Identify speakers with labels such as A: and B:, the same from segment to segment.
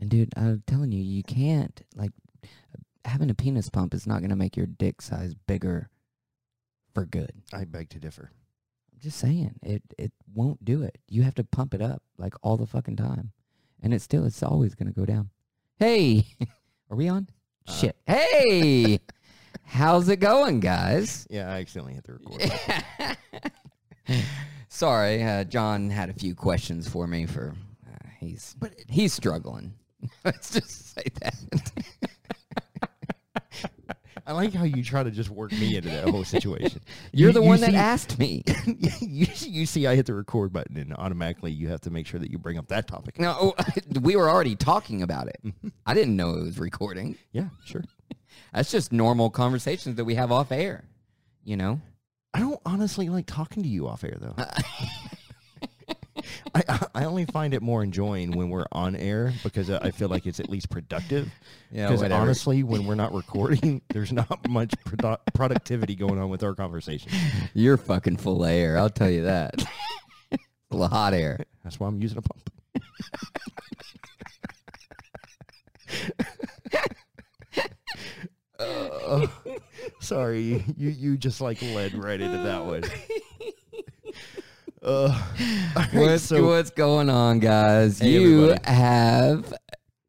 A: And dude, I'm telling you, you can't like having a penis pump is not gonna make your dick size bigger for good.
B: I beg to differ.
A: I'm just saying, it it won't do it. You have to pump it up like all the fucking time, and it's still it's always gonna go down. Hey, are we on?
B: Uh.
A: Shit. Hey, how's it going, guys?
B: Yeah, I accidentally hit the record.
A: Sorry, uh, John had a few questions for me. For uh, he's but he's struggling. Let's just say that.
B: I like how you try to just work me into that whole situation.
A: You're
B: You-
A: the
B: you
A: one that
B: see-
A: asked me.
B: you, you see, I hit the record button, and automatically you have to make sure that you bring up that topic.
A: No, oh, we were already talking about it. I didn't know it was recording.
B: Yeah, sure.
A: That's just normal conversations that we have off air. You know,
B: I don't honestly like talking to you off air though.
A: Uh,
B: I- I, I only find it more enjoying when we're on air because I I feel like it's at least productive.
A: Yeah,
B: Because
A: whatever.
B: honestly, when we're not recording, there's not much produ- productivity going on with our conversation.
A: you're fucking full of air. I'll tell you that. full of hot air.
B: That's why I'm using a pump. Uh, sorry, you you just like led right into that one. Uh, all right,
A: What's,
B: so-
A: what's going on, guys?
B: Hey,
A: you
B: everybody.
A: have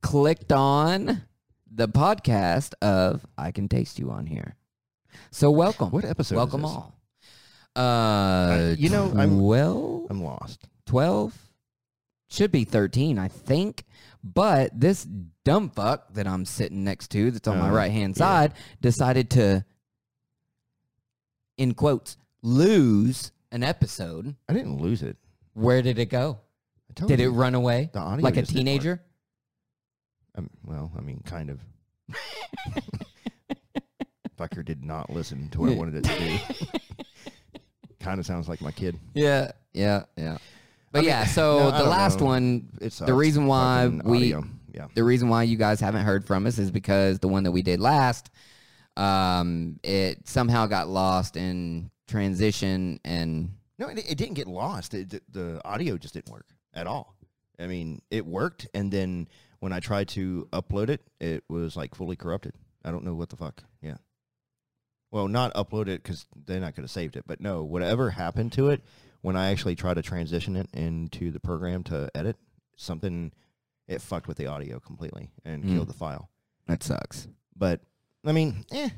A: clicked on the podcast of I Can Taste You on here. So welcome.
B: What episode is
A: Welcome
B: this?
A: all. Uh,
B: you know, I'm-
A: 12?
B: I'm lost.
A: 12 should be 13 i think but this dumb fuck that i'm sitting next to that's on my
B: Uh,
A: right hand
B: yeah.
A: side decided to in quotes lose an episode
B: I didn't lose it.
A: where did it go
B: I told
A: did
B: you,
A: it run away
B: Oh, The audio
A: like a
B: just didn't work.
A: teenager
B: Um, well, I mean, kind of. Fucker did not listen to what I wanted it to do. kind of sounds like my kid.
A: yeah yeah yeah but
B: I mean,
A: yeah so
B: no, I
A: the
B: don't
A: last
B: know.
A: one
B: It sucks.
A: the reason why
B: Fucking
A: we
B: audio. yeah.
A: the reason why you guys haven't heard from us is because the one that we did last, um, it somehow got lost in transition and
B: No, it, it didn't get lost. It, the- the audio just didn't work at all. I mean, it worked, and then when I tried to upload it, it was like fully corrupted. I don't know what the fuck. Yeah. Well, not upload it because then I could have saved it. But no, whatever happened to it when I actually tried to transition it into the program to edit something, it fucked with the audio completely and
A: Mm.
B: killed the file.
A: that sucks.
B: But I mean, eh,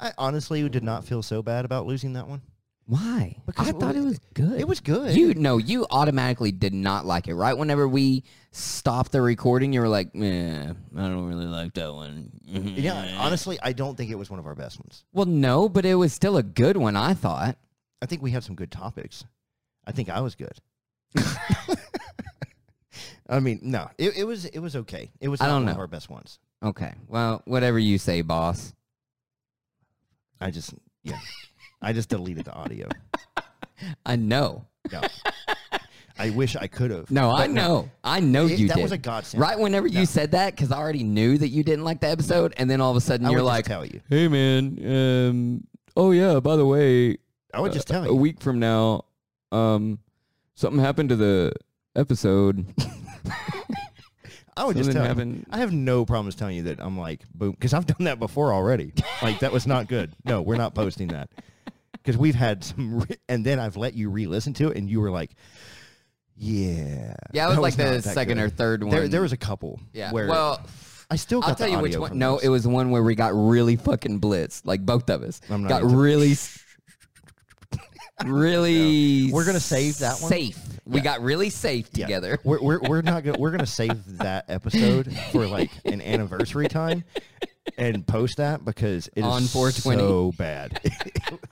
B: I honestly did not feel so bad about losing that one.
A: Why?
B: Because
A: I
B: it
A: thought it
B: was-
A: was good.
B: It was good.
A: You no, you automatically did not like it. Right whenever we stopped the recording, you were like, "Yeah, I don't really like that one."
B: Yeah, honestly, I don't think it was one of our best ones.
A: Well, no, but it was still a good one. I thought.
B: I think we had some good topics. I think I was good. I mean, no, it, it was it was okay. It was
A: I
B: not
A: don't
B: one of
A: know.
B: our best ones.
A: Okay. Well, whatever you say, boss.
B: I just yeah, I just deleted the audio.
A: I know.
B: No, I wish I could have.
A: No, I
B: but
A: know. I know
B: It-
A: you
B: that
A: did.
B: was a godsend.
A: Right whenever you
B: No.
A: said that, because I already knew that you didn't like the episode, and then all of a sudden
B: I would
A: you're
B: just
A: like,
B: tell you.
A: "Hey man, um, oh yeah, by the way,
B: I would just tell
A: a
B: you.
A: week from now, um, something happened to the episode.
B: I would Oh, just
A: something
B: tell you.
A: happened.
B: I have no problems telling you that I'm like boom because I've done that before already. Like that was not good. No, we're not posting that because we've had some. Re- and then I've let you re-listen to it, and you were like, "Yeah,
A: Yeah, it was
B: that
A: like the
B: not that
A: second
B: good."
A: or third one.
B: There, there was a couple.
A: yeah.
B: Where
A: well,
B: I still got
A: I'll tell
B: the
A: you which
B: audio
A: one.
B: from
A: No,
B: those.
A: it was one where we got really fucking blitzed, like both of us
B: I'm not
A: got
B: into-
A: really, s- really.
B: No. We're gonna save that one?
A: Safe. We
B: Yeah.
A: got really safe
B: Yeah.
A: together.
B: We're, we're, we're not gonna we're gonna save that episode for like an anniversary time and post that because it is
A: On 420.
B: so bad.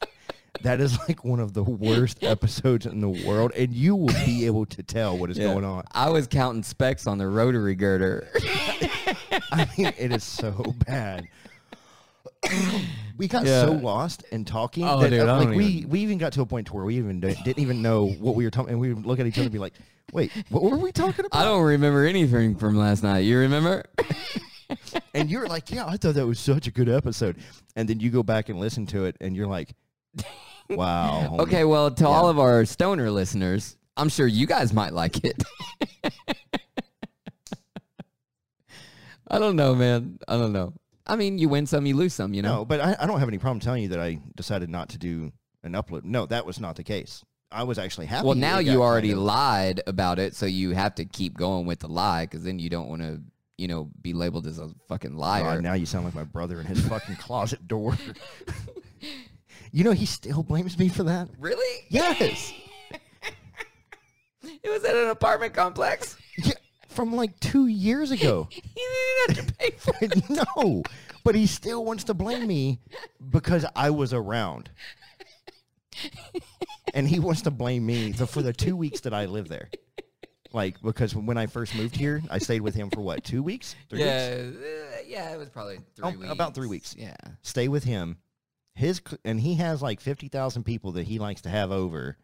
B: that is like one of the worst episodes in the world, and you will be able to tell what is
A: Yeah.
B: going on.
A: I was counting specs on the rotary girder.
B: I mean, it is so bad. we got
A: Yeah.
B: so lost in talking
A: Oh,
B: that
A: dude,
B: uh,
A: I don't
B: like we we even got to a point to where we even di- didn't even know what we were talking, and we would look at each other and be like, "Wait, what were we talking about?"
A: I don't remember anything from last night. You remember?
B: And you're like, yeah, I thought that was such a good episode. And then you go back and listen to it, and you're like, wow. homie.
A: Okay, well, to all of our stoner listeners, I'm sure you guys might like it. I don't know, man. I don't know. I mean, you win some, you lose some, you know?
B: No, but I, I don't have any problem telling you that I decided not to do an upload. No, that was not the case. I was actually happy.
A: well,
B: that
A: now
B: it
A: you
B: got
A: already
B: kind of-
A: lied about it, so you have to keep going with the lie because then you don't want to, you know, be labeled as a fucking
B: God,
A: liar.
B: now you sound like my brother in his fucking closet door. you know he still blames me for that.
A: really?
B: Yes,
A: It was at an apartment complex.
B: yeah, from like two years ago.
A: he didn't have to pay for it.
B: no, but he still wants to blame me because I was around. and he wants to blame me the, for the two weeks that I lived there. Like, because when I first moved here, I stayed with him for what, two weeks? Three weeks?
A: Yeah, uh, yeah, it was probably three
B: Oh,
A: weeks.
B: about three weeks.
A: Yeah.
B: Stay with him. His cl- and he has like 50,000 people that he likes to have over.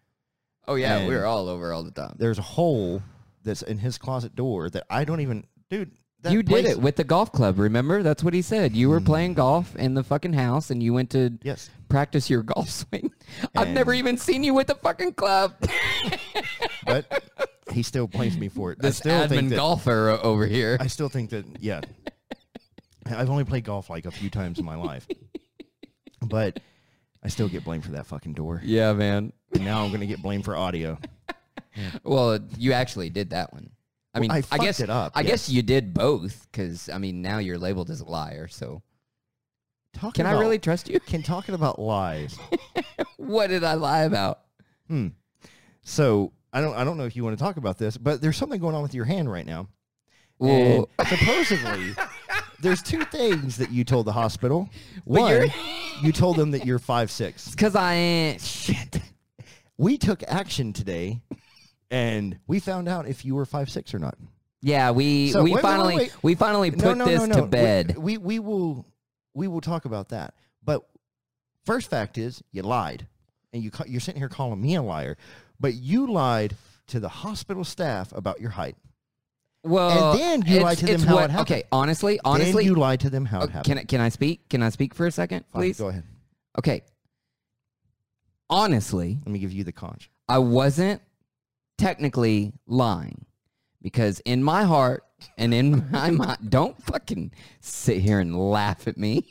A: Oh yeah, we
B: And-
A: were all over all the time.
B: There's a hole that's in his closet door that I don't even, dude. That
A: you
B: place- Mm-hmm.
A: did it with the golf club. Remember, that's what he said. You were playing golf in the fucking house, and you went to
B: Yes.
A: practice your golf swing. I've never
B: And-
A: even seen you with the fucking club.
B: But he still blames me for it. I
A: this
B: still think
A: admin
B: that,
A: golfer o- over here.
B: I still think that yeah. I've only played golf like a few times in my life. But I still get blamed for that fucking door.
A: yeah, man.
B: And now I'm gonna get blamed for audio.
A: Well, you actually did that one. I
B: Well,
A: mean,
B: I
A: I,
B: fucked
A: guess
B: it up,
A: I guess
B: yes.
A: you did both because I mean now you're labeled as a liar. So
B: Talking
A: can I
B: about-
A: really trust you?
B: can talking about lies.
A: what did I lie about?
B: So I don't I don't know if you want to talk about this, but there's something going on with your hand right now. Eh.
A: Well,
B: And supposedly there's two things that you told the hospital.
A: But you're-
B: One, you told them that you're five six.
A: because I ain't shit.
B: We took action today and we found out if you were five six or not.
A: Yeah, we
B: So,
A: we
B: wait, wait, wait,
A: finally
B: wait.
A: we finally put this to
B: We-
A: bed.
B: We, we will we will talk about that. But first fact is you lied, and you ca- you're sitting here calling me a liar, but you lied to the hospital staff about your height.
A: well,
B: then you lied
A: it's-
B: to them
A: it's
B: how
A: what-
B: it happened.
A: Okay, honestly, honestly,
B: then you lied to them how
A: uh,
B: it happened.
A: can I can I speak? Can I speak for a second,
B: Fine,
A: please?
B: go ahead.
A: Okay. Honestly,
B: Let me give you the conch.
A: I wasn't technically lying because in my heart and in my mind, don't fucking sit here and laugh at me.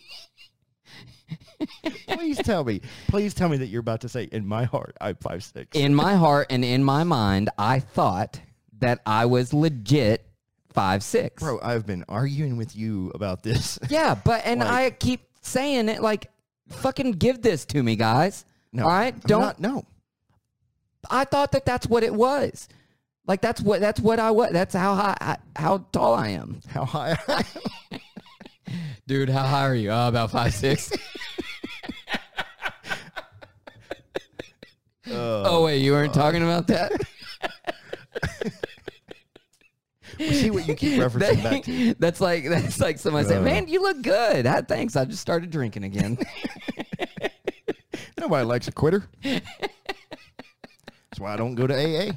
B: Please tell me. Please tell me that you're about to say in my heart I'm five six.
A: In my heart and in my mind, I thought that I was legit five six.
B: Bro, I've been arguing with you about this.
A: Yeah, but and
B: Like-
A: I keep saying it like, fucking give this to me, guys.
B: No,
A: All right,
B: I'm
A: don't.
B: not- no.
A: I thought that that's what it was. Like that's what that's what I was. That's how high I, how tall I am.
B: How high?
A: Dude, how high are you? Oh, about five six. oh wait, you weren't talking about that.
B: See what you keep referencing back to.
A: That- that's like that's like somebody said,
B: Uh.
A: "Man, you look good." Ah, thanks. I just started drinking again.
B: Nobody likes a quitter. That's why I don't go to AA.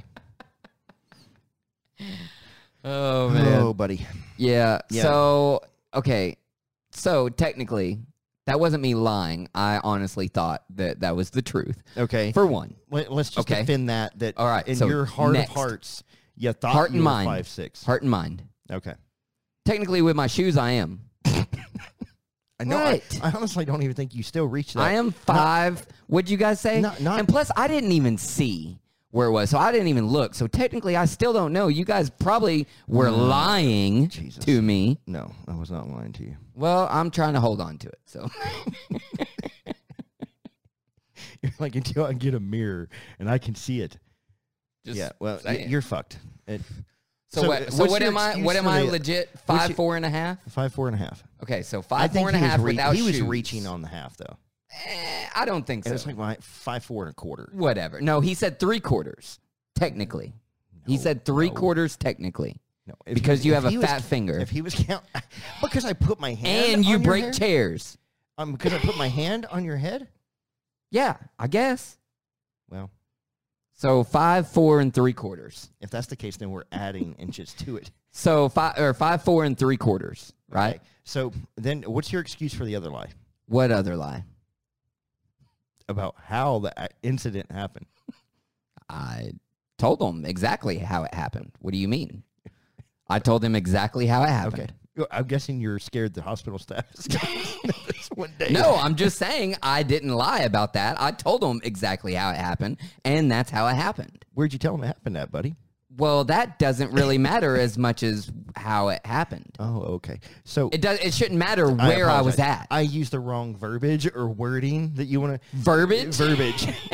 A: oh
B: Oh, buddy.
A: Yeah.
B: Yeah.
A: So okay. So technically, that wasn't me lying. I honestly thought that that was the truth.
B: Okay.
A: For one,
B: Let, us just
A: Okay.
B: defend that. That
A: All right,
B: In
A: so
B: your heart
A: next.
B: of hearts, you thought
A: Heart
B: you
A: and
B: were
A: mind.
B: five six.
A: heart and mind.
B: Okay.
A: Technically, with my shoes, I am.
B: I know.
A: Right.
B: I, I honestly don't even think you still reached that.
A: I am five. what'd you guys say?
B: Not- not-
A: and plus, I didn't even see where it was, so I didn't even look. So technically, I still don't know. You guys probably were lying
B: Mm. Jesus.
A: to me.
B: No, I was not lying to you.
A: Well, I'm trying to hold on to it. So
B: You're like until I get a mirror and I can see it.
A: just
B: yeah. Well, y-
A: saying.
B: you're fucked. It,
A: so,
B: so, uh,
A: what? So
B: what's
A: what
B: your
A: am I?
B: excuse
A: What am
B: for
A: I?
B: the-
A: Legit
B: what's
A: five,
B: your-
A: four and a half.
B: five four and a half.
A: Okay, so
B: I
A: five,
B: think
A: four and a
B: he was
A: half
B: re-
A: without
B: He was
A: shoes.
B: reaching on the half though.
A: Eh, I don't think
B: It
A: so.
B: was like my five four and a quarter.
A: Whatever. No, he said three quarters technically. he
B: No,
A: said three
B: no.
A: quarters technically
B: No, if he-
A: because you
B: if
A: have a
B: he was-
A: fat finger
B: If he was count, because I put my hand
A: and you
B: on your
A: break
B: hair?
A: chairs.
B: um, because I put my hand on your head.
A: Yeah, I guess.
B: Well,
A: So five, four, and three quarters.
B: if that's the case, then we're adding inches to it,
A: So five or five, four, and three quarters. Right.
B: Okay. So then, what's your excuse for the other lie
A: What other lie?
B: about how the a- incident happened?
A: I told them exactly how it happened. What do you mean? I told them exactly how it happened.
B: Okay. I'm guessing you're scared the hospital staff is going one day.
A: No, I'm just saying I didn't lie about that. I told them exactly how it happened, and that's how it happened.
B: Where'd you tell them it happened at, buddy?
A: Well, that doesn't really matter as much as how it happened.
B: Oh, okay. So
A: It does. It shouldn't matter
B: I
A: where I, was
B: apologize.
A: at.
B: I used the wrong verbiage or wording that you want to
A: Verbiage.
B: verbiage.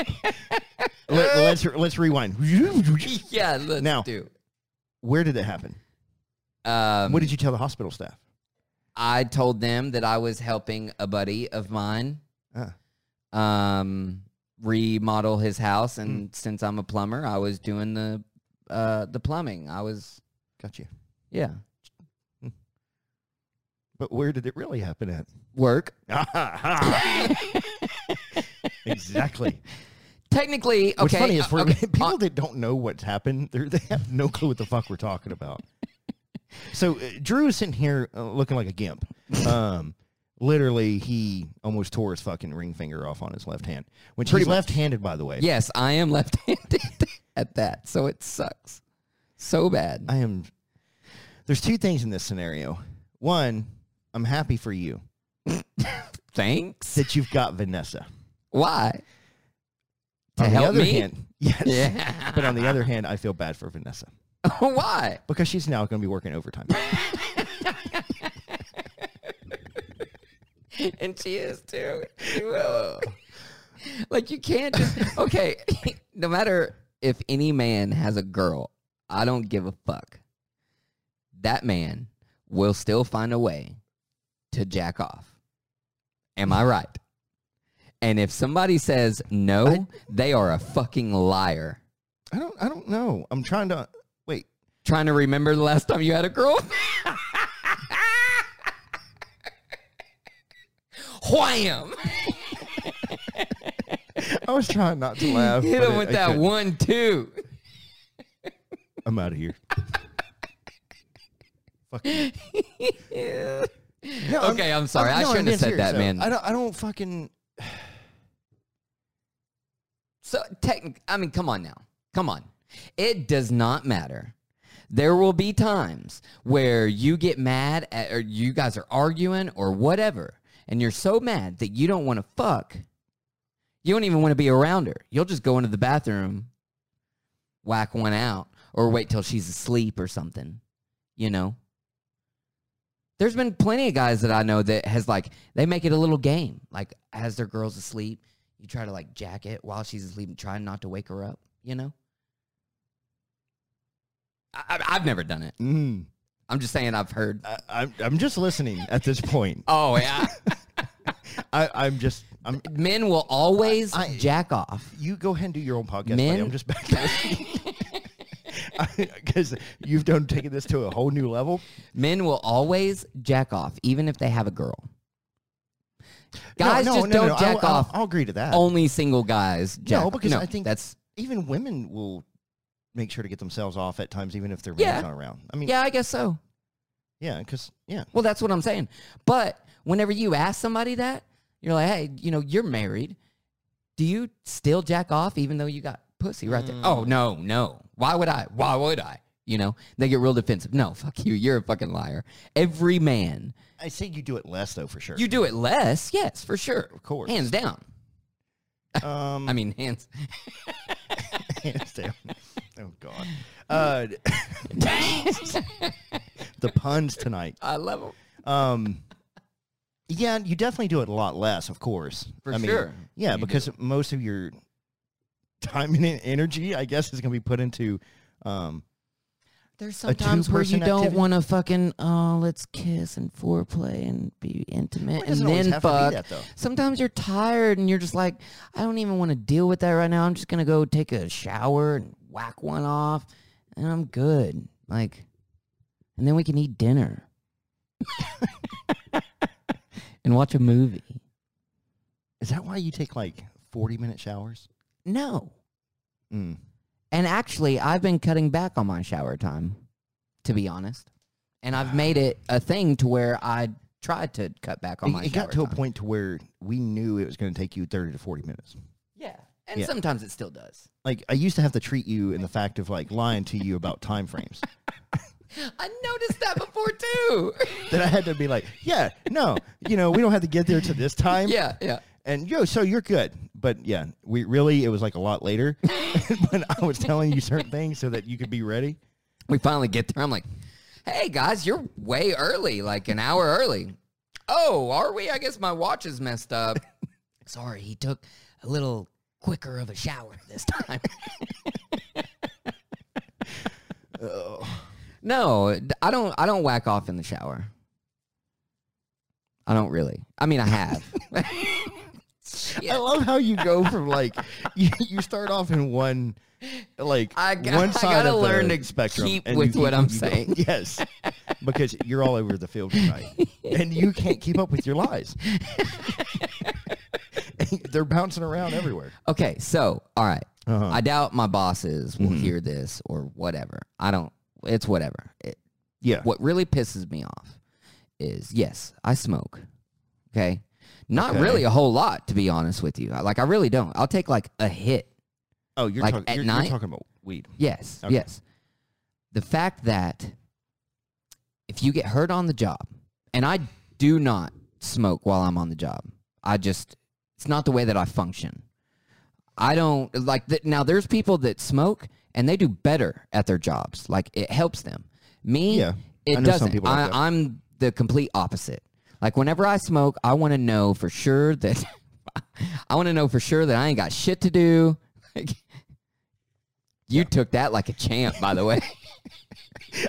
B: Let, let's let's rewind.
A: yeah. Let's
B: Now,
A: do.
B: Where did it happen?
A: Um,
B: What did you tell the hospital staff?
A: I told them that I was helping a buddy of mine
B: Ah.
A: um, remodel his house,
B: Hmm.
A: and since I'm a plumber, I was doing the uh, the plumbing. I was
B: Got you.
A: yeah
B: But where did it really happen at?
A: work.
B: exactly.
A: Technically, okay.
B: What's funny is
A: uh,
B: for
A: okay,
B: people
A: uh,
B: that don't know what's happened, they're- they have no clue what the fuck we're talking about. So uh, Drew is sitting here uh, looking like a gimp. Um, literally, he almost tore his fucking ring finger off on his left hand, which he's left-handed, by the way.
A: yes, I am left-handed at that, so it sucks so bad.
B: I am. There's two things in this scenario. One, I'm happy for you
A: Thanks.
B: that you've got Vanessa.
A: Why? To
B: on the
A: help
B: other
A: me?
B: hand, yes.
A: Yeah.
B: But on the other hand, I feel bad for Vanessa
A: Why?
B: because she's now going to be working overtime.
A: and she is too. She will. like you can't just okay. no matter if any man has a girl, I don't give a fuck. That man will still find a way to jack off. Am I right? And if somebody says no, they are a fucking liar.
B: I don't. I don't know. I'm trying to wait.
A: Trying to remember the last time you had a girl? Wham!
B: I was trying not to laugh.
A: Hit
B: but
A: him
B: it-
A: with
B: I
A: that
B: couldn't.
A: one, two.
B: I'm out of here. Fucking- No,
A: Okay, I'm sorry. I
B: Oh, no,
A: shouldn't
B: being
A: have said that,
B: though.
A: man.
B: I don't. I don't fucking.
A: So technically, I mean, come on now. Come on. It does not matter. There will be times where you get mad at, or you guys are arguing or whatever, and you're so mad that you don't want to fuck. You don't even want to be around her. You'll just go into the bathroom, whack one out, or wait till she's asleep or something, you know? There's been plenty of guys that I know that has like, they make it a little game. Like, as their girl's asleep, you try to like jack it while she's asleep, trying not to wake her up. You know, I, I, I've never done it.
B: Mm,
A: I'm just saying I've heard.
B: I, I'm. I'm just listening at this point.
A: Oh yeah,
B: I, I'm just. I'm.
A: men will always
B: I- I-
A: jack off.
B: You go ahead and do your own podcast, buddy.
A: Men-
B: I'm just back because you've done taking this to a whole new level.
A: Men will always jack off, even if they have a girl. Guys
B: no, no,
A: just
B: no, no,
A: don't
B: no,
A: jack
B: I'll,
A: off.
B: I'll, I'll agree to that.
A: Only single guys. Jack
B: No, because I think-
A: that's
B: Even women will make sure to get themselves off at times, even if their
A: Yeah.
B: man's not around. I mean,
A: yeah, I guess so.
B: yeah, because yeah,
A: Well, that's what I'm saying. But whenever you ask somebody that, you're like, hey, you know, you're married. Do you still jack off even though you got pussy right there? Oh, no, no. Why would I? Why would I? You know, they get real defensive. No, fuck you. You're a fucking liar. Every man.
B: I say you do it less though for sure.
A: You do it less. Yes, for sure.
B: of course.
A: Hands down.
B: um,
A: I mean, hands.
B: hands down. Oh God. Uh, the puns tonight.
A: I love them.
B: Um, yeah, you definitely do it a lot less, of course.
A: For
B: I mean,
A: sure.
B: Yeah,
A: You do.
B: because most of your time and en- energy, I guess, is going to be put into. Um,
A: There's
B: A
A: sometimes where you
B: two-person
A: don't
B: activity?
A: want to fucking, oh, let's kiss and foreplay and be
B: well,
A: intimate and
B: it doesn't always
A: then
B: have
A: fuck.
B: to be that though.
A: Sometimes you're tired and you're just like, I don't even want to deal with that right now. I'm just going to go take a shower and whack one off and I'm good. Like, and then we can eat dinner and watch a movie.
B: Is that why you take like forty-minute showers?
A: No.
B: Mm.
A: And actually, I've been cutting back on my shower time, to be honest. And I've made it a thing to where I tried to cut back on
B: It,
A: my
B: it
A: shower
B: got to
A: time.
B: a point to where we knew it was going to take you thirty to forty minutes.
A: Yeah. And
B: Yeah.
A: sometimes it still does.
B: Like I used to have to treat you in the fact of like lying to you about time frames.
A: I noticed that before too.
B: that I had to be like, yeah, no, you know, we don't have to get there to this time.
A: yeah, yeah.
B: And yo, so you're good. But yeah, we really, it was like a lot later when I was telling you certain things so that you could be ready.
A: We finally get there. I'm like, hey guys, you're way early, like an hour early. Oh, are we? I guess my watch is messed up. Sorry, he took a little quicker of a shower this time. No, d- I don't. I don't whack off in the shower. I don't really. I mean, I have.
B: I love how you go from like, you, you start off in one, like,
A: I g- I
B: one side
A: gotta
B: of the
A: learn to
B: spectrum.
A: keep
B: and
A: with what I'm
B: go-
A: saying.
B: yes. Because you're all over the field tonight and you can't keep up with your lies. They're bouncing around everywhere.
A: Okay, so all right. Mm-hmm.
B: Uh-huh.
A: I doubt my bosses will hear this or whatever. I don't. It's whatever. It,
B: Yeah.
A: what really pisses me off is yes, I smoke. Okay, not
B: Okay.
A: really a whole lot to be honest with you. I- Like I really don't. I'll take like a hit.
B: Oh, you're,
A: Like,
B: talking,
A: at
B: you're,
A: night?
B: you're talking about weed.
A: Yes,
B: Okay.
A: yes. The fact that if you get hurt on the job, and I do not smoke while I'm on the job, I just, it's not the way that I function. I don't like th- now. There's people that smoke and they do better at their jobs. Like it helps them. Me,
B: Yeah, I
A: it
B: know some
A: doesn't.
B: people like
A: I,
B: that.
A: I'm the complete opposite. Like whenever I smoke, I want to know for sure that I want to know for sure that I ain't got shit to do. Like, you took that like a champ, by the way.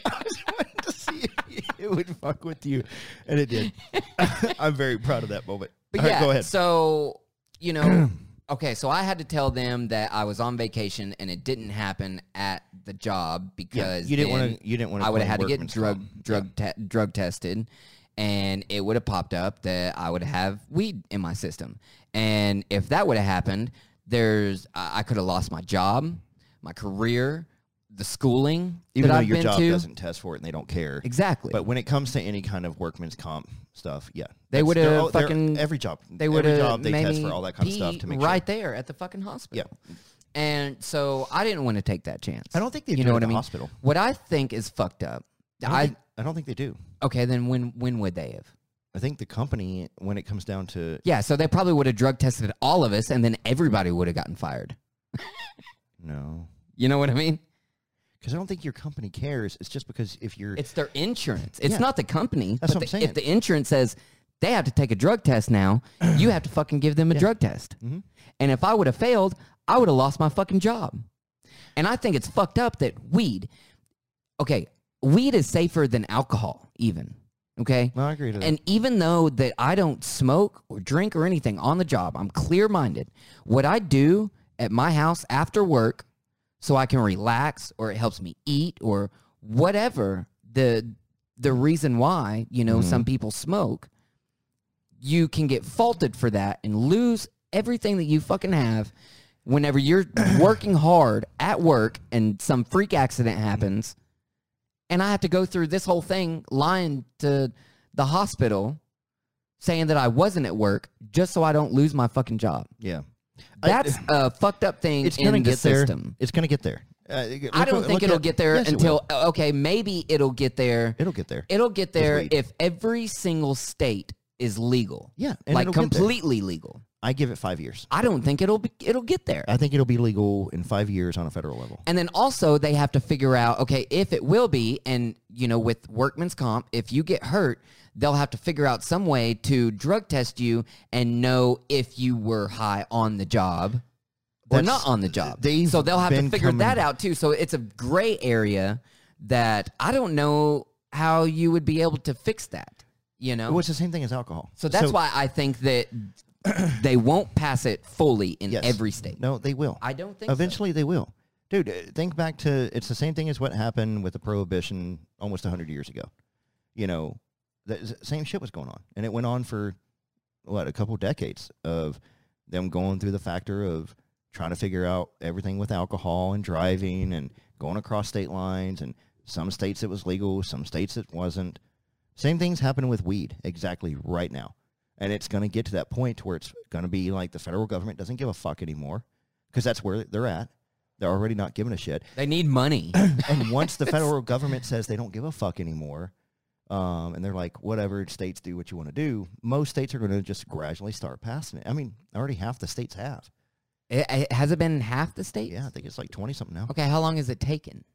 B: I was wanting to see if it would fuck with you, and it did. I'm very proud of that moment.
A: But
B: All right,
A: yeah,
B: go ahead.
A: so you know, okay, so I had to tell them that I was on vacation and it didn't happen at the job
B: Yeah,
A: because
B: you didn't
A: then
B: want to. You didn't want to.
A: I would have had to get drug drug te- drug tested, and it would have popped up that I would have weed in my system. And if that would have happened, there's I, I could have lost my job, my career, the schooling
B: Even
A: that
B: though
A: I've
B: your
A: been
B: job
A: to.
B: doesn't test for it and they don't care.
A: exactly,
B: But when it comes to any kind of workman's comp stuff, yeah,
A: They
B: That's-
A: would've
B: they're all- they're-
A: fucking-
B: every job.
A: they
B: every
A: would have
B: job they
A: made
B: test
A: me
B: for all that kind of stuff
A: pee
B: to make
A: right
B: sure.
A: there at the fucking hospital. And so I didn't want to take that chance.
B: I don't think they
A: you
B: do
A: know
B: it
A: what I
B: at the
A: mean.
B: hospital.
A: What I think is fucked up.
B: I don't
A: I
B: think- I don't think they do.
A: okay. Then when when would they have?
B: I think the company, when it comes down to,
A: Yeah, so they probably would have drug tested all of us, and then everybody would have gotten fired.
B: no,
A: You know what I mean?
B: because I don't think your company cares. It's just because if you're
A: It's their insurance. It's
B: Yeah.
A: not the company.
B: That's
A: but
B: what I'm
A: the-
B: saying.
A: If the insurance says they have to take a drug test now, you have to fucking give them a drug test. And if I would have failed, I would have lost my fucking job. And I think it's fucked up that weed. Okay, weed is safer than alcohol, even. Okay.
B: No, I agree to that.
A: And even though that I don't smoke or drink or anything on the job, I'm clear minded. What I do at my house after work so I can relax or it helps me eat or whatever the the reason why, you know,
B: Mm-hmm.
A: some people smoke, you can get faulted for that and lose everything that you fucking have whenever you're working hard at work and some freak accident happens and I have to go through this whole thing lying to the hospital saying that I wasn't at work just so I don't lose my fucking job.
B: yeah, I-
A: That's a fucked up thing
B: it's
A: in
B: gonna
A: the
B: get there.
A: system.
B: It's gonna get there. Uh, look
A: I don't
B: at-
A: think
B: look
A: it'll
B: at-
A: get there
B: Yes, it will.
A: until uh, okay, maybe it'll get there.
B: it'll get there.
A: It'll get there
B: weed.
A: if every single state is legal.
B: Yeah, and
A: Like
B: it'll get there.
A: completely legal.
B: I give it five years.
A: I don't think it'll be, it'll get there.
B: I think it'll be legal in five years on a federal level.
A: And then also they have to figure out, okay, if it will be, and you know, with workman's comp, if you get hurt, they'll have to figure out some way to drug test you and know if you were high on the job or
B: That's-
A: not on the job.
B: they've
A: So they'll have to
B: been
A: figure that
B: coming-
A: out too. So it's a gray area that I don't know how you would be able to fix that. You know,
B: Well, it's the same thing as alcohol.
A: so that's why I think that they won't pass it fully in
B: Yes.
A: every state.
B: No, they will.
A: I don't think so.
B: Eventually, they will. Dude, uh, think back to it's the same thing as what happened with the prohibition almost hundred years ago. You know, the s- same shit was going on, and it went on for what a couple decades of them going through the factor of trying to figure out everything with alcohol and driving and going across state lines and some states it was legal, some states it wasn't. Same things happen with weed exactly right now. And it's going to get to that point where it's going to be like the federal government doesn't give a fuck anymore because that's where they're at. They're already not giving a shit.
A: They need money.
B: And once the federal government says they don't give a fuck anymore, um, and they're like, whatever, states do what you want to do, most states are going to just gradually start passing it. I mean, already half the states have.
A: it, it- has it been half the state?
B: Yeah, I think it's like 20 something now.
A: Okay, how long has it taken?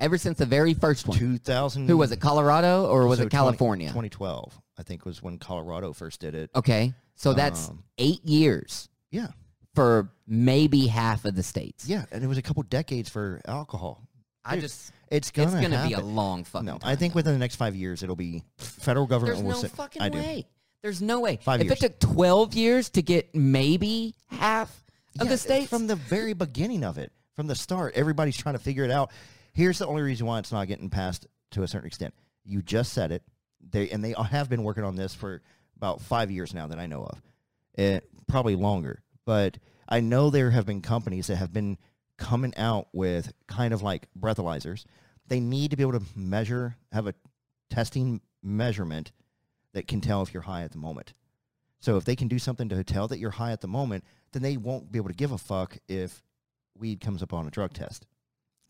A: Ever since the very first one.
B: 2000.
A: Who was it? Colorado or was
B: so 20
A: it California?
B: 2012, I think, was when Colorado first did it.
A: Okay, so that's
B: Um,
A: eight years
B: Yeah.
A: for maybe half of the states.
B: Yeah. And it was a couple decades for alcohol.
A: I
B: Dude,
A: just
B: It's going
A: it's
B: to
A: gonna be a long fucking.
B: No,
A: time,
B: I think
A: though.
B: within the next five years, it'll be federal government
A: there's
B: will
A: no
B: say-
A: fucking
B: I do.
A: way. There's no way.
B: Five
A: if
B: years.
A: it took twelve years to get maybe half of
B: Yeah,
A: the states,
B: from the very beginning of it, from the start, everybody's trying to figure it out. Here's the only reason why it's not getting passed to a certain extent. You just said it. They and they have been working on this for about five years now that I know of, it, probably longer. But I know there have been companies that have been coming out with kind of like breathalyzers. They need to be able to measure, have a testing measurement that can tell if you're high at the moment. So if they can do something to tell that you're high at the moment, then they won't be able to give a fuck if weed comes up on a drug test.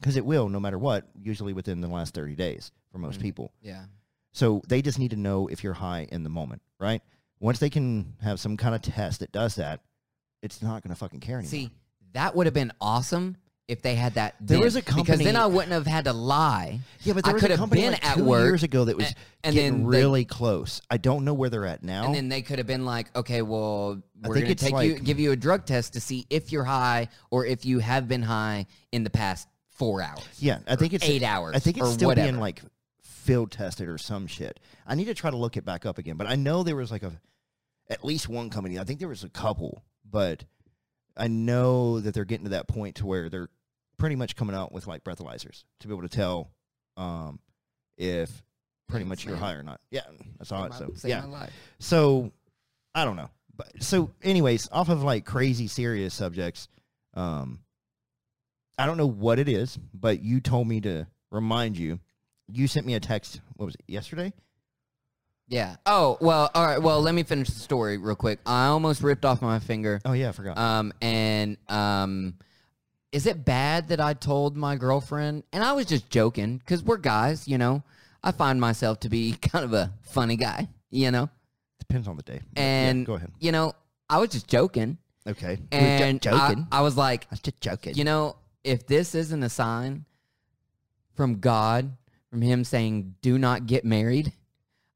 B: Because it will, no matter what, usually within the last 30 days for most
A: Mm.
B: people.
A: yeah,
B: So they just need to know if you're high in the moment, right? Once they can have some kind of test that does that, it's not going to fucking care anymore.
A: See, that would have been awesome if they had that.
B: There
A: then,
B: was a
A: because then
B: company-
A: I wouldn't have had to lie.
B: yeah, but
A: I
B: there was
A: could
B: a
A: have
B: company
A: been
B: like
A: at
B: two
A: work,
B: years ago that was
A: a- and
B: getting
A: then they-
B: really close. I don't know where they're at now.
A: And then they could have been like, okay, well,
B: I
A: we're going
B: think
A: to
B: it's
A: take you,
B: like-
A: give you a drug test to see if you're high or if you have been high in the past four hours.
B: Yeah, I think it's
A: eight hours
B: I think it's
A: or
B: still
A: whatever.
B: being like field tested or some shit. I need to try to look it back up again, but I know there was like a at least one company. I think there was a couple, but I know that they're getting to that point to where they're pretty much coming out with like breathalyzers to be able to tell um, if pretty
A: Yeah,
B: much you're
A: same.
B: high or not. Yeah, I saw it.
A: My-
B: So
A: saved
B: yeah,
A: my life.
B: so I don't know. But so anyways, off of like crazy serious subjects, um I don't know what it is, but you told me to remind you. You sent me a text, what was it, yesterday?
A: Yeah. Oh, well, all right. Well, let me finish the story real quick. I almost ripped off my finger.
B: Oh yeah, I forgot.
A: Um, and, um, is it bad that I told my girlfriend? And I was just joking because we're guys, you know. I find myself to be kind of a funny guy, you know.
B: Depends on the day. But yeah,
A: And
B: go ahead.
A: You know, I was just joking,
B: Okay. You were ju-
A: and I-
B: joking. I,
A: I was like,
B: was just joking.
A: You know, if this isn't a sign from God, from Him saying, do not get married,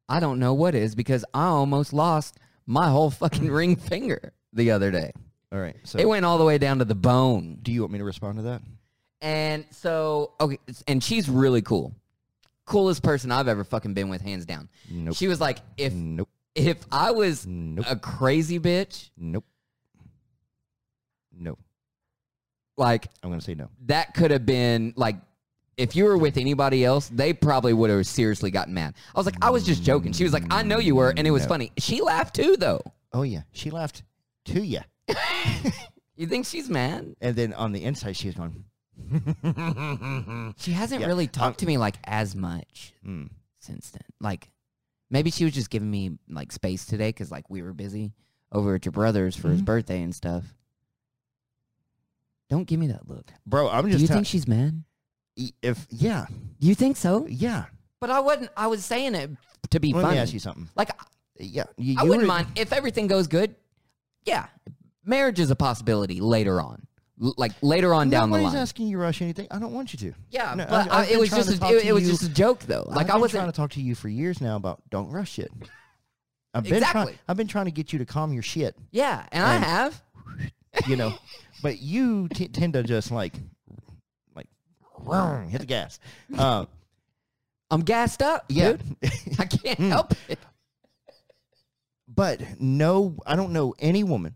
A: I don't know what is because I almost lost my whole fucking ring finger the other day.
B: All right. So
A: It went all the way down to the bone.
B: do you want me to respond to that?
A: And so, okay, and she's really cool. Coolest person I've ever fucking been with, hands down.
B: Nope.
A: She was like, if Uh,
B: nope.
A: if I was
B: Nope.
A: a crazy bitch,
B: nope. Nope.
A: like
B: I'm gonna say no.
A: that could have been like if you were with anybody else, they probably would have seriously gotten mad. I was like, I was just joking. She was like, I know you were, and it was
B: No.
A: funny. She laughed too, though.
B: Oh yeah. She laughed to you.
A: You think she's mad?
B: And then on the inside she was going
A: She hasn't
B: Yeah,
A: really talked to me like as much
B: Hmm.
A: since then. Like, maybe she was just giving me like space today because like we were busy over at your brother's for his
B: Mhm.
A: birthday and stuff. Don't give me that look.
B: Bro, I'm
A: Do
B: just
A: you
B: tell-
A: think she's mad?
B: e- if yeah,
A: You think so?
B: yeah.
A: But I wasn't. I was saying it to be
B: Let
A: funny.
B: me ask you something.
A: like
B: Yeah, you,
A: I
B: you
A: wouldn't
B: were-
A: mind if everything goes good. Yeah, marriage is a possibility later on, L- like later on down the
B: Nobody's
A: line.
B: asking you, Rush, anything. I don't want you to.
A: yeah,
B: No, I've-
A: but I,
B: I've
A: it
B: been
A: was
B: trying
A: just
B: to
A: a,
B: talk
A: it,
B: to
A: it was
B: you-
A: just a joke though. Like I
B: I've been
A: wasn't.
B: trying to talk to you for years now about don't rush shit. I've been
A: Exactly.
B: trying. I've been trying to get you to calm your shit.
A: yeah, and I
B: and-
A: have.
B: You know, but you t- tend to just like, like, vroom, hit the gas. Uh,
A: I'm gassed up,
B: yeah.
A: dude. I can't help it.
B: but no, I don't know any woman,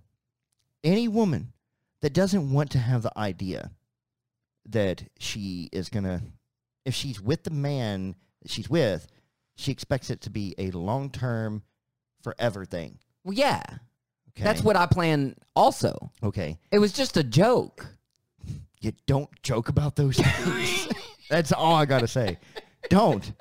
B: any woman that doesn't want to have the idea that she is gonna, if she's with the man that she's with, she expects it to be a long term, forever thing.
A: Well, yeah,
B: Okay,
A: that's what I plan. Also,
B: Okay,
A: it was just a joke.
B: you don't joke about those things. that's all I gotta say. Don't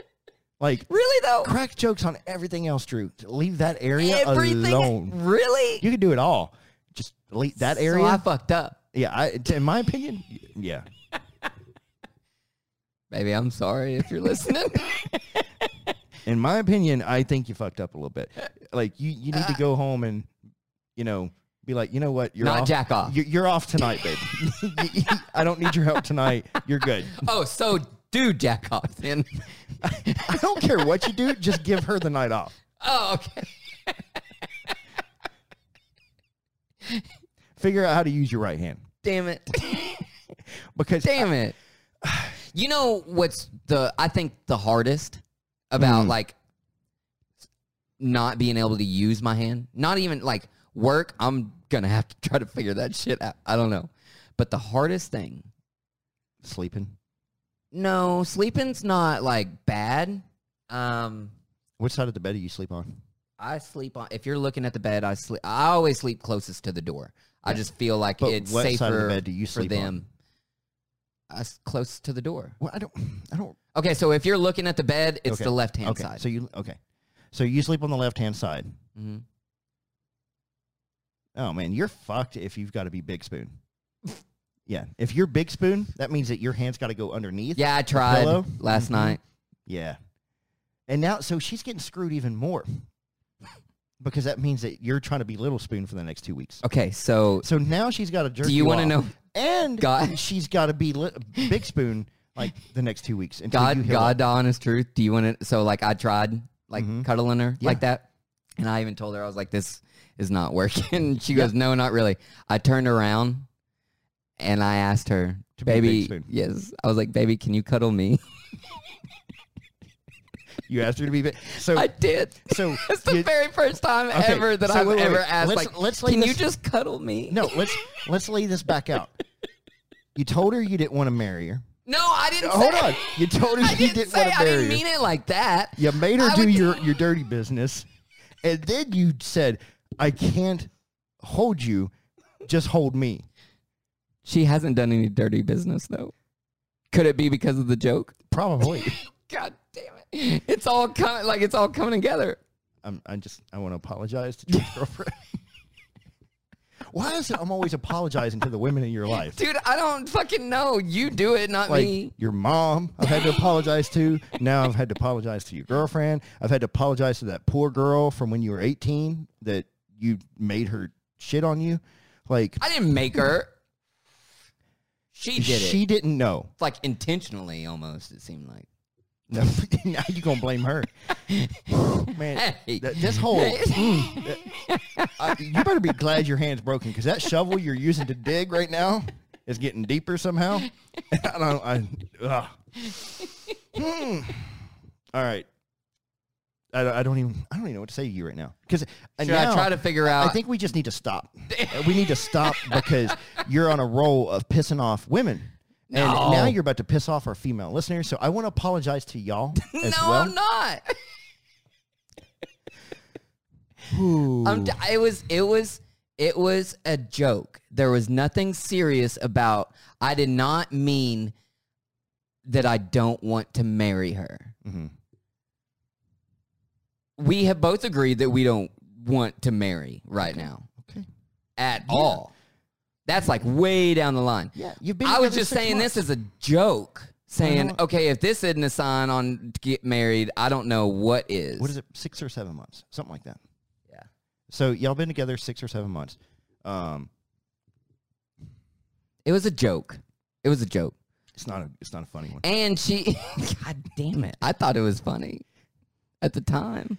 B: like
A: Really though,
B: crack jokes on everything else, Drew. Leave that area
A: everything
B: alone.
A: really.
B: You can do it all. Just leave that
A: So
B: area.
A: I fucked up.
B: Yeah, I, t- in my opinion, yeah,
A: Baby, I'm sorry if you're listening.
B: In my opinion, I think you fucked up a little bit. Like you, you need to go home and, you know, be like, you know what, you're
A: Not
B: off.
A: jack off.
B: You're, you're off tonight, babe. I don't need your help tonight. You're good.
A: oh, so do jack off then.
B: I don't care what you do. Just give her the night off.
A: Oh, okay.
B: Figure out how to use your right hand
A: Damn it.
B: because
A: Damn it. Uh, You know what's the I think the hardest about
B: Mm.
A: like not being able to use my hand? Not even like work, I'm gonna have to try to figure that shit out. I don't know. But the hardest thing,
B: sleeping.
A: no, sleeping's not like bad. Um
B: Which side of the bed do you sleep on?
A: I sleep on if you're looking at the bed, I sleep I always sleep closest to the door. I just feel like
B: But
A: it's
B: what side
A: safer
B: of the bed do you sleep
A: for
B: on?
A: them. I s- close to the door.
B: Well, I don't. I don't.
A: Okay, so if you're looking at the bed, it's
B: Okay.
A: the left hand
B: okay.
A: side.
B: So you okay? So you sleep on the left hand side.
A: Mhm.
B: Oh man, you're fucked if you've got to be big spoon. Yeah, if you're big spoon, that means that your hand's got to go underneath.
A: Yeah, I tried
B: pillow?
A: last
B: Mhm.
A: night.
B: Yeah. And now, so she's getting screwed even more because that means that you're trying to be little spoon for the next two weeks.
A: Okay, so
B: So now she's got to jerk.
A: do you want to
B: off.
A: know
B: And
A: God-
B: she's got to be li- big spoon like the next two weeks. Until you
A: God,
B: heal
A: God,
B: up.
A: the honest truth? Do you want to? So like, I tried like
B: Mhm.
A: cuddling her
B: Yeah.
A: like that, and I even told her I was like, "This is not working." she goes, "No, not really." I turned around and I asked her,
B: To be a big
A: "Baby,
B: spoon.
A: yes," I was like, "Baby, can you cuddle me?"
B: You asked her to be big. So
A: I did.
B: so
A: It's the
B: you-
A: very first time
B: Okay,
A: ever that
B: so
A: I've
B: wait, wait,
A: ever
B: wait.
A: asked,
B: Let's-
A: like,
B: let's lay
A: "Can you
B: this-
A: just cuddle me?"
B: no, let's let's lay this back out. You told her you didn't want to marry her.
A: no, I didn't.
B: Hold
A: say-
B: on. You told her
A: I
B: you
A: didn't,
B: didn't,
A: say.
B: want to
A: I
B: marry
A: didn't
B: her.
A: mean it like that.
B: You made her
A: I
B: do
A: would-
B: your, your dirty business. And then you said, I can't hold you. Just hold me.
A: She hasn't done any dirty business though. Could it be because of the joke?
B: Probably.
A: God damn it! It's all coming like it's all coming together.
B: I'm, I just, I want to apologize to your girlfriend. Why is it I'm always apologizing to the women in your life?
A: Dude, I don't fucking know. You do it, not
B: Like
A: me.
B: your mom, I've had to apologize to. Now I've had to apologize to your girlfriend. I've had to apologize to that poor girl from when you were 18 that you made her shit on you. Like,
A: I didn't make her. She did
B: she
A: it.
B: didn't know.
A: Like intentionally almost, it seemed like.
B: now you gonna blame her, man.
A: Hey.
B: th- this whole mm, th- I- you better be glad your hand's broken because that shovel you're using to dig right now is getting deeper somehow. I don't. I. ugh. Mm. All right. I, don't- I don't even. I don't even know what to say to you right now because
A: Should I try to figure out
B: I think we just need to stop. we need to stop because you're on a roll of pissing off women. And
A: No.
B: now you're about to piss off our female listeners. So I want to apologize to y'all
A: No,
B: as well.
A: I'm not.
B: Ooh.
A: I'm t- it was it was it was a joke. There was nothing serious about. I did not mean that I don't want to marry her.
B: Mhm.
A: We have both agreed that we don't want to marry right now
B: Okay.
A: at all. That's like way down the line.
B: Yeah, you've been
A: I was
B: together
A: just
B: six
A: saying
B: months.
A: this as a joke, saying,
B: not?
A: okay, if this isn't a sign on to get married, I don't know what is.
B: What is it? Six or seven months, something like that.
A: Yeah.
B: So y'all been together six or seven months. Um,
A: It was a joke. It was a joke.
B: it's not a. It's not a funny one.
A: And she, God damn it, I thought it was funny at the time.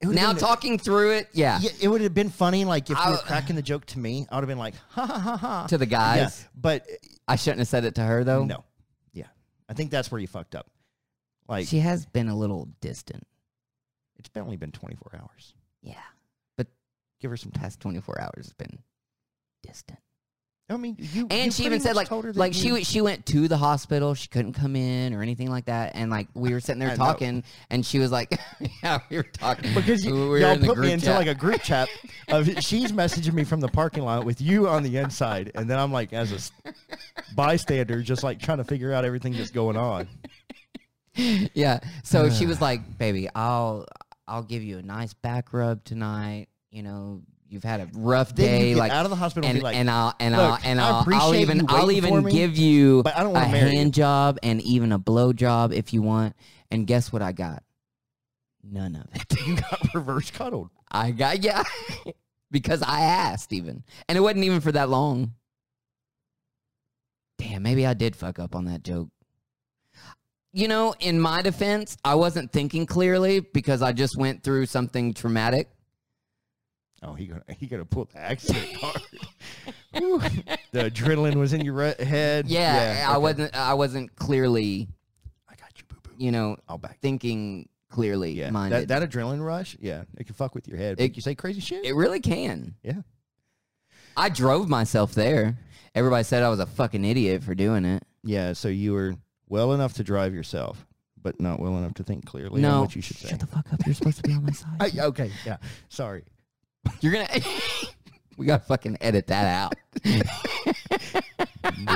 B: It would've
A: Now
B: been-
A: talking through it, yeah,
B: Yeah, it would have been funny, like if you were
A: I-
B: cracking the joke to me, I would have been like, ha ha ha ha.
A: to the Oh.
B: yeah,
A: guys,
B: but uh,
A: I shouldn't have said it to her though.
B: no, yeah, I think that's where you fucked up. Like
A: she has been a little distant.
B: it's been only been 24 hours.
A: Yeah,
B: Give her some time.
A: past twenty four hours has been distant.
B: I mean, you
A: And
B: you
A: she
B: pretty
A: even said
B: much
A: like,
B: told her that
A: like she
B: you-
A: w- she went to the hospital. She couldn't come in or anything like that. And like we were sitting
B: I
A: there
B: know.
A: talking, and she was like, yeah, we were talking
B: because you,
A: We were
B: all
A: in the
B: put me
A: group
B: into
A: chat.
B: like a group chat of she's messaging me from the parking lot with you on the inside, and then I'm like as a s- bystander, just like trying to figure out everything that's going on.
A: yeah. So she was like, "Baby, I'll I'll give you a nice back rub tonight. You know, you've had a rough
B: Then you
A: day,
B: get
A: like
B: out of the hospital and
A: and,
B: be like,
A: and I'll and I'll
B: "Look,
A: and
B: I
A: I'll, I'll
B: appreciate
A: even
B: you
A: I'll
B: waiting
A: even
B: for me,
A: give you
B: but I
A: a
B: don't wanna marry you."
A: hand job and even a blow job if you want. And guess what I got? None of it.
B: you got reverse cuddled.
A: I got yeah, because I asked even, and it wasn't even for that long. Damn, maybe I did fuck up on that joke. You know, in my defense, I wasn't thinking clearly because I just went through something traumatic.
B: Oh, he gonna he gonna pull the accident card. Whew. the adrenaline was in your re- head.
A: Yeah, I
B: okay.
A: wasn't. I wasn't clearly,
B: I got you, boo boo.
A: you know,
B: I'll back.
A: thinking clearly
B: Yeah,
A: minded.
B: that, that adrenaline rush. Yeah, it can fuck with your head.
A: It-
B: Make you say crazy shit.
A: it really can.
B: yeah,
A: I drove myself there. Everybody said I was a fucking idiot for doing it.
B: yeah. So you were well enough to drive yourself, but not well enough to think clearly on
A: no,
B: what you should say.
A: shut the fuck up. You're supposed to be on my side.
B: I- oh. okay, yeah. Sorry.
A: You're gonna. we gotta fucking edit that out.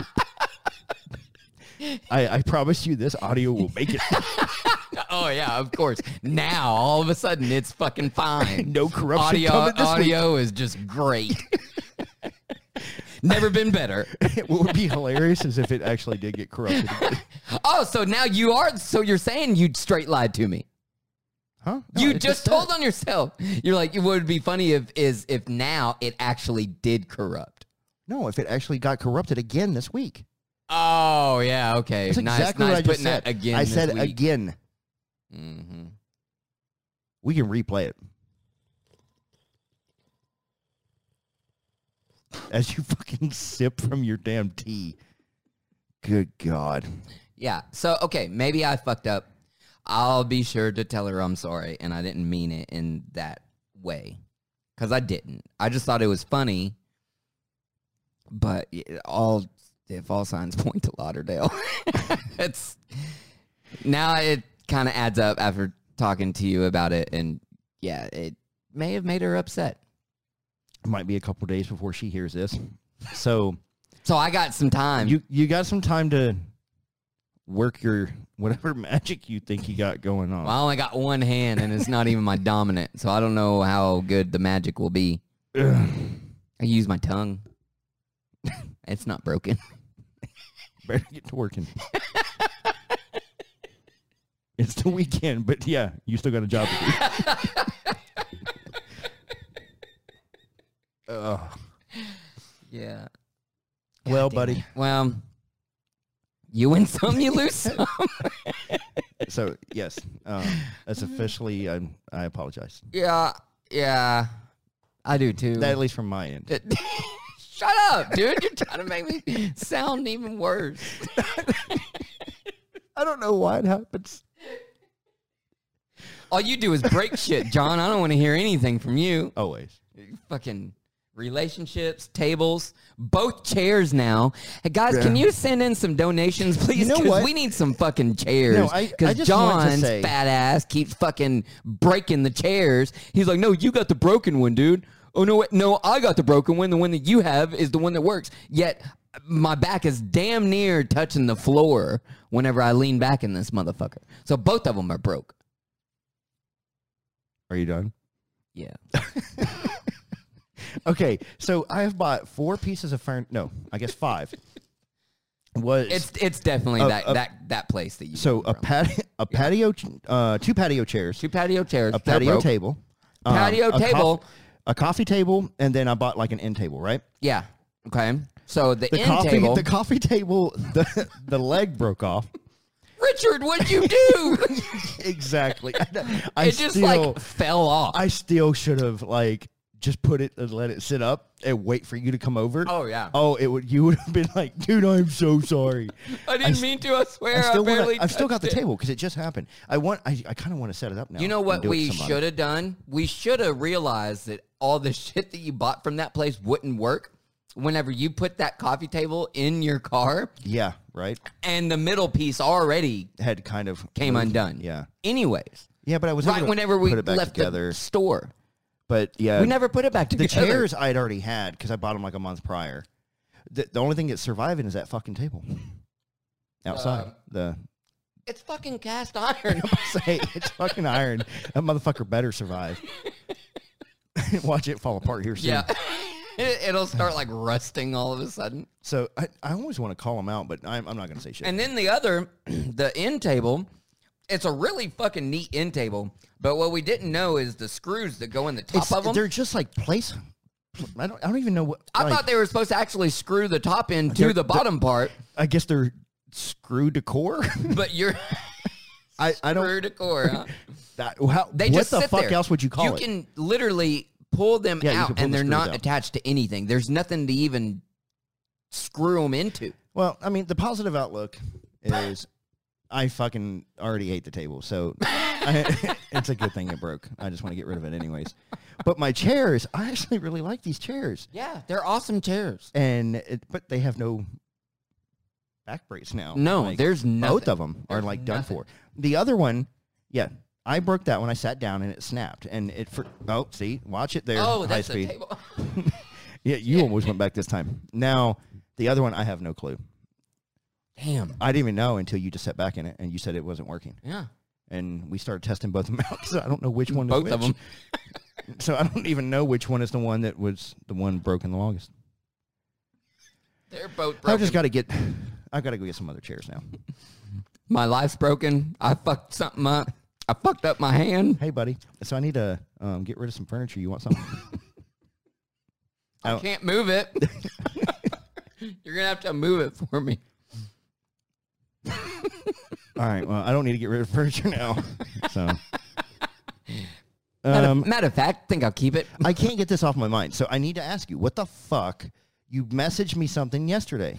B: I, I promise you, this audio will make it
A: oh yeah, of course. Now all of a sudden it's fucking fine.
B: no corruption
A: audio
B: coming this
A: audio is just great. Never been better.
B: week. what would be hilarious is if it actually did get corrupted, again.
A: Oh, so now you are. So you're saying you straight lied to me.
B: huh? No,
A: You
B: it's
A: just
B: that.
A: told on yourself. You're like, it would be funny if is if now it actually did corrupt.
B: No, if it actually got corrupted again this week.
A: Oh yeah, okay.
B: That's
A: nice,
B: exactly
A: nice
B: what I just
A: putting
B: said.
A: that again.
B: I
A: this
B: said
A: week.
B: again.
A: Mhm.
B: We can replay it. As you fucking sip from your damn tea. Good God.
A: Yeah. So okay, maybe I fucked up. I'll be sure to tell her I'm sorry, and I didn't mean it in that way, because I didn't. I just thought it was funny. But it all if all signs point to Lauderdale, it's now it kind of adds up after talking to you about it, and yeah, it may have made her upset.
B: It might be a couple days before she hears this. So
A: So I got some time.
B: you you got some time to work your whatever magic you think you got going on.
A: Well, I only got one hand, and it's not even my dominant, so I don't know how good the magic will be.
B: Ugh.
A: I use my tongue. it's not broken.
B: Better get to working. it's the weekend, but yeah, you still got a job to do. Ugh.
A: Yeah.
B: Well, Oh, buddy.
A: Well, you win some, you lose some.
B: So yes, um, that's officially. Um, I apologize.
A: yeah. Yeah. I do too.
B: That, at least from my end.
A: Shut up, dude. You're trying to make me sound even worse.
B: I don't know why it happens.
A: All you do is break shit, John. I don't want to hear anything from you.
B: Always.
A: fucking relationships, tables, both chairs now. Hey guys, can
B: Yeah.
A: you send in some donations, please?
B: You know
A: 'Cause
B: what?
A: we need some fucking chairs.
B: I- I just wanted to
A: John's
B: say-
A: fat ass keeps fucking breaking the chairs. He's like, no, you got the broken one, dude. Oh no, wait, no, I got the broken one. The one that you have is the one that works. Yet my back is damn near touching the floor whenever I lean back in this motherfucker. So both of them are broke.
B: Are you done?
A: Yeah.
B: Okay, so I have bought four pieces of furniture. No, I guess five. Was
A: It's it's definitely
B: A-
A: that
B: a-
A: that that place that you
B: so
A: come
B: a
A: from.
B: pat a patio ch- uh, two patio chairs,
A: Two patio chairs.
B: a
A: They're
B: patio
A: broke.
B: table, Um,
A: Patio
B: a coff-
A: table.
B: a coffee table, and then I bought like an end table, right?
A: Yeah. Okay. So the,
B: The
A: end
B: coffee
A: table.
B: the coffee table the the leg broke off.
A: Richard, what'd you do?
B: exactly. I, I
A: it just
B: still
A: like fell off.
B: I still should have like just put it and let it sit up and wait for you to come over.
A: Oh, yeah.
B: Oh, it would you would have been like, dude, I'm so sorry.
A: I didn't mean to. I swear.
B: I
A: I
B: still
A: barely.
B: want I've still got the
A: touched it.
B: table because it just happened. I want I, I kind of want to set it up now.
A: You know
B: and
A: what
B: do it
A: we
B: with somebody.
A: should have done? We should have realized that all the shit that you bought from that place wouldn't work. Whenever you put that coffee table in your car,
B: Yeah, right.
A: and the middle piece already
B: Had kind of
A: came
B: moved.
A: undone.
B: Yeah.
A: Anyways,
B: Yeah, but I was able
A: right
B: to
A: whenever we
B: put it back
A: left
B: together.
A: the store,
B: but yeah,
A: we never put it back
B: the
A: together.
B: chairs I had already had because I bought them like a month prior. The, the only thing that's surviving is that fucking table outside.
A: Um.
B: the
A: It's fucking cast iron.
B: say it's fucking iron. That motherfucker better survive. watch it fall apart here soon.
A: Yeah. It- It'll start like rusting all of a sudden.
B: So I, I always want to call them out, but I'm, I'm not going to say shit.
A: And then the other, the end table, it's a really fucking neat end table. But what we didn't know is the screws that go in the top
B: It's-
A: of them.
B: They're just like place. I don't, I don't even know what.
A: I
B: like,
A: thought they were supposed to actually screw the top end to
B: They're-
A: the bottom part,
B: I guess they're screw decor.
A: but you're
B: I, I don't.
A: screw to core. Huh?
B: That, how,
A: They
B: what
A: just
B: the
A: sit
B: fuck
A: there.
B: else would you call
A: You
B: it?
A: can literally pull them
B: Yeah, you
A: out,
B: can pull
A: and
B: the
A: they're
B: screws
A: not
B: out.
A: attached to anything. There's nothing to even screw them into.
B: well, I mean, the positive outlook is I fucking already ate the table, so I, it's a good thing it broke. I just want to get rid of it anyways. But my chairs, I actually really like these chairs,
A: Yeah, they're awesome chairs.
B: and it, but they have no back brace now.
A: No,
B: Like,
A: there's nothing.
B: both of them are
A: There's
B: like done
A: nothing.
B: for. The other one, yeah, I broke that when I sat down and it snapped, and it. For, oh, see, watch it there.
A: Oh,
B: high
A: that's the
B: speed.
A: table.
B: Yeah, you almost went back this time. Now, the other one, I have no clue.
A: Damn.
B: I didn't even know until you just sat back in it and you said it wasn't working.
A: Yeah.
B: And we started testing both of them out because I don't know which one.
A: Both
B: is
A: of
B: which.
A: them.
B: So I don't even know which one is the one that was the one broken the longest.
A: They're both
B: I've
A: broken.
B: just got to get. I've got to go get some other chairs now.
A: My life's broken. I fucked something up. I fucked up my hand.
B: Hey, buddy. So I need to um, get rid of some furniture. You want something?
A: I
B: Oh.
A: can't move it. You're gonna have to move it for me.
B: All right. Well, I don't need to get rid of furniture now. So.
A: Matter,
B: Um,
A: matter of fact, think I'll keep it.
B: I can't get this off my mind. So I need to ask you, what the fuck? You messaged me something yesterday,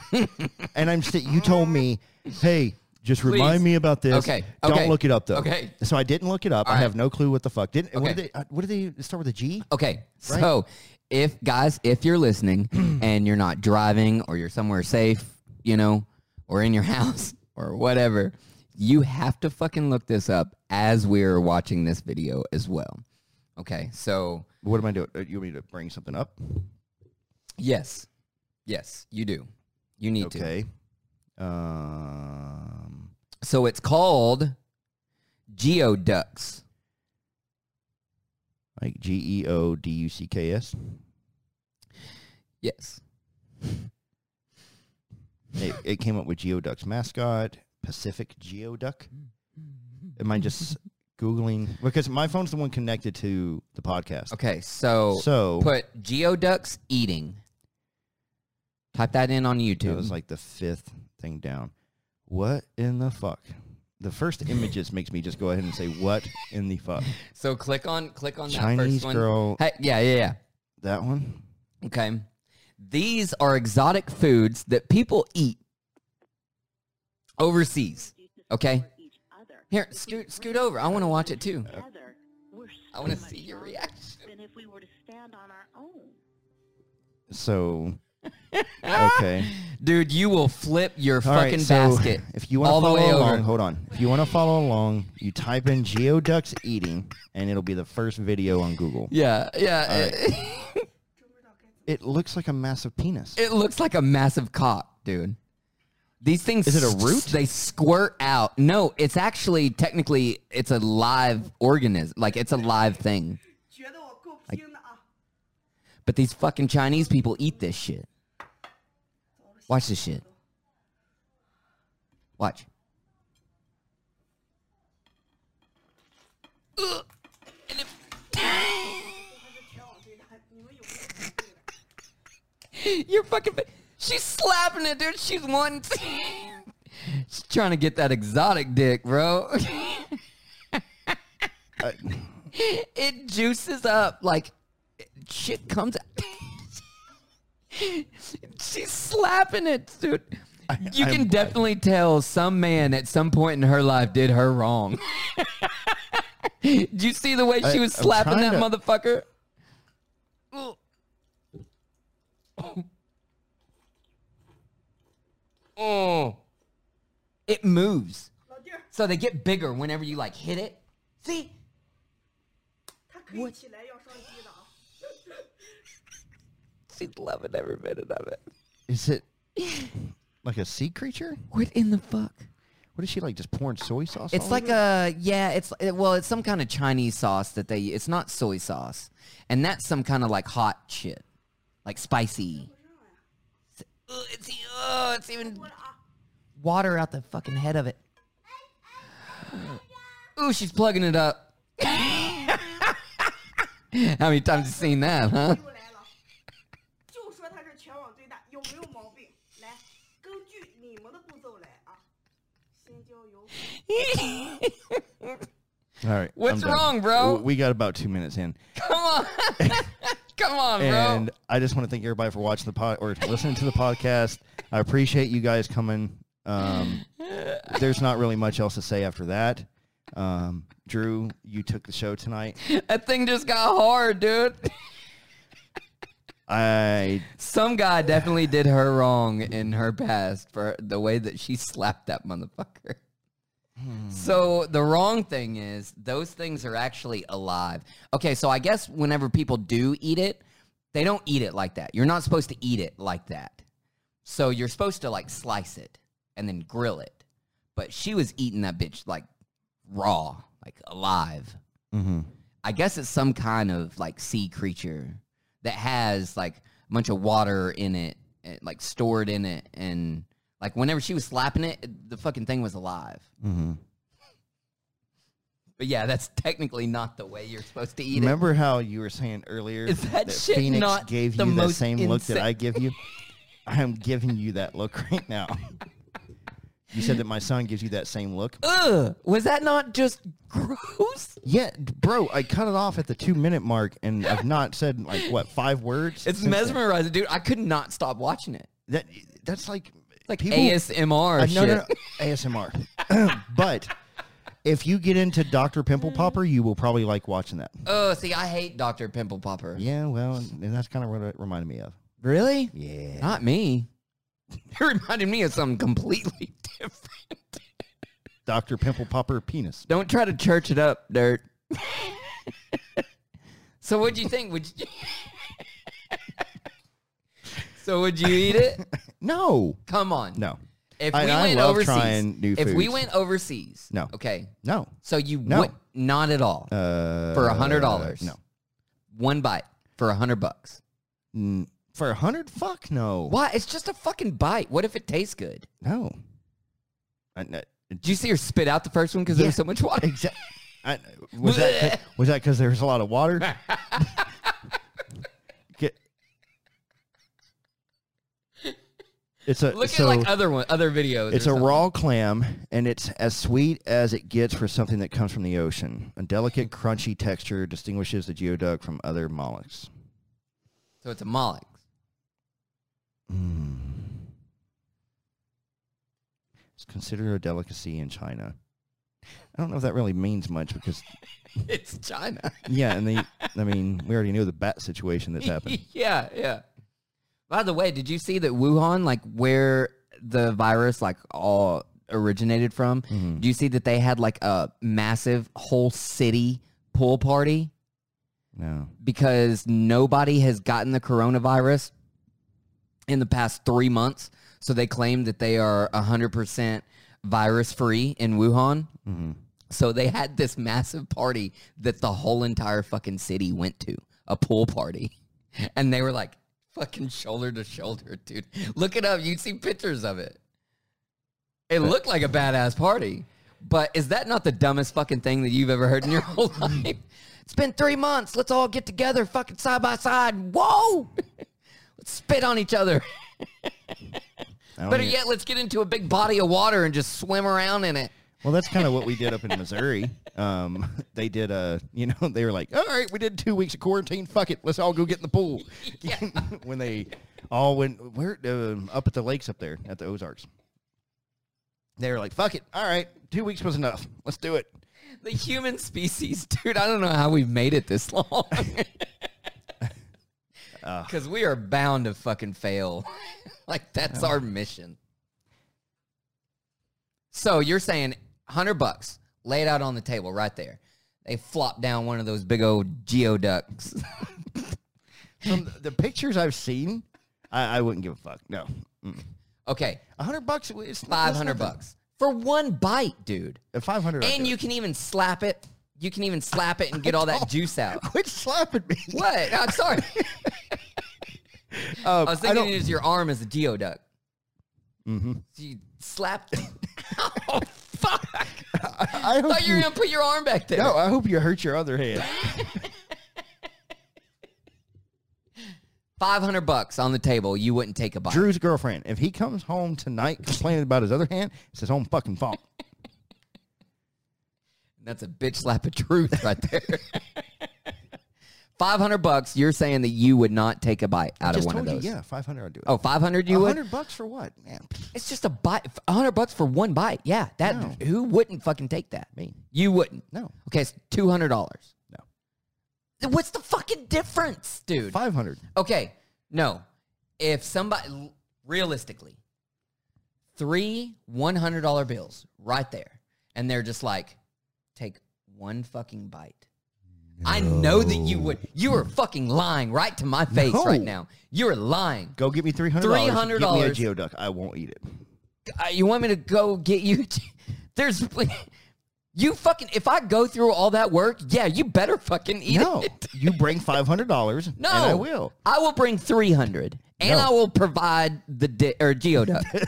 B: and I'm st- you told me, hey, just remind
A: Please.
B: me about this.
A: Okay,
B: Don't
A: okay,
B: look it up though.
A: okay.
B: So I didn't look it up. I
A: right.
B: have no clue what the fuck. Didn't.
A: Okay.
B: What
A: Oh.
B: did they? uh, What did they start with a G?
A: Okay, so if guys, if you're listening and you're not driving or you're somewhere safe, you know, or in your house or whatever, you have to fucking look this up as we're watching this video as well. Okay, so
B: What am I doing? Uh, You want me to bring something up?
A: yes, yes, you do. You need to.
B: Okay. Um.
A: So it's called geoducks.
B: Like G E O D U C K S.
A: Yes.
B: It, it came up with Geoduck's mascot, Pacific Geoduck.
A: Mm-hmm.
B: Am I just googling? Because my phone's the one connected to the podcast.
A: Okay, so,
B: So
A: put geoducks eating. Type that in on
B: it
A: YouTube.
B: was like the fifth thing down. What in the fuck? The first images makes me just go ahead and say, "What in the fuck?"
A: so click on click on that
B: Chinese
A: first one.
B: girl,
A: Hey, yeah, yeah, yeah.
B: that one.
A: Okay. These are exotic foods that people eat overseas. Okay. Here, scoot scoot over. I want to watch it too. I want to see your reaction.
C: Than if we were to stand on our own.
B: So okay,
A: Dude, you will flip your
B: All right,
A: fucking
B: so
A: basket.
B: If you want
A: all
B: to
A: the
B: follow
A: way over.
B: along, hold on. If you want to follow along, you type in Geoducks eating, and it'll be the first video on Google.
A: Yeah, yeah.
B: All right.
A: It,
B: It looks like a massive penis.
A: it looks like a massive cock, dude. These things
B: Is it a root?
A: s- They squirt out. No, it's actually technically it's a live organism. Like it's a live thing.
D: 觉得我够拼的啊！
A: But these fucking Chinese people eat this shit. Watch this shit. Watch. Ugh. And it-
D: 全往这看，你们有没 有？
A: You're fucking. fa- She's slapping it, dude. She's one. She's trying to get that exotic dick, bro. it juices up like shit comes out. She's slapping it, dude. You can
B: I'm-
A: definitely tell some man at some point in her life did her wrong. Did you see the way she
B: I-
A: was
B: I'm
A: slapping that
B: trying to-
A: motherfucker? Ugh. Oh. It moves.
D: 老弟儿，
A: So they get bigger whenever you like hit it. See?
D: 他可以起来要双击的啊！
A: She's loving every minute of it.
B: Is it like a sea creature?
A: What in the fuck?
B: What is she like? Just pouring soy sauce?
A: It's
B: all
A: like
B: over
A: a
B: it?
A: yeah. It's it- well, it's some kind of Chinese sauce that they. It's not soy sauce, and that's some kind of like hot shit, like spicy. It's, ugh, it's, e- ugh, it's even water out the fucking head of it. Ooh, she's plugging it up. How many times you seen that, huh?
D: 又来了，就说他是全网最大，有没有毛病？来，根据你们的步骤来啊。先浇油，
B: All right.
A: What's
B: I'm done.
A: wrong, bro?
B: W- We got about two minutes in.
A: Come on, come on, bro.
B: And I just want to thank everybody for watching the pod or listening to the podcast. I appreciate you guys coming. Um, there's not really much else to say after that. Um, Drew, you took the show tonight.
A: that thing just got hard, dude.
B: I
A: Some guy definitely did her wrong in her past for the way that she slapped that motherfucker. So the wrong thing is those things are actually alive. Okay, so I guess whenever people do eat it, they don't eat it like that. You're not supposed to eat it like that. So you're supposed to like slice it and then grill it. But she was eating that bitch like raw, like alive.
B: Mhm.
A: I guess it's some kind of like sea creature that has like a bunch of water in it, eh, like stored in it, and like whenever she was slapping it, it- the fucking thing was alive.
B: mhm.
A: But yeah, that's technically not the way you're supposed to eat
B: remember how you were saying earlier
A: Is that shit
B: Phoenix
A: not
B: gave
A: the
B: you the
A: most
B: same look that
A: insane-
B: I give you. I am giving you that look right now. you said that my son gives you that same look.
A: it. Ugh, was that not just gross?
B: Yeah, d- bro, I cut it off at the two minute mark, and I've not said like what five words.
A: It's
B: since then.
A: mesmerizing, dude. I could not stop watching it.
B: That that's like
A: Like
B: people.
A: ASMR
B: I-
A: shit.
B: no, no, no, ASMR. but if you get into Doctor Pimple
A: Mm.
B: Popper, you will probably like watching that.
A: Oh, see, I hate Doctor Pimple Popper.
B: Yeah, well, and that's kind of what it reminded me of.
A: Really?
B: Yeah,
A: Not me. It reminded me of something completely different.
B: Doctor Pimple Popper penis.
A: Don't try to church it up, dirt. so what'd you think? Would you So would you eat it?
B: No,
A: Come on.
B: no,
A: If we
B: I- I
A: went
B: love
A: overseas,
B: trying new
A: if we
B: foods.
A: went overseas,
B: No.
A: Okay.
B: no.
A: So you
B: No.
A: would not at all.
B: Uh,
A: For a hundred dollars.
B: No,
A: One bite for a hundred bucks.
B: Mm, for a hundred, fuck no.
A: Why? It's just a fucking bite. What if it tastes good?
B: No. I, I-
A: Did you see her spit out the first one because there was
B: Yeah.
A: so much water?
B: Exactly. I, was that was that because there was a lot of water? Get- it's a
A: Look
B: so
A: at like other one, other videos.
B: it's
A: or
B: a
A: something.
B: raw clam, and it's as sweet as it gets for something that comes from the ocean. A delicate, crunchy texture distinguishes the geoduck from other mollusks.
A: So it's a mollusk.
B: Mm. It's considered a delicacy in China. I don't know if that really means much because
A: It's China.
B: yeah, and the I mean we already knew the bat situation that's happened.
A: yeah, yeah. By the way, did you see that Wuhan, like where the virus like all originated from?
B: Hmm. Mm-hmm.
A: Do you see that they had like a massive whole city pool party
B: No.
A: because nobody has gotten the coronavirus in the past three months? So they claim that they are 100% virus free in Wuhan. So they had this massive party that the whole entire fucking city went to, a pool party. And they were like fucking shoulder to shoulder, dude. Look it up. You'd see pictures of it. It looked like a badass party. But is that not the dumbest fucking thing that you've ever heard in your whole life? It's been three months. Let's all get together fucking side by side. Whoa! Let's spit on each other.
B: I don't
A: Better
B: e-
A: yet, let's get into a big body of water and just swim around in it.
B: Well, that's kind of what we did up in Missouri. Um, they did a, you know, they were like, all right, we did two weeks of quarantine. Fuck it, let's all go get in the pool. when they all went, where um up at the lakes up there at the Ozarks. They were like, fuck it, all right, two weeks was enough. Let's do it.
A: The human species, dude. I don't know how we've made it this long. Because we are bound to fucking fail. like that's our mission. So you're saying hundred bucks laid out on the table right there. They flop down one of those big old geoducks.
B: From the, the pictures I've seen, I, I wouldn't give a fuck. No, Mm.
A: okay,
B: a hundred bucks. It's
A: five hundred bucks for one bite, dude.
B: At 500. I'd
A: And
B: do
A: you
B: it.
A: can even slap it. You can even slap it and get all that juice out.
B: Quit slapping me.
A: What? I'm sorry.
B: Um,
A: I was
B: don't-
A: thinking it was your arm as a geoduck.
B: Mhm.
A: So you slapped. oh fuck!
B: I, I hope
A: thought you were gonna put your arm back there.
B: No, I hope you hurt your other hand.
A: Five hundred bucks on the table. You wouldn't take a bite.
B: Drew's girlfriend. If he comes home tonight complaining about his other hand, it's his own fucking fault.
A: That's a bitch slap of truth right there. Five hundred bucks. You're saying that you would not take a bite out of
B: Just
A: one
B: told
A: of those.
B: you, yeah, 500 I'll do it.
A: Oh, 500 you would?
B: 100 bucks for what? Yeah.
A: It's just a bite. 100 bucks for one bite. Yeah. That
B: No.
A: who wouldn't fucking take that?
B: Me.
A: You wouldn't.
B: No.
A: Okay, it's $200.
B: No.
A: What's the fucking difference, dude?
B: 500.
A: Okay, no. If somebody, realistically, three $100 bills right there, and they're just like, take one fucking bite. I know that you would. You are fucking lying right to my face right
B: No.
A: now. You're lying.
B: Go get me $300.
A: $300.
B: Give me a geoduck. I won't eat it.
A: Uh, you want me to go get you? There's. You fucking. If I go through all that work, yeah, you better fucking eat
B: no.
A: it.
B: You bring $500.
A: No,
B: And I will.
A: I will bring three hundred, and
B: No.
A: I will provide the di- or geoduck.
B: the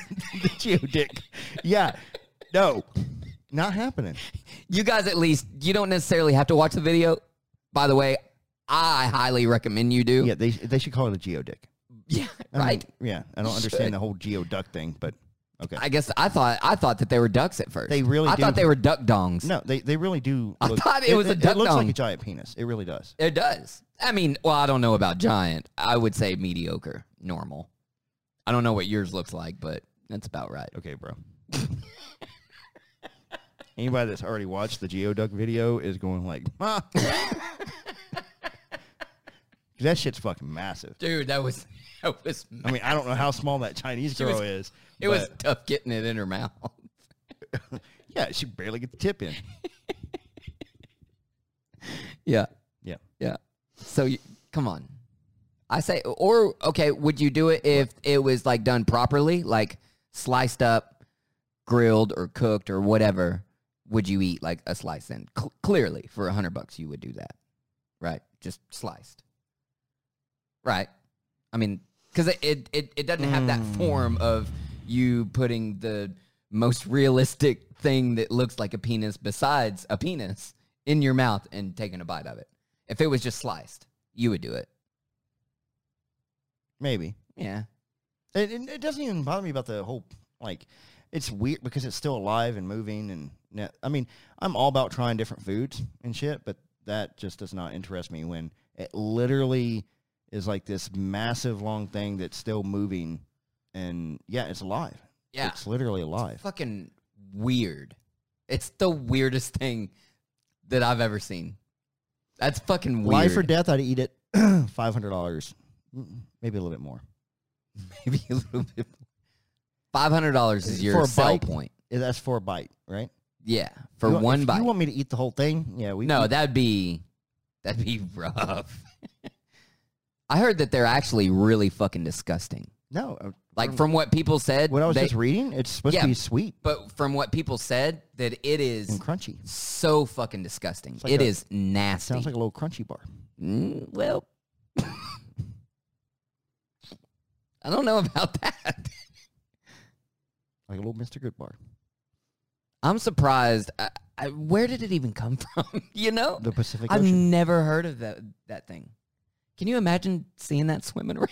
B: geoduck. Yeah. No. Not happening.
A: you guys, at least you don't necessarily have to watch the video. By the way, I highly recommend you do.
B: Yeah, they, they should call it a geoduck.
A: Yeah,
B: I mean,
A: right.
B: yeah. I don't
A: Should.
B: understand the whole geoduck thing, but okay.
A: I guess I thought I thought that they were ducks at first.
B: They really
A: I
B: do.
A: thought they were duck dongs.
B: no, they, they really do.
A: I thought it was a duck
B: It looks like
A: dong.
B: a giant penis. It really does.
A: It does. I mean, well, I don't know about giant. I would say mediocre, normal. I don't know what yours looks like, but that's about right.
B: Okay, bro. Anybody that's already watched the Geoduck video is going like, ah. that shit's fucking massive.
A: Dude, that was that was
B: I mean, I don't know how small that Chinese
A: She was-
B: girl is.
A: it was
B: but-
A: tough getting it in her mouth.
B: yeah. She barely gets the tip in.
A: Yeah.
B: Yeah.
A: Yeah. So you, come on. I say or okay, would you do it if it was like done properly, like sliced up, grilled or cooked or whatever? Would you eat like a slice in? Cl- clearly, for a hundred bucks, you would do that, right? Just sliced, right? I mean, because it, it it it doesn't have that form of you putting the most realistic thing that looks like a penis besides a penis in your mouth and taking a bite of it. If it was just sliced, you would do it.
B: Maybe.
A: Yeah.
B: It, it, it doesn't even bother me about the whole like. It's weird because it's still alive and moving, and na- I mean, I'm all about trying different foods and shit, but that just does not interest me when it literally is like this massive long thing that's still moving, and yeah, it's alive.
A: Yeah.
B: it's literally alive.
A: fucking weird. It's the weirdest thing that I've ever seen. That's fucking weird.
B: Life or death, I'd eat it. Five hundred dollars, maybe a little bit more.
A: Maybe a little bit. Five hundred dollars is your
B: For a
A: sell
B: bite?
A: point.
B: Yeah, That's for a bite, right?
A: Yeah, for
B: You want-
A: one
B: if
A: bite.
B: You want me to eat the whole thing? Yeah, we
A: no,
B: we-
A: that'd be that'd be rough. I heard that they're actually really fucking disgusting.
B: no. uh,
A: Like from what people said,
B: what I was
A: they-
B: just reading, it's supposed
A: Yeah.
B: to be sweet.
A: but from what people said, that it is
B: and crunchy.
A: so fucking disgusting.
B: like
A: it
B: a-
A: is nasty.
B: Sounds like a little crunchy bar.
A: Mm, well, I don't know about that.
B: Like a little Mr. Good bar.
A: I'm surprised. I, I, where did it even come from? you know,
B: The Pacific
A: I've
B: Ocean.
A: never heard of that that thing. Can you imagine seeing that swimming around?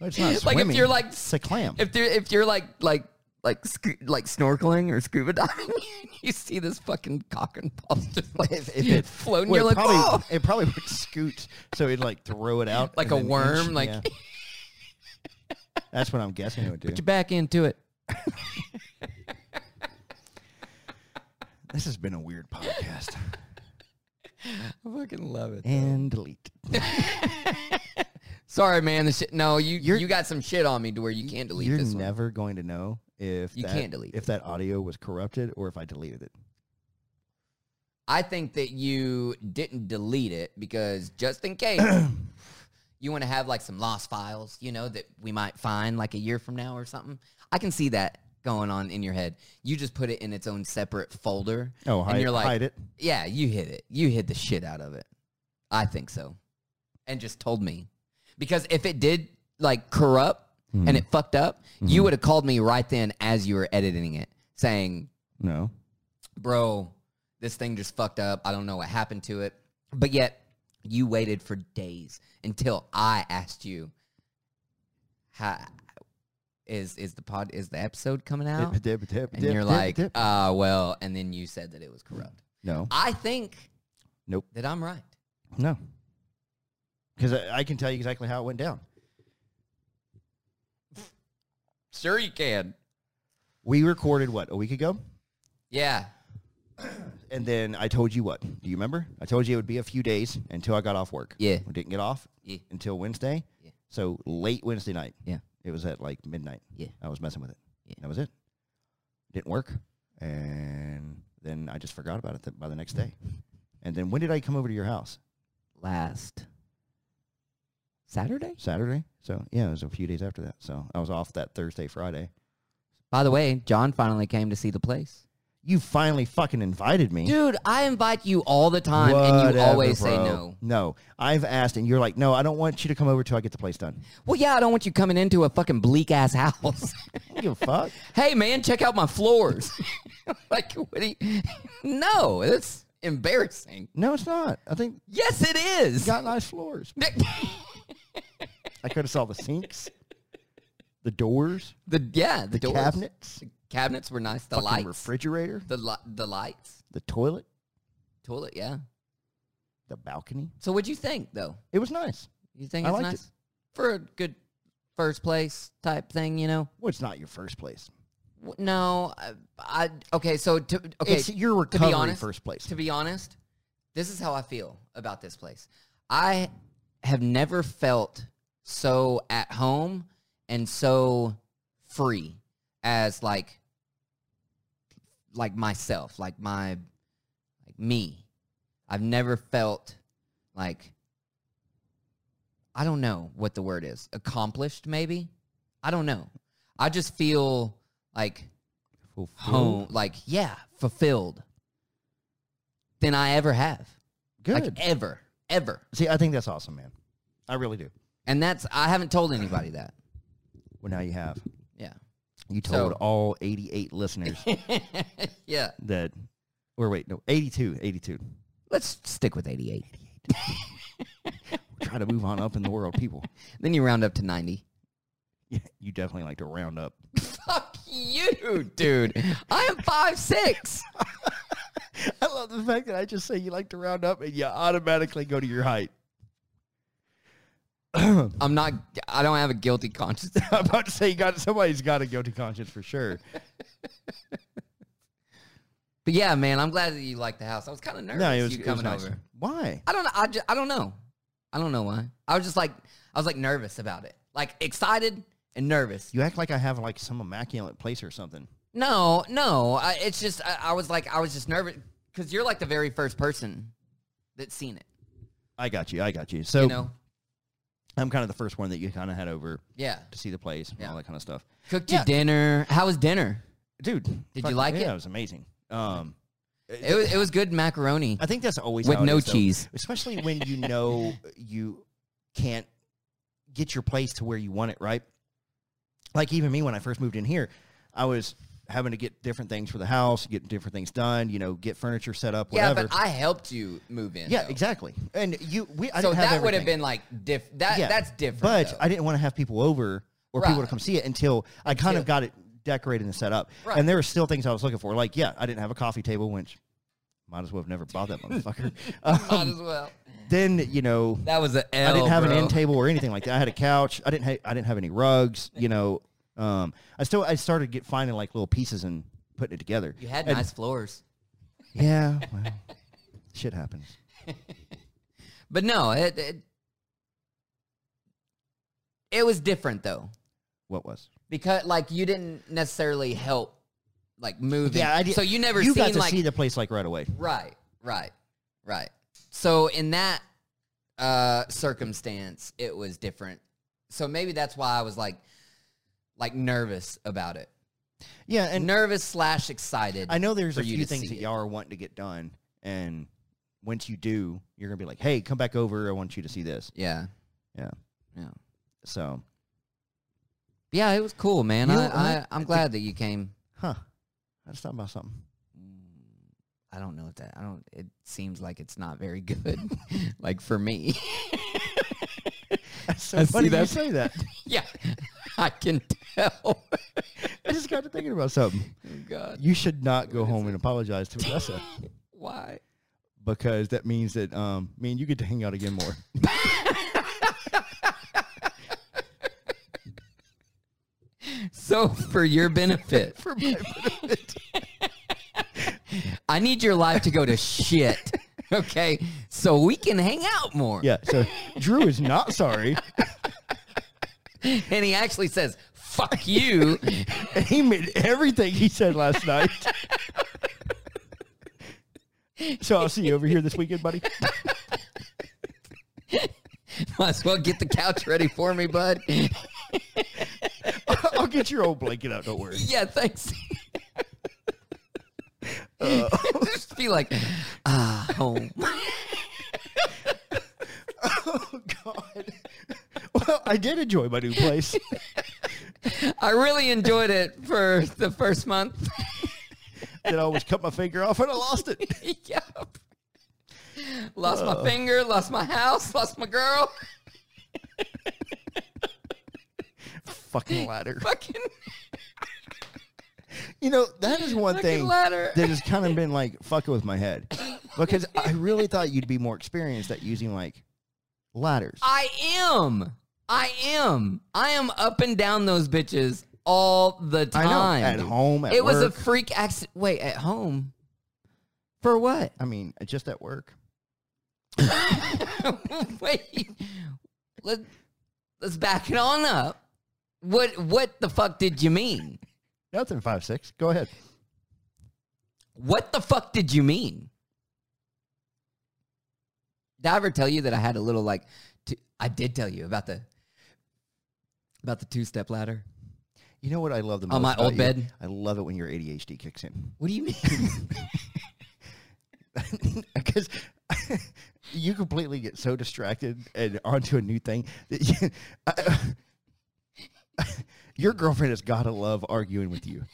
B: Well, it's not
A: like if
B: swimming,
A: you're like
B: it's a clam.
A: if you're if you're like like like scu- like snorkeling or scuba diving, you see this fucking cock and balls just like
B: If- if it-
A: floating.
B: Well,
A: you're
B: it,
A: like, "Oh!"
B: probably,
A: "Whoa!"
B: it probably would scoot, so it'd like throw it out
A: Like
B: and
A: a
B: then
A: worm,
B: inch-
A: like-
B: yeah. That's what I'm guessing it would do.
A: Put your back into it.
B: This has been a weird podcast.
A: I fucking love it.
B: and delete.
A: Sorry, man. The shit. No, you
B: You're-
A: you got some shit on me to where you can't delete
B: You're
A: this one.
B: never going to know if
A: You
B: that,
A: can't delete
B: if that audio was corrupted or if I deleted it.
A: I think that you didn't delete it because just in case you want to have like some lost files, you know, that we might find like a year from now or something. I can see that going on in your head. You just put it in its own separate folder.
B: Oh,
A: and
B: hide,
A: you're like,
B: hide it.
A: yeah, you hit it. You hit the shit out of it. I think so. And just told me. Because if it did like corrupt and it fucked up, you would have called me right then as you were editing it, saying,
B: No.
A: Bro, this thing just fucked up. I don't know what happened to it. But yet you waited for days until I asked you how is is the pod is the episode coming out?
B: Dip, dip, dip,
A: And
B: dip,
A: you're
B: dip,
A: like,
B: dip.
A: uh well, and then you said that it was corrupt.
B: no,
A: I think
B: Nope.
A: that I'm right.
B: no. Because I, I can tell you exactly how it went down.
A: Sure, you can.
B: We recorded what a week ago,
A: Yeah.
B: and then I told you what. Do you remember? I told you it would be a few days until I got off work.
A: Yeah.
B: we didn't get off
A: Yeah.
B: until Wednesday.
A: Yeah.
B: So late Wednesday night.
A: Yeah.
B: It was at like midnight.
A: Yeah.
B: I was messing with it.
A: Yeah.
B: That was it. Didn't work. And then I just forgot about it th- by the next day. And then when did I come over to your house?
A: Last Saturday?
B: Saturday? So, yeah, it was a few days after that. So, I was off that Thursday, Friday.
A: By the way, John finally came to see the place.
B: You finally fucking invited me.
A: Dude, I invite you all the time and you
B: Whatever,
A: always say
B: bro.
A: no.
B: No. I've asked and you're like, "No, I don't want you to come over till I get the place done."
A: Well, yeah, I don't want you coming into a fucking bleak ass house.
B: I don't give a fuck.
A: hey, man, check out my floors. like, what do you. No, it's embarrassing.
B: No, it's not. I think
A: Yes, it is.
B: you got nice floors. I could have saw the sinks, the doors,
A: the, yeah, the,
B: the
A: doors.
B: cabinets,
A: Cabinets were nice. The
B: fucking
A: lights.
B: refrigerator,
A: the, li- the lights.
B: the toilet,
A: Toilet, yeah.
B: the balcony.
A: So, what'd you think, though?
B: It was nice.
A: You think
B: I
A: it's
B: liked it.
A: nice for a good first place type thing, you know?
B: Well, it's not your first place.
A: W- No, I, I okay. So to okay,
B: it's your recovery
A: honest,
B: first place.
A: to be honest, this is how I feel about this place. I have never felt so at home and so free as like like myself, like my like me. I've never felt like I don't know what the word is. Accomplished maybe? I don't know. I just feel like home, like yeah, fulfilled than I ever have,
B: Good.
A: like ever, ever.
B: See, I think that's awesome, man. I really do.
A: And that's I haven't told anybody that.
B: Well, now you have.
A: Yeah,
B: You told
A: So-
B: all 88 listeners
A: yeah.
B: that, or wait, no, 82, 82.
A: Let's stick with eighty-eight.
B: We're trying to move on up in the world, people.
A: Then you round up to ninety.
B: Yeah, you definitely like to round up.
A: Fuck you, dude. I am five six.
B: I love the fact that I just say you like to round up and you automatically go to your height.
A: I'm not. I don't have a guilty conscience.
B: I'm about to say you got somebody's got a guilty conscience for sure.
A: But yeah, man, I'm glad that you liked the house. I was kind of nervous.
B: No, it was,
A: you
B: it
A: coming
B: was nice.
A: over.
B: Why?
A: I don't know. I, ju- I don't know. I don't know why. I was just like I was like nervous about it, like excited and nervous.
B: You act like I have like some immaculate place or something.
A: No, no. I, it's just I, I was like I was just nervous because you're like the very first person that's seen it.
B: I got you. I got you. So
A: You know?
B: I'm kind of the first one that you kind of had over
A: Yeah.
B: to see the plays and
A: Yeah.
B: all that kind of stuff.
A: Cooked
B: Yeah.
A: you dinner. How was dinner?
B: Dude, did
A: you like
B: yeah,
A: it?
B: it was amazing. Um,
A: It was it was good macaroni
B: I think that's always
A: with
B: how it
A: no
B: is, though.
A: cheese.
B: especially when you know you can't get your place to where you want it, right? Like even me when I first moved in here, I was having to get different things for the house, get different things done, you know, get furniture set up,
A: Yeah,
B: whatever.
A: but I helped you move in.
B: yeah,
A: though.
B: exactly. And you, we, I
A: so
B: didn't have
A: that would have
B: everything.
A: been like diff. That
B: Yeah,
A: that's different.
B: But
A: though.
B: I didn't want to have people over or people
A: Right.
B: to come see it until I kind of
A: Until-
B: got it decorated and set up.
A: Right.
B: And there were still things I was looking for. Like, yeah, I didn't have a coffee table, which might as well have never bought that motherfucker.
A: might
B: Um,
A: as well.
B: then you know,
A: That was an L.
B: I didn't have an
A: bro.
B: end table or anything like that. I had a couch. I didn't. Ha- I didn't have any rugs. You know, um, I still. I started get finding like little pieces and putting it together.
A: You had
B: And-
A: nice floors.
B: Yeah. Well, shit happens.
A: But no, it, it it was different though
B: What was?
A: because like you didn't necessarily help like move.
B: Yeah, I did-
A: So you never
B: you
A: seen
B: got to
A: like
B: see the place like right away.
A: right, right, right. So in that uh circumstance, it was different. So maybe that's why I was like like nervous about it.
B: Yeah, and
A: nervous slash excited.
B: I know there's
A: for
B: a
A: you
B: few
A: to
B: things
A: see
B: that
A: it.
B: y'all are wanting to get done, and once you do, you're gonna be like, "Hey, come back over. I want you to see this."
A: Yeah.
B: Yeah.
A: Yeah.
B: So,
A: Yeah, it was cool, man.
B: You
A: I,
B: know,
A: I,
B: I-
A: I'm glad that you came.
B: huh? I was talking about something.
A: I don't know what that. I don't. It seems like it's not very good, like for me.
B: That's so
A: I see
B: funny you
A: that.
B: say that.
A: yeah, I can tell.
B: I just got to thinking about something.
A: Oh, God,
B: You should not go
A: What is
B: home and apologize to Vanessa
A: why?
B: because that means that um, me and you get to hang out again more.
A: So for your benefit,
B: For my benefit.
A: I need your life to go to shit. Okay, so we can hang out more.
B: yeah. So Drew is not sorry.
A: and he actually says, "Fuck you."
B: And he made everything he said last night. so I'll see you over here this weekend, buddy.
A: Might as well get the couch ready for me, bud.
B: I'll get your old blanket out. Don't worry.
A: yeah, thanks. Just be like, ah, home.
B: Oh God. Well, I did enjoy my new place.
A: I really enjoyed it for the first month.
B: Then I almost cut my finger off and I lost it.
A: yep. Lost my finger, lost my house, lost my girl.
B: Fucking ladder.
A: Fucking,
B: You know that is one
A: fucking
B: thing.
A: ladder.
B: that has kind of been like fucking with my head because I really thought you'd be more experienced at using like ladders.
A: I am. I am. I am up and down those bitches all the
B: I
A: time.
B: know, at home, at
A: it was a
B: work.
A: freak accident. Wait, at home? For what?
B: I mean, just at work.
A: Wait. Let, let's back it on up. What what the fuck did you mean?
B: Nothing five six. Go ahead.
A: What the fuck did you mean? Did I ever tell you that I had a little like two, I did tell you about the about the two step ladder?
B: You know what I love the most?
A: On my
B: about
A: old
B: you?
A: bed?
B: I love it when your ADHD kicks in
A: What do you mean?
B: because you completely get so distracted and onto a new thing. That you, I- your girlfriend has got to love arguing with you.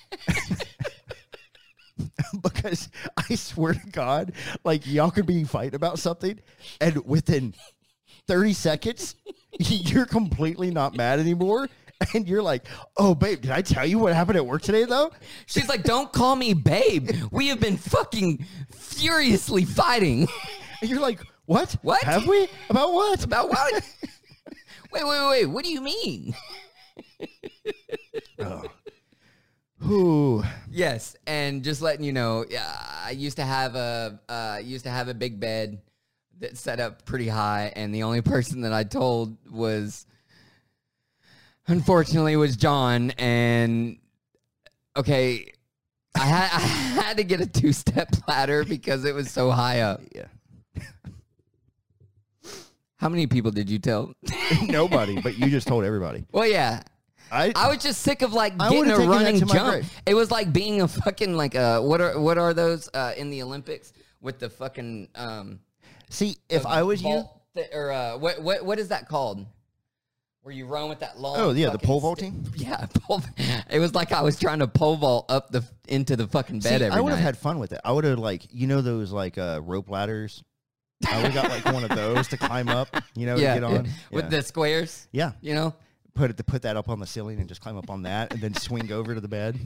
B: because I swear to God, like y'all could be fighting about something, and within 30 seconds, you're completely not mad anymore. And you're like, oh, babe, did I tell you what happened at work today, though?
A: She's like, don't call me babe. We have been fucking furiously fighting.
B: And you're like, what?
A: What?
B: Have we? About what?
A: About what? Wait, wait, wait. What do you mean?
B: Who?
A: Yes, and just letting you know, yeah, I used to have a uh, used to have a big bed that set up pretty high, and the only person that I told was, unfortunately, was John. And okay, I had I had to get a two step ladder because it was so high up.
B: Yeah.
A: How many people did you tell?
B: Nobody, but you just told everybody.
A: well, yeah,
B: I,
A: I was just sick of like
B: I
A: getting
B: would've
A: a
B: taken that
A: running
B: to my
A: jump.
B: grave.
A: It was like being a fucking like uh what are what are those uh in the Olympics with the fucking um
B: see if I was you.
A: vault thi- or uh what what what is that called? Where you run with that long
B: Oh yeah, the
A: fucking
B: pole
A: stick.
B: vaulting.
A: Yeah, pole, it was like I was trying to pole vault up the into the fucking
B: See,
A: bed every
B: I would have
A: night.
B: had fun with it. I would have like you know those like uh, rope ladders. I would have got like one of those to climb up. You know,
A: yeah,
B: to get on.
A: yeah. with
B: yeah.
A: the squares,
B: Yeah,
A: you know.
B: put it to put that up on the ceiling and just climb up on that and then swing over to the bed.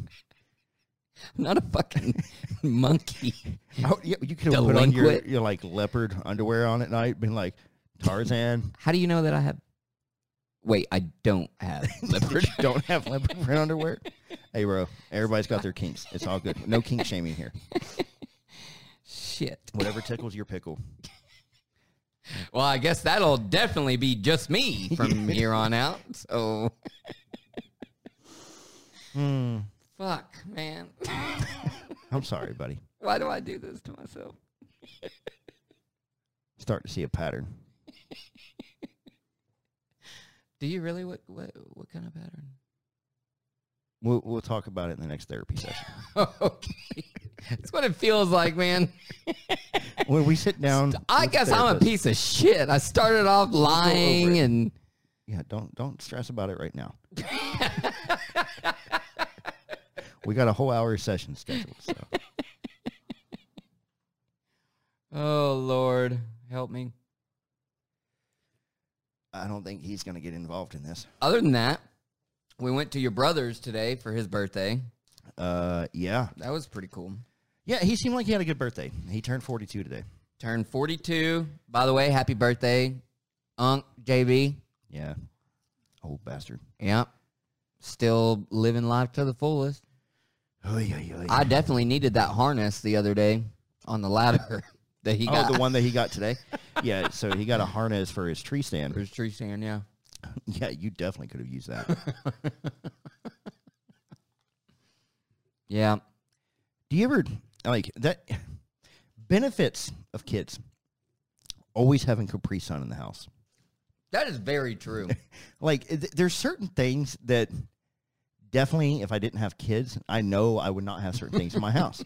A: I'm not a fucking monkey.
B: Oh, yeah, you could have put on your,
A: Delinquent.
B: your like leopard underwear on at night, been like Tarzan.
A: How do you know that I have? Wait, I don't have leopard.
B: Don't have leopard print underwear. Hey, bro, everybody's got their kinks. It's all good. No kink shaming here.
A: Shit.
B: Whatever tickles your pickle.
A: Well, I guess that'll definitely be just me from here on out. So,
B: Hmm.
A: fuck, man.
B: I'm sorry, buddy.
A: Why do I do this to myself?
B: Starting to see a pattern.
A: Do you really? What what what kind of pattern?
B: We'll, we'll talk about it in the next therapy session.
A: okay. That's what it feels like, man.
B: when we sit down,
A: I
B: with
A: guess I'm a
B: therapists-
A: piece of shit. I started off lying
B: it.
A: and
B: Yeah, don't don't stress about it right now. we got a whole hour session scheduled. So
A: oh lord, help me.
B: I don't think he's going to get involved in this.
A: Other than that, we went to your brother's today for his birthday.
B: Uh, yeah,
A: That was pretty cool.
B: yeah. He seemed like he had a good birthday. He turned 42 today.
A: Turned 42. By the way, happy birthday, Unc JB.
B: Yeah, old bastard.
A: Yep. Still living life to the fullest.
B: Oy, oy, oy.
A: I definitely needed that harness the other day on the ladder that he
B: oh,
A: got.
B: the one that he got today. yeah, so he got a harness for his tree stand.
A: for his tree stand, yeah.
B: Yeah, you definitely could have used that.
A: Yeah.
B: Do you ever like that? Benefits of kids always having Capri Sun in the house.
A: That is very true.
B: Like th- there's certain things that definitely, if I didn't have kids, I know I would not have certain things in my house.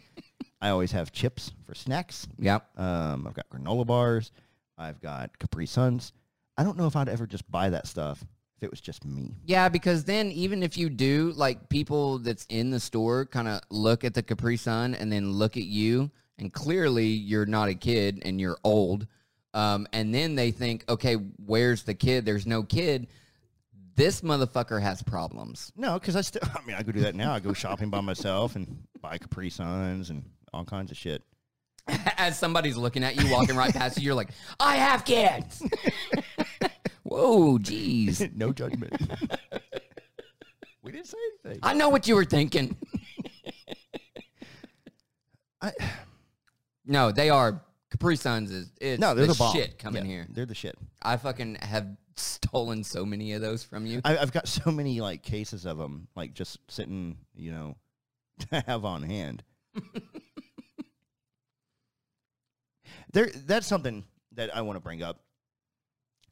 B: I always have chips for snacks.
A: yep.
B: Um, I've got granola bars. I've got Capri Suns. I don't know if I'd ever just buy that stuff if it was just me.
A: Yeah, because then even if you do, like people that's in the store kind of look at the Capri Sun and then look at you, and clearly you're not a kid and you're old. Um, and then they think, okay, where's the kid? There's no kid. This motherfucker has problems.
B: No, because I still. I mean, I go do that now. I go shopping by myself and buy Capri Suns and all kinds of shit.
A: As somebody's looking at you, walking right past you, you're like, I have kids. Whoa, jeez.
B: no judgment. we didn't say anything.
A: I know what you were thinking.
B: I-
A: No, they are. Capri Suns is it's
B: no, they're
A: the,
B: the, bomb.
A: shit coming
B: Yeah,
A: here.
B: They're the shit.
A: I fucking have stolen so many of those from you.
B: I, I've got so many like cases of them, like just sitting, you know, to have on hand. there, that's something that I want to bring up.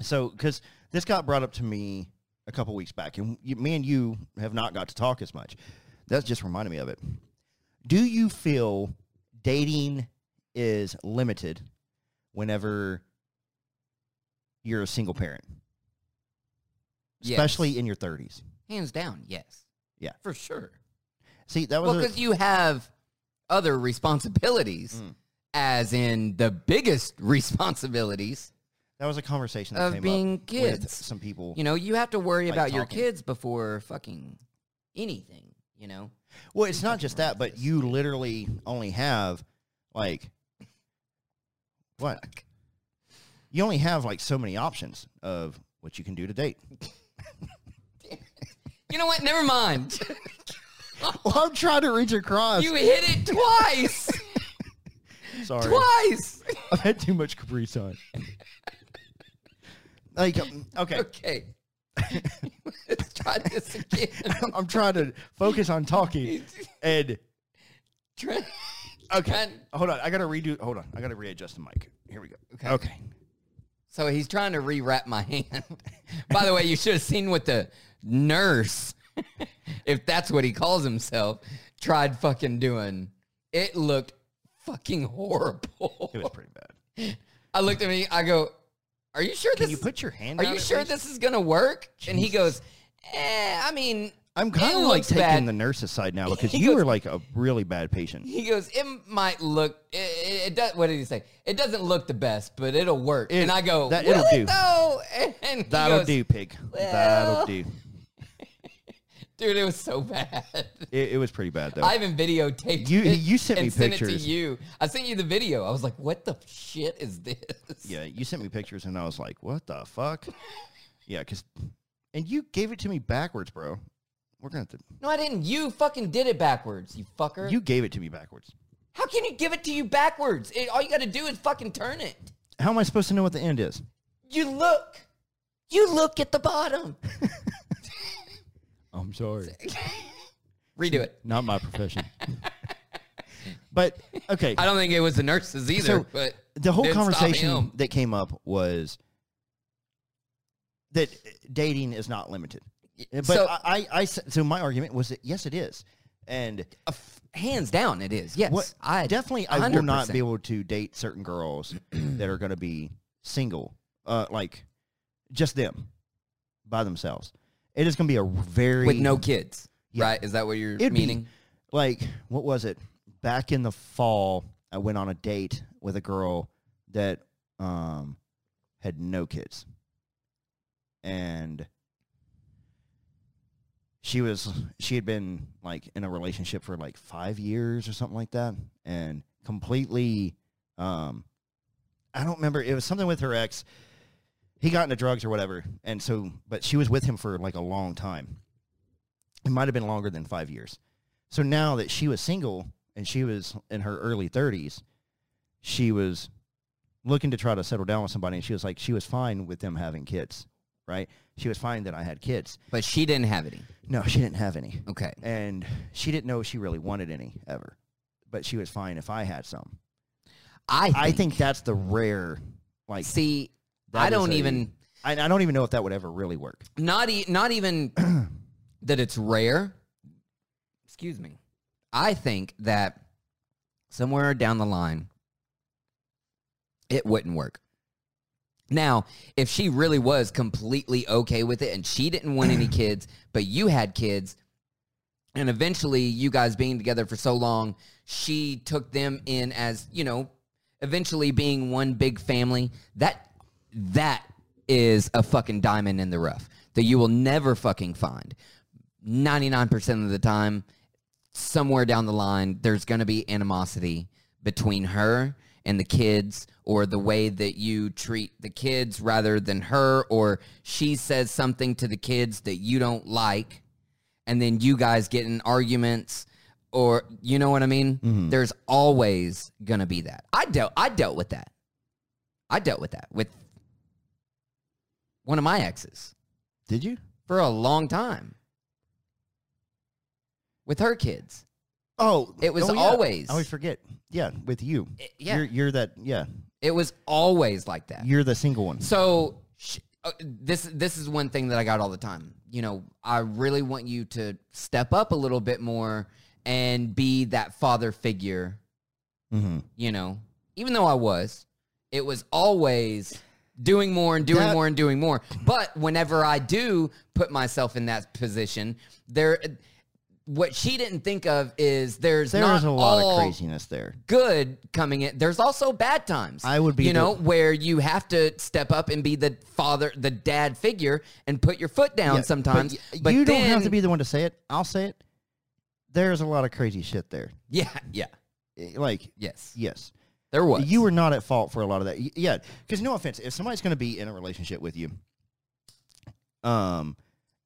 B: So, because this got brought up to me a couple weeks back, and you, me and you have not got to talk as much. That just reminded me of it. Do you feel dating is limited whenever you're a single parent,
A: Yes.
B: especially in your 30s?
A: Hands down, yes.
B: Yeah.
A: For sure.
B: See, that was
A: Well,
B: a-
A: because you have other responsibilities,
B: Mm.
A: as in the biggest responsibilities.
B: that was a conversation that
A: of
B: came
A: being
B: up with
A: kids.
B: some people.
A: You know, you have to worry
B: Like
A: about your
B: talking.
A: kids before fucking anything, you know?
B: well, it's not just that, but you literally only have like what? You only have like so many options of what you can do to date.
A: You know what? Never mind.
B: Well, I'm trying to reach across.
A: you hit it twice.
B: Sorry,
A: twice.
B: I've had too much Capri Sun. like, um, okay,
A: Okay. Let's try this again.
B: I'm trying to focus on talking, and
A: Try-
B: okay,
A: Trying-
B: hold on, I gotta redo. Hold on, I gotta readjust the mic. Here we go.
A: Okay.
B: okay.
A: So he's trying to rewrap my hand. By the way, you should have seen what the nurse, if that's what he calls himself, tried fucking doing. It looked fucking horrible.
B: It was pretty bad.
A: I looked at me. I go, "Are you sure
B: Can
A: this?
B: you put your hand?
A: are
B: out
A: you
B: at
A: sure
B: least?
A: this is gonna work?" And he goes, "Eh, I mean."
B: I'm
A: it
B: kind of like
A: looks
B: taking
A: bad."
B: the nurse's side now because
A: He
B: you
A: goes-
B: were like a really bad patient.
A: He goes, it might look. It, it, it does. What did he say? It doesn't look the best, but it'll work.
B: It-
A: and I go,
B: that-
A: "Will
B: it'll
A: it
B: do."
A: though?" And he
B: That'll
A: goes,
B: do, pig. That'll
A: well.
B: do.
A: dude. It was so bad.
B: It, it was pretty bad though.
A: I even videotaped
B: You-
A: it
B: you sent me
A: and Sent it
B: pictures.
A: to you. I sent you the video. I was like, "What the shit is this?"
B: yeah, you sent me pictures and I was like, "What the fuck?" yeah, because and you gave it to me backwards, bro. We're gonna have to.
A: No, I didn't. You fucking did it backwards, you fucker.
B: You gave it to me backwards.
A: How can you give it to you backwards? It, all you got to do is fucking turn it.
B: How am I supposed to know what the end is?
A: You look. You look at the bottom.
B: I'm sorry.
A: Redo it.
B: Not my profession. but okay,
A: I don't think it was the nurses either,
B: So,
A: but
B: the whole
A: didn't stop
B: conversation
A: him.
B: that came up was that dating is not limited. But
A: So-
B: I, I, I s- so my argument was that yes, it is, and
A: Uh, f- hands down, it is. Yes,
B: what
A: I
B: definitely I will not
A: 100%.
B: be able to date certain girls that are going to be single, uh, like just them by themselves. It is going to be a very
A: with no kids.
B: Yeah.
A: Right? Is that what you're
B: It'd be-
A: meaning?
B: like what was it back in the fall i went on a date with a girl that um had no kids and she was she had been like in a relationship for like five years or something like that and completely um i don't remember it was something with her ex he got into drugs or whatever and so but she was with him for like a long time it might have been longer than five years so now that she was single and she was in her early 30s, she was looking to try to settle down with somebody. And she was like, she was fine with them having kids, right? She was fine that I had kids.
A: But she didn't have any.
B: No, she didn't have any.
A: Okay.
B: And she didn't know she really wanted any ever. But she was fine if I had some.
A: I think,
B: I think that's the rare, like,
A: see,
B: that
A: I
B: is
A: don't
B: a-
A: even
B: I, I don't even know if that would ever really work.
A: not e- not even that it's rare. Excuse me. I think that somewhere down the line it wouldn't work. Now, if she really was completely okay with it and she didn't want any kids, but you had kids, and eventually you guys being together for so long, she took them in as, you know, eventually being one big family. That that is a fucking diamond in the rough that you will never fucking find. 99% of the time, somewhere down the line, there's going to be animosity between her and the kids, or the way that you treat the kids rather than her, or she says something to the kids that you don't like, and then you guys get in arguments. Or you know what I mean? There's always gonna be that. I dealt I dealt with that. I dealt with that with one of my exes
B: Did you?
A: for a long time with her kids.
B: Oh,
A: It was
B: oh, yeah.
A: always-
B: I always forget. Yeah, with you.
A: It- yeah.
B: You're, you're that, yeah.
A: It was always like that.
B: You're the single one.
A: So sh- uh, this this is one thing that I got all the time. You know, I really want you to step up a little bit more and be that father figure.
B: Mm-hmm.
A: You know, even though I was, it was always doing more and doing
B: That-
A: more and doing more. But whenever I do put myself in that position, there. What she didn't think of is there's
B: There
A: not
B: is a lot
A: all
B: of craziness there.
A: good coming in. There's also bad times.
B: I would be
A: you
B: the-
A: know, where you have to step up and be the father, the dad figure, and put your foot down
B: Yeah,
A: sometimes.
B: y-
A: But
B: you
A: then,
B: don't have to be the one to say it. I'll say it. There's a lot of crazy shit there.
A: Yeah, yeah,
B: Eh, Like,
A: yes.
B: yes,
A: There was.
B: you were not at fault for a lot of that. Y- Yeah, because no offense, if somebody's going to be in a relationship with you, um,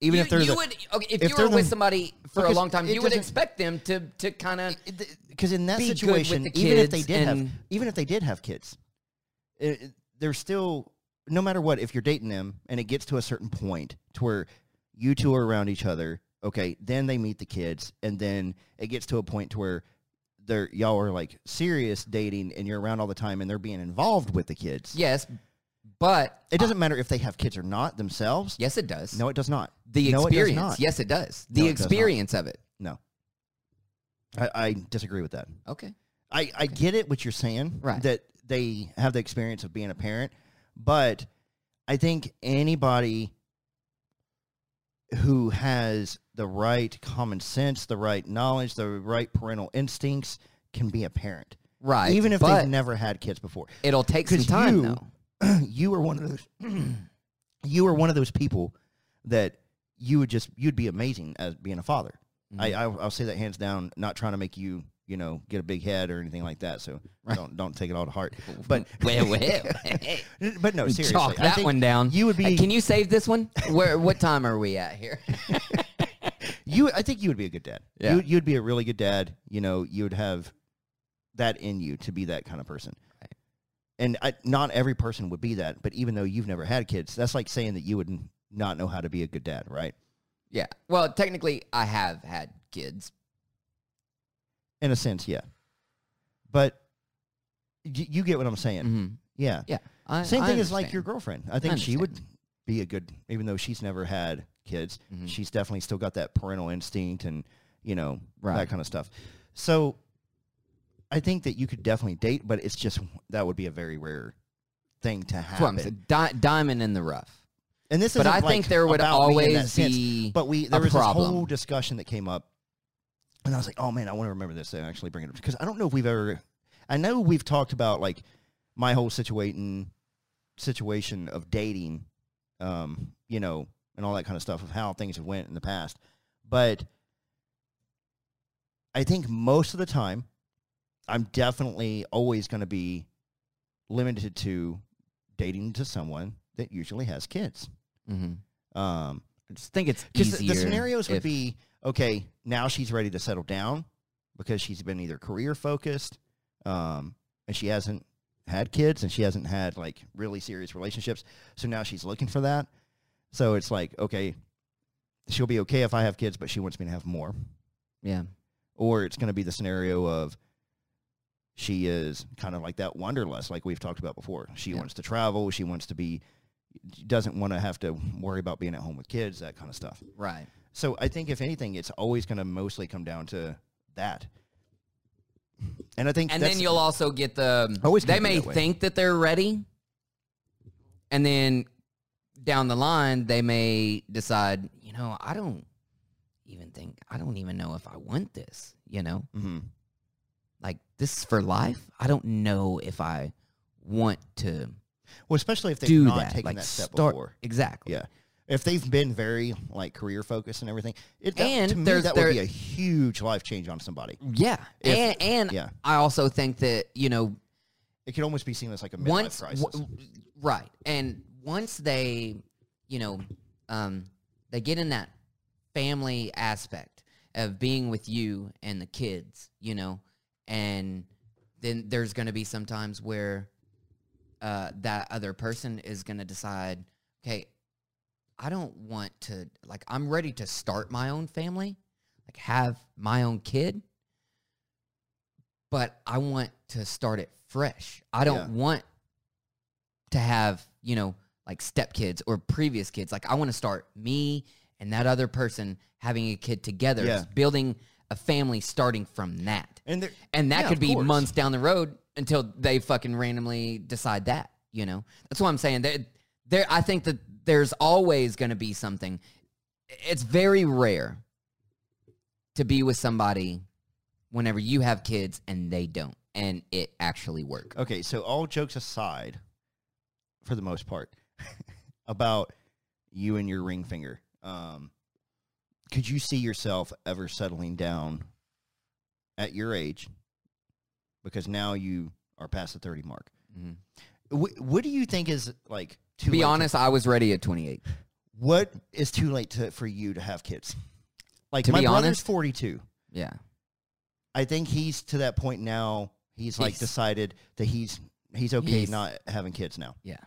B: even
A: You-
B: if they're
A: you
B: the,
A: would okay, if,
B: if
A: you
B: they're
A: were with
B: the-
A: somebody for a
B: because
A: long time,
B: it
A: you would
B: doesn't-
A: expect them to to kind of
B: because in that
A: be good with
B: situation,
A: the
B: even if they
A: kids
B: did have,
A: and-
B: even if they did have kids, it, it- they're still no matter what. If you're dating them and it gets to a certain point to where you two are around each other, okay, then they meet the kids, and then it gets to a point to where they're y'all are like serious dating, and you're around all the time, and they're being involved with the kids.
A: yes, but
B: it doesn't matter if they have kids or not themselves.
A: yes, it does.
B: No, it does not.
A: the
B: no,
A: experience.
B: It does not.
A: Yes, it does.
B: No,
A: The
B: it does not.
A: experience of it.
B: No. I, I disagree with that.
A: Okay.
B: I, I get it what you're saying
A: Right.
B: that they have the experience of being a parent but i think anybody who has the right common sense the right knowledge the right parental instincts can be a parent
A: Right.
B: even if
A: but
B: they've never had kids before
A: it'll take some
B: 'Cause
A: time
B: you-
A: though.
B: you are one of those you are one of those people that you would just you'd be amazing as being a father I,
A: Mm-hmm.
B: I i'll say that hands down not trying to make you you know get a big head or anything like that so don't don't take it all to heart but
A: well, well,
B: but no seriously
A: Chalk
B: I
A: that
B: think
A: one down.
B: you would be
A: Hey, can you save this one? Where? What time are we at here?
B: you i think you would be a good dad
A: Yeah.
B: you, you'd be a really good dad you know you would have that in you to be that kind of person
A: Right.
B: and I, not every person would be that but even though you've never had kids that's like saying that you would n- not know how to be a good dad right
A: yeah. Well, technically, I have had kids.
B: in a sense yeah but y- you get what i'm saying
A: Mhm.
B: yeah
A: Yeah. I,
B: same
A: I
B: thing as like
A: understand.
B: your girlfriend i think she
A: understand.
B: would be a good even though she's never had kids.
A: Mhm.
B: She's definitely still got that parental instinct and you know
A: Right.
B: that kind of stuff. So I think that you could definitely date, but it's just that would be a very rare thing to
A: That's what I'm
B: happen.
A: saying. Di- diamond in the rough.
B: And this is
A: But I think there would always be
B: but we
A: a
B: there was this whole
A: problem.
B: discussion that came up, and I was like, oh man, I want to remember this and actually bring it up because I don't know if we've ever. I know we've talked about like my whole situation situation of dating, um, you know, and all that kind of stuff of how things have went in the past, but I think most of the time, I'm definitely always going to be limited to dating to someone that usually has kids.
A: hmm
B: Um,
A: I just think it's
B: because the-
A: easier.
B: the scenarios would
A: if-
B: be okay. Now she's ready to settle down because she's been either career focused, um, and she hasn't had kids, and she hasn't had like really serious relationships. So now she's looking for that. So it's like okay, she'll be okay if I have kids, but she wants me to have more.
A: yeah.
B: Or it's going to be the scenario of she is kind of like that wanderlust, like we've talked about before. She
A: Yeah.
B: wants to travel. She wants to be. Doesn't want to have to worry about being at home with kids, that kind of stuff.
A: Right.
B: So I think if anything, it's always going to mostly come down to that. And I think
A: And
B: that's-
A: then you'll also get the
B: Always
A: they
B: gonna be
A: may
B: that way.
A: think that they're ready, and then down the line they may decide, you know, I don't even think I don't even know if I want this. You know,
B: Mhm.
A: like this is for life. I don't know if I want to
B: well, especially if they've
A: do
B: not
A: that.
B: taken
A: like
B: that step
A: start
B: before.
A: exactly.
B: Yeah, if they've been very like career focused and everything, it that-
A: And
B: to me
A: there's-
B: that
A: there-
B: would be a huge life change on somebody.
A: Yeah.
B: If-
A: and and
B: yeah.
A: I also think that, you know,
B: It could almost be seen as like a midlife
A: once
B: crisis.
A: w- right. And once they, you know, um they get in that family aspect of being with you and the kids, you know, and then there's going to be some times where uh that other person is going to decide, okay, I don't want to like I'm ready to start my own family, like have my own kid, but I want to start it fresh. I don't
B: Yeah.
A: want to have, you know, like stepkids or previous kids. Like I want to start me and that other person having a kid together,
B: Yeah.
A: building a family starting from that.
B: and there-
A: And that
B: yeah,
A: could
B: of
A: be
B: course.
A: months down the road until they fucking randomly decide that. You know, that's what I'm saying. There, there. I think that there's always going to be something. It's very rare to be with somebody whenever you have kids and they don't, and it actually work.
B: Okay, so all jokes aside, for the most part, about you and your ring finger, um, could you see yourself ever settling down at your age? Because now you are past the thirty mark.
A: Mhm.
B: Wh- what do you think is Mm-hmm. like? Too
A: To
B: late
A: be
B: to-
A: honest, I was ready at 28.
B: what is too late to, for you to have kids? Like
A: To
B: my
A: be
B: brother's
A: honest-
B: forty-two.
A: Yeah,
B: I think he's to that point now. He's like
A: He's-
B: decided that he's he's okay
A: He's-
B: not having kids now.
A: yeah,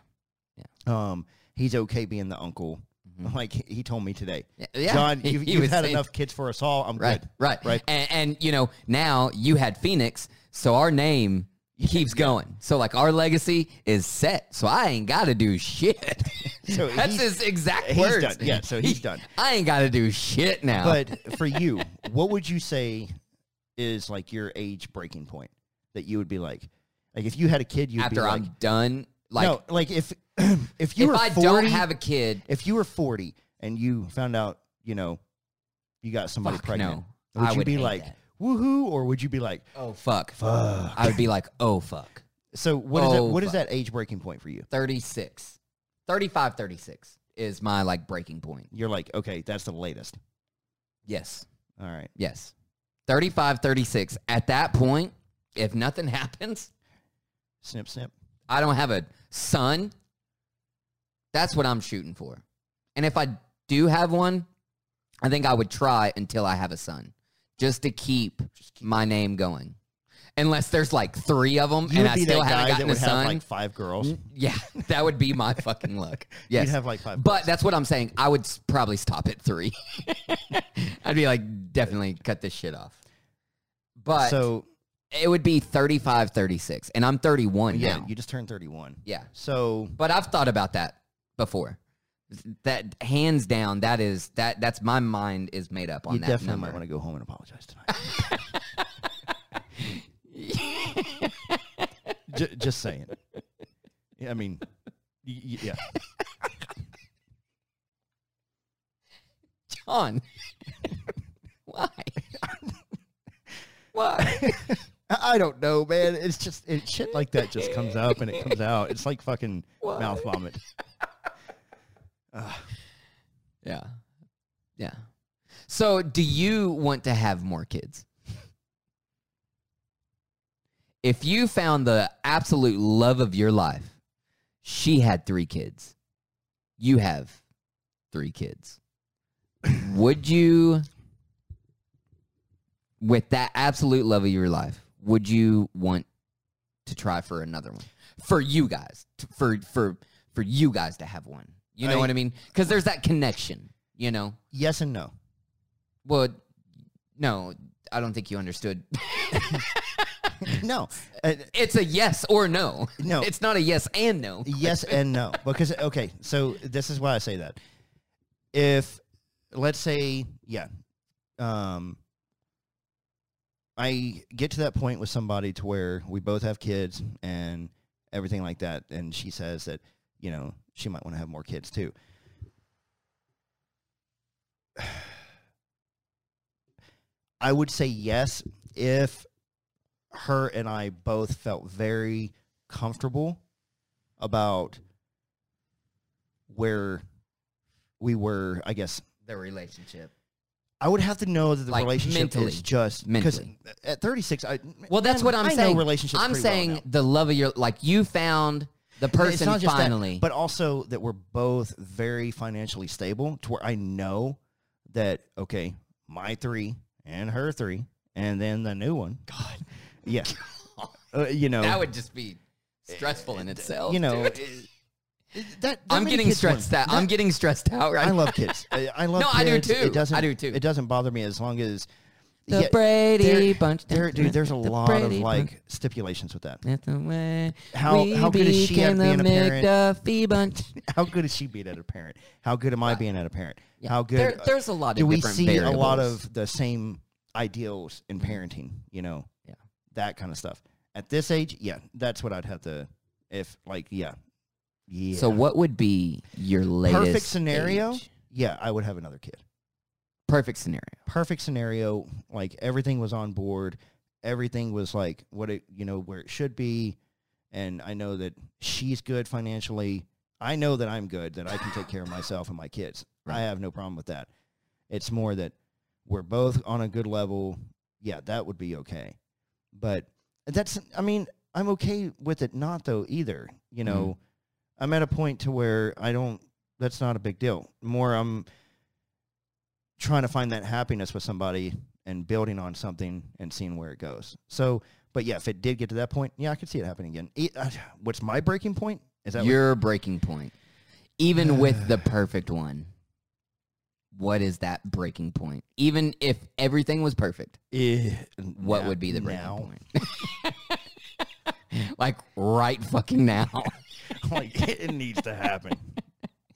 B: Um, he's okay being the uncle.
A: Mhm.
B: Like he he told me today,
A: Yeah, yeah.
B: John,
A: He-
B: you've,
A: he
B: you've
A: was
B: had
A: saying-
B: enough kids for us all. I'm
A: right,
B: good.
A: right,
B: right.
A: And, and you know, now you had Phoenix, so our name keeps going. So like our legacy is set. So I ain't got to do shit.
B: So
A: That's
B: he's-
A: his exact
B: he's
A: words.
B: done. Yeah, so he's done.
A: I ain't got to do shit now.
B: But for you, what would you say is like your age breaking point that you would be like, like if you had a kid, you'd
A: after
B: be like,
A: I'm done, like
B: no, like if if you
A: if
B: were
A: I
B: 40,
A: don't have a kid,
B: if you were 40 and you found out, you know, you got somebody
A: Fuck
B: pregnant,
A: no.
B: would
A: I
B: you
A: would
B: be
A: hate
B: like
A: that.
B: woohoo, or would you be like,
A: oh fuck,
B: fuck?
A: I would be like, oh fuck,
B: So what is that?
A: Oh,
B: What is
A: fuck.
B: that age breaking point for you?
A: 36, 35, 36 is my like breaking point.
B: You're like, okay, that's the latest.
A: Yes.
B: All right.
A: Yes. 35, 36. At that point, if nothing happens,
B: Snip, snip.
A: I don't have a son. That's what I'm shooting for. And if I do have one, I think I would try until I have a son just to keep, my name going. Unless there's like three of them and
B: You would
A: I
B: be
A: still
B: that
A: haven't
B: guy that
A: gotten a
B: would have
A: son.
B: like five girls.
A: yeah, that would be my fucking luck. Yes.
B: You'd have like five.
A: But that's what I'm saying. I would s- probably stop at three. I'd be like, definitely cut this shit off. But
B: girls. so
A: it would be 35, 36. And I'm 31
B: yeah,
A: now.
B: you just turned 31.
A: yeah.
B: So
A: But I've thought about that before. That hands down, that is that that's my mind is made up on
B: you
A: that
B: definitely
A: number.
B: might want to go home and apologize tonight. J- just saying. Yeah, I mean, y- y- yeah.
A: John. Why? Why?
B: I I don't know, man. It's just it, shit like that just comes up and it comes out. It's like fucking
A: What?
B: mouth vomit.
A: Yeah. Yeah. So, do you want to have more kids? If you found the absolute love of your life, she had three kids. You have three kids. would you, with that absolute love of your life, would you want to try for another one? For you guys, t- for for for you guys to have one. You know
B: I-
A: what I mean? Because there's that connection. You know.
B: Yes and no.
A: Well, no, I don't think you understood.
B: No. Uh,
A: It's a yes or no.
B: No.
A: It's not a yes and no.
B: yes and no because okay so this is why i say that if let's say yeah um i get to that point with somebody to where we both have kids and everything like that and she says that you know she might want to have more kids too i would say yes if her and i both felt very comfortable about where we were. I guess
A: The relationship.
B: I would have to know that the
A: Like,
B: relationship
A: mentally.
B: is just because
A: Mentally.
B: at 36, I
A: Well, that's what I'm
B: I
A: saying.
B: Know relationships
A: I'm
B: pretty well
A: saying
B: now.
A: the love of your like you found the
B: It's
A: person
B: not just that,
A: finally.
B: but also that we're both very financially stable to where I know that okay, my three and her three, and then the new one. God, yeah, Uh, you know uh,
A: that would just be stressful in itself.
B: you know.
A: dude.
B: uh, That, that
A: I'm
B: many
A: getting
B: kids want-
A: stressed out. I'm getting stressed out Oh, right
B: I
A: now.
B: love kids. I, I love.
A: No, I do
B: kids.
A: too.
B: It doesn't.
A: I do too.
B: It doesn't bother me as long as
A: the
B: yeah,
A: Brady
B: there-
A: bunch.
B: there- dude, there's a
A: The
B: lot of
A: Brady
B: like
A: Bunch.
B: stipulations with that.
A: That's the way
B: How-
A: we
B: how good is she
A: became
B: at being
A: the
B: a parent?
A: McDuffie bunch.
B: How good is she being at a parent? How good am I being at a parent?
A: Yeah.
B: How good?
A: There-
B: uh,
A: there's a lot of
B: do we
A: different
B: see a lot
A: variables.
B: of the same ideals in parenting? You know,
A: Yeah.
B: that kind of stuff. At this age, yeah, that's what I'd have to. If like, yeah, yeah.
A: So, what would be your latest
B: perfect scenario?
A: age?
B: Yeah, I would have another kid.
A: Perfect scenario.
B: perfect scenario. Like everything was on board. Everything was like what it, you know, where it should be. And I know that she's good financially. I know that I'm good, that I can take care of myself and my kids. I have no problem with that. It's more that we're both on a good level. Yeah, that would be okay. But that's, I mean, I'm okay with it not though either. You know, I'm at a point to where I don't, that's not a big deal. More, I'm, trying to find that happiness with somebody and building on something and seeing where it goes. So, but yeah, if it did get to that point, yeah, I could see it happening again. E- uh, what's my breaking point? Is that what-
A: your breaking point even with the perfect one what is that breaking point even if everything was perfect
B: Eh,
A: what
B: now-
A: would be the breaking
B: now?
A: point like right fucking now
B: like it, it needs to happen.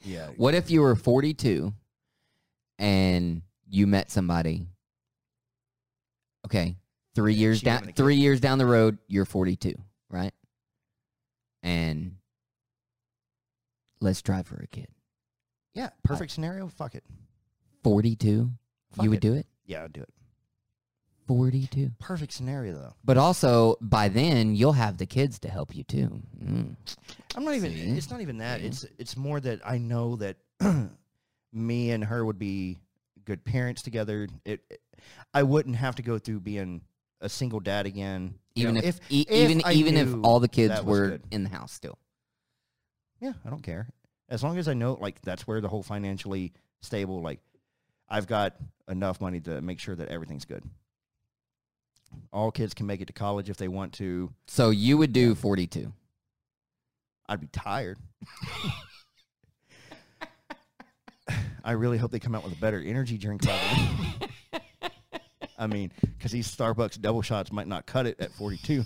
B: Yeah.
A: what if you were 42 and you met somebody okay 3
B: And
A: years
B: she
A: down
B: having a kid.
A: 3 years down the road you're 42 right and let's try for a kid
B: Yeah. Perfect scenario. Fuck it.
A: 42
B: Fuck
A: you would
B: it.
A: do it
B: Yeah, I'd do it.
A: 42.
B: Perfect scenario though.
A: But also, by then, you'll have the kids to help you too. Mm.
B: I'm not even.
A: See?
B: It's not even that.
A: See?
B: It's it's more that I know that me and her would be good parents together. It, it- I wouldn't have to go through being a single dad again. you
A: Even
B: know,
A: if, e- even
B: I
A: even if
B: knew
A: all the kids
B: that was
A: were
B: good.
A: in the house still.
B: yeah, I don't care. As long as I know, like that's where the whole financially stable. Like I've got enough money to make sure that everything's good. All kids can make it to college if they want to.
A: So you would do 42.
B: I'd be tired. I really hope they come out with a better energy drink. By the way. I mean, because these Starbucks double shots might not cut it at 42.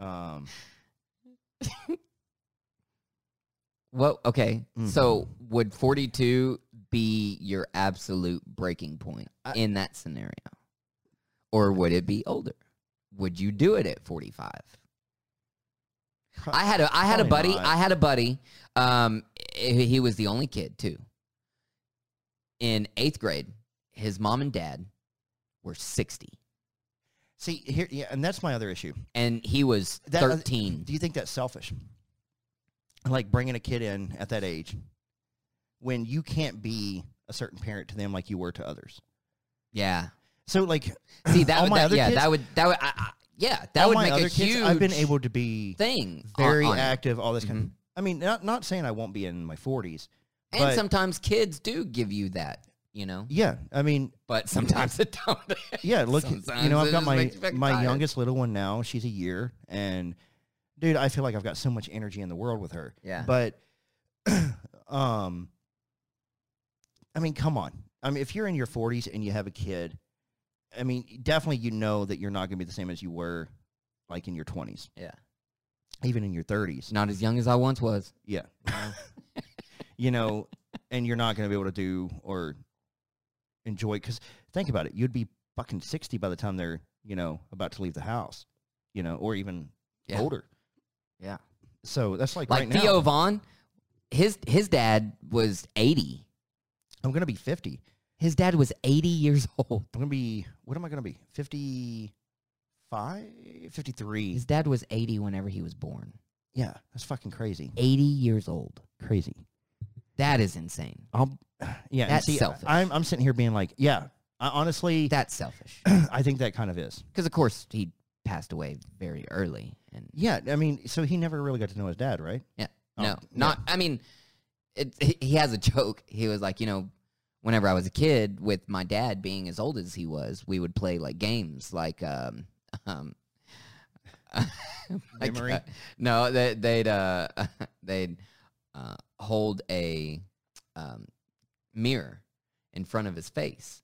B: Um,
A: Well, okay.
B: Mhm.
A: So would 42 be your absolute breaking point
B: I-
A: in that scenario? Or would it be older? Would you do it at 45?
B: Pro-
A: I had a I had a
B: probably
A: buddy,
B: not.
A: I had a buddy. Um he he was the only kid too. In 8th grade, his mom and dad were 60
B: See here, yeah, and that's my other issue.
A: and he was
B: That-
A: 13.
B: Do you think that's selfish? Like bringing a kid in at that age when you can't be a certain parent to them like you were to others.
A: yeah.
B: So like,
A: See that
B: all
A: would
B: my
A: that-
B: other
A: yeah,
B: kids-
A: that would that would I, I, yeah, that
B: all
A: would
B: my
A: make
B: other
A: a
B: kids,
A: huge
B: I've been able to be
A: thing on-
B: very
A: on Mm-hmm. it.
B: active, all this kind. Of, I mean, not not saying I won't be in my forties.
A: And
B: but-
A: sometimes kids do give you that, you know,
B: Yeah, I mean,
A: but sometimes it don't.
B: yeah. Look, you
A: Sometimes
B: know,
A: it
B: I've got
A: just
B: my
A: makes you feel
B: my
A: tired.
B: youngest little one now. She's a year, and dude, I feel like I've got so much energy in the world with her.
A: Yeah.
B: But, um, I mean, come on. I mean, if you're in your 40s and you have a kid, I mean, definitely you know that you're not going to be the same as you were, like in your 20s,
A: yeah.
B: even in your 30s.
A: Not as young as I once was.
B: Yeah. you know, and you're not going to be able to do or enjoy because think about it, you'd be fucking 60 by the time they're, you know, about to leave the house, you know, or even
A: Yeah.
B: older.
A: Yeah.
B: So that's like,
A: Like
B: right
A: Theo
B: now,
A: Vaughn, his his dad was 80.
B: I'm going to be 50.
A: His dad was 80 years old.
B: I'm going to be, what am I going to be? 55, 53.
A: His dad was 80 whenever he was born.
B: Yeah. That's fucking crazy.
A: 80 years old.
B: Crazy.
A: That is insane.
B: I'll, yeah. and
A: That's
B: see, I-
A: selfish.
B: I'm, I'm sitting here being like, yeah, I honestly,
A: That's selfish.
B: I think that kind of is.
A: Because of course he passed away very early and
B: Yeah, I mean, so he never really got to know his dad, right?
A: Yeah.
B: Oh,
A: no,
B: yeah.
A: not. I mean, it, he- he has a joke. He was like, you know, whenever I was a kid, with my dad being as old as he was, we would play like games, like um, um, like,
B: Memory?
A: uh, no, they, they'd uh, they'd uh, hold a um, mirror in front of his face.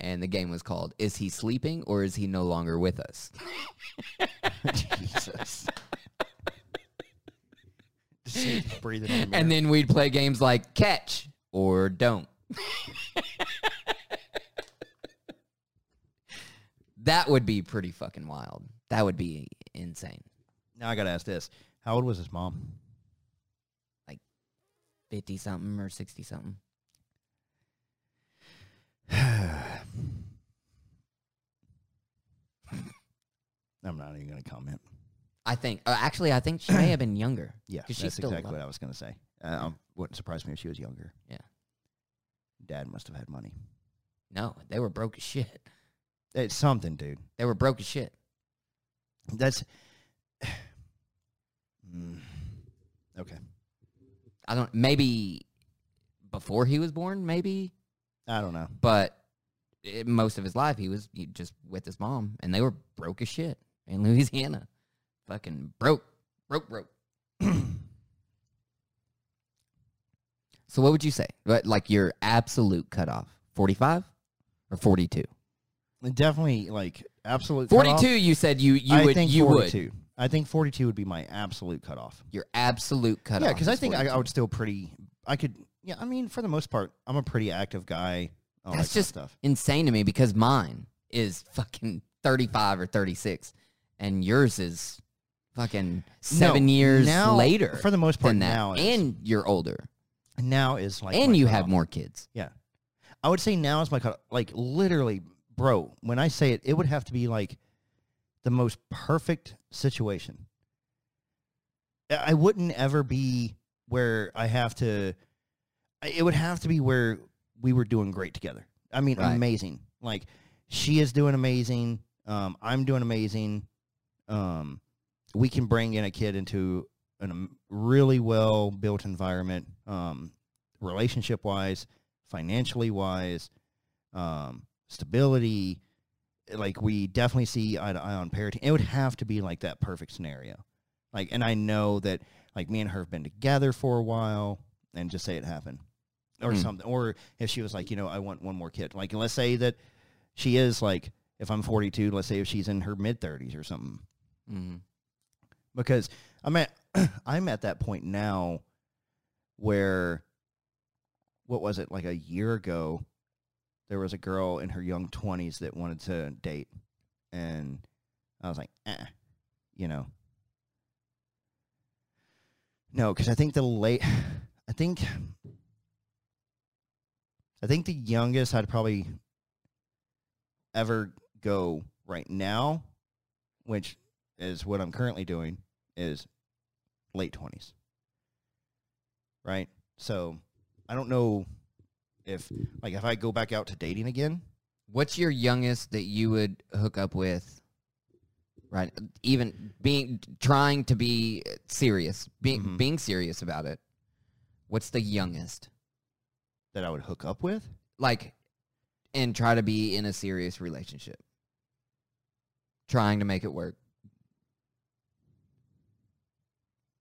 A: And the game was called "Is he sleeping or is he no longer with us?"
B: Jesus. Just see it breathing on the
A: And
B: mirror.
A: then we'd play games like catch or don't. that would be pretty fucking wild. That would be insane.
B: now I got to ask this: How old was his mom?
A: 50 something or 60 something.
B: I'm not even going to comment.
A: I think, uh, actually, I think she may have been younger.
B: Yeah,
A: 'Cause
B: that's
A: she's still
B: exactly what
A: alive.
B: I was going to say. Uh, um, wouldn't surprise me if she was younger.
A: Yeah.
B: Dad must have had money.
A: No, they were broke as shit.
B: It's something, dude.
A: They were broke as shit.
B: That's. Mm. Okay.
A: I don't, maybe before he was born, maybe,
B: I don't know.
A: but it, most of his life he was he just with his mom and they were broke as shit in Louisiana. Fucking broke, broke, broke. So what would you say? What, like your absolute cutoff? 45 or 42?
B: Definitely, like absolute.
A: 42
B: cutoff.
A: you said you you
B: I
A: would
B: think
A: you
B: 42.
A: would.
B: I think forty-two would be my absolute cutoff.
A: Your absolute cutoff.
B: yeah, because I
A: is
B: think I, I
A: 42.
B: would still pretty. I could. Yeah, I mean, for the most part, I'm a pretty active guy. All
A: That's
B: that kind of
A: just insane to me because mine is fucking 35 or 36 and yours is fucking
B: stuff. No,
A: 7 years
B: now,
A: later.
B: For the most part,
A: than that.
B: now is,
A: and you're older.
B: now is like,
A: and
B: my
A: you have
B: cutoff.
A: more kids.
B: Yeah, I would say now is my cutoff. Like literally, bro. When I say it, it would have to be like the most perfect situation. I I wouldn't ever be where I have to. I- It would have to be where we were doing great together. I mean,
A: Right.
B: amazing. Like she is doing amazing. Um, I'm doing amazing. Um, we can bring in a kid into a really well built environment, um, relationship wise, financially wise, um, stability. Like we definitely see eye to eye on parenting. It would have to be like that perfect scenario. Like, and I know that like me and her have been together for a while, and just say it happened, or
A: Hmm.
B: something. Or if she was like, you know, I want one more kid. Like, let's say that she is like, if I'm 42, let's say if she's in her mid 30s or something
A: Mm.
B: because I'm at I'm at that point now where what was it like a year ago there was a girl in her young 20s that wanted to date and i was like eh, you know no because i think the late i think i think the youngest i'd probably ever go right now which is what i'm currently doing is late 20s right so i don't know if like if i go back out to dating again
A: What's your youngest that you would hook up with? Right, even being trying to be serious, being
B: Mhm.
A: being serious about it. What's the youngest?
B: that i would hook up with
A: Like and try to be in a serious relationship. Trying to make it work.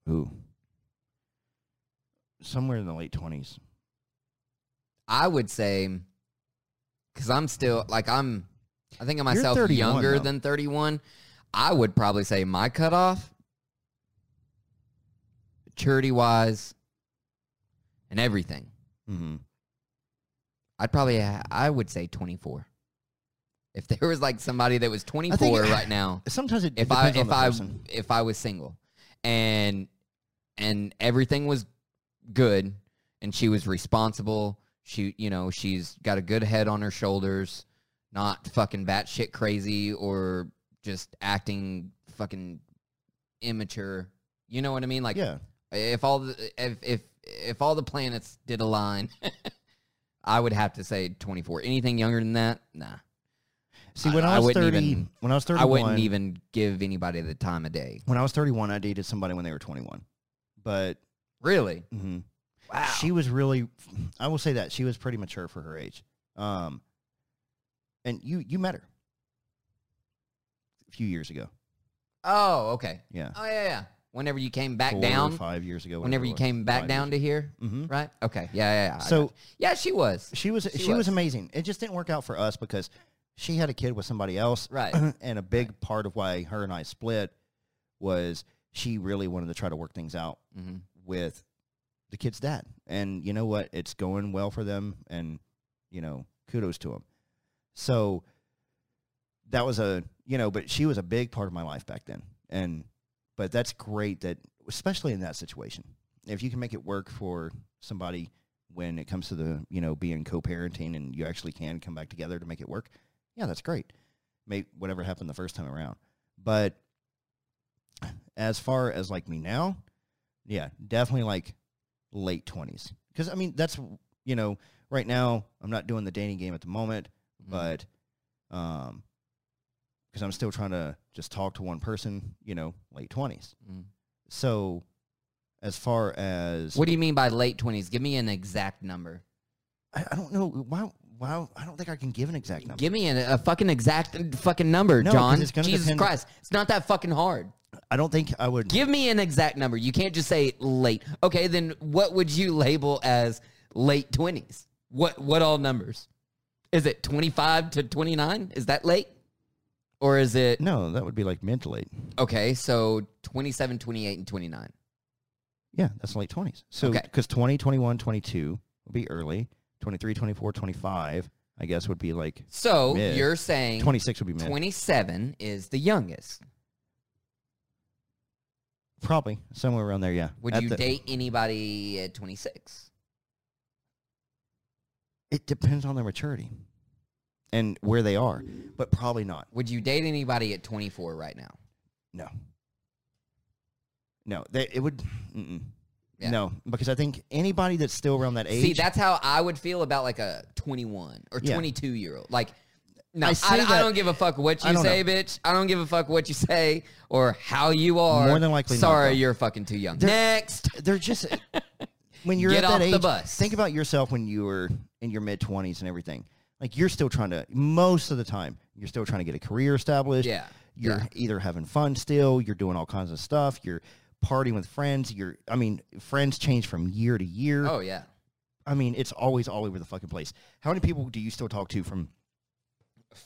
B: Ooh. Somewhere in the late twenties.
A: I would say cuz I'm still like I'm I think of
B: You're
A: myself
B: 31
A: younger
B: though.
A: than 31. I would probably say my cutoff maturity wise and everything.
B: Mm-hmm.
A: I'd probably ha- I would say 24. If there was like somebody that was 24 right now,
B: Sometimes it, it
A: if I
B: depends on
A: if
B: the
A: I
B: person.
A: if I was single and and everything was good and she was responsible, she you know, she's got a good head on her shoulders, not fucking batshit crazy or just acting fucking immature. You know what I mean? Like
B: yeah.
A: if all the if if if all the planets did align, I would have to say 24. Anything younger than that, nah.
B: See,
A: I-
B: when
A: I
B: I, was
A: wouldn't
B: thirty,
A: even-
B: when I was
A: I
B: thirty-one,
A: wouldn't even give anybody the time of day.
B: when I was thirty-one, I dated somebody when they were twenty-one, but
A: Really?
B: mhm.
A: Wow.
B: she was really, I will say that she was pretty mature for her age. Um, and you you met her a few years ago.
A: oh, okay.
B: Yeah,
A: Oh yeah, yeah. Whenever you came back
B: Four or
A: down,
B: five years ago.
A: whenever you came back down to here,
B: Mm-hmm.
A: right? Okay. Yeah, yeah. yeah I
B: So-
A: got you. yeah, she was.
B: She was
A: She
B: she,
A: was.
B: was amazing. It just didn't work out for us because she had a kid with somebody else,
A: Right.
B: and a big part of why her and I split was she really wanted to try to work things out
A: Mhm.
B: with the kid's dad. And you know what? It's going well for them, and you know, kudos to them. So that was a you know, but she was a big part of my life back then, and but that's great that especially in that situation, if you can make it work for somebody when it comes to the you know being co-parenting and you actually can come back together to make it work, yeah, that's great. Make whatever happened the first time around, but as far as like me now, yeah, definitely like late twenties. Because I mean, that's you know, right now I'm not doing the dating game at the moment,
A: Mhm.
B: but um, because I'm still trying to just talk to one person, you know, late twenties.
A: Mhm.
B: So, as far as
A: What do you mean by late 20s? Give me an exact number.
B: I, I don't know why. Wow, I don't think I can give an exact number.
A: Give me an, a fucking exact fucking number,
B: No, 'cause
A: John.
B: it's gonna
A: Jesus
B: depend-
A: Christ. It's not that fucking hard.
B: I don't think I would.
A: Give me an exact number. You can't just say late. Okay, then what would you label as late twenties? What what all numbers? Is it twenty five to twenty nine? Is that late? Or is it
B: no, that would be like mid to late.
A: okay, so 27, 28, and twenty nine.
B: Yeah, that's late 20s. So,
A: Okay.
B: because 20, 21, 22 would be early. 23, 24, 25, I guess, would be like
A: So
B: Mid.
A: you're saying
B: 26 would be mid.
A: 27 is the youngest.
B: Probably somewhere around there, yeah.
A: Would
B: At
A: you
B: the-
A: date anybody at twenty six?
B: It depends on their maturity and where they are, but probably not.
A: Would you date anybody at twenty four right now?
B: No. No, they, it would. Mm-mm.
A: Yeah.
B: No, because I think anybody that's still around that age.
A: See, that's how I would feel about like a 21 or
B: Yeah.
A: 22 year old. Like, no, I,
B: I say
A: I,
B: that-
A: don't give a fuck what
B: I
A: you
B: don't
A: say, bitch. I don't give a fuck what you say or how you are.
B: More than likely not,
A: Sorry,
B: though.
A: you're fucking too young.
B: There-
A: Next.
B: they're just when you're
A: Get
B: at that
A: off
B: age.
A: the bus.
B: Think about yourself when you were in your mid twenties and everything. Like you're still trying to most of the time you're still trying to get a career established.
A: Yeah,
B: you're
A: yeah.
B: either having fun still, you're doing all kinds of stuff, you're partying with friends. You're, I mean, friends change from year to year.
A: Oh yeah,
B: I mean, it's always all over the fucking place. How many people do you still talk to from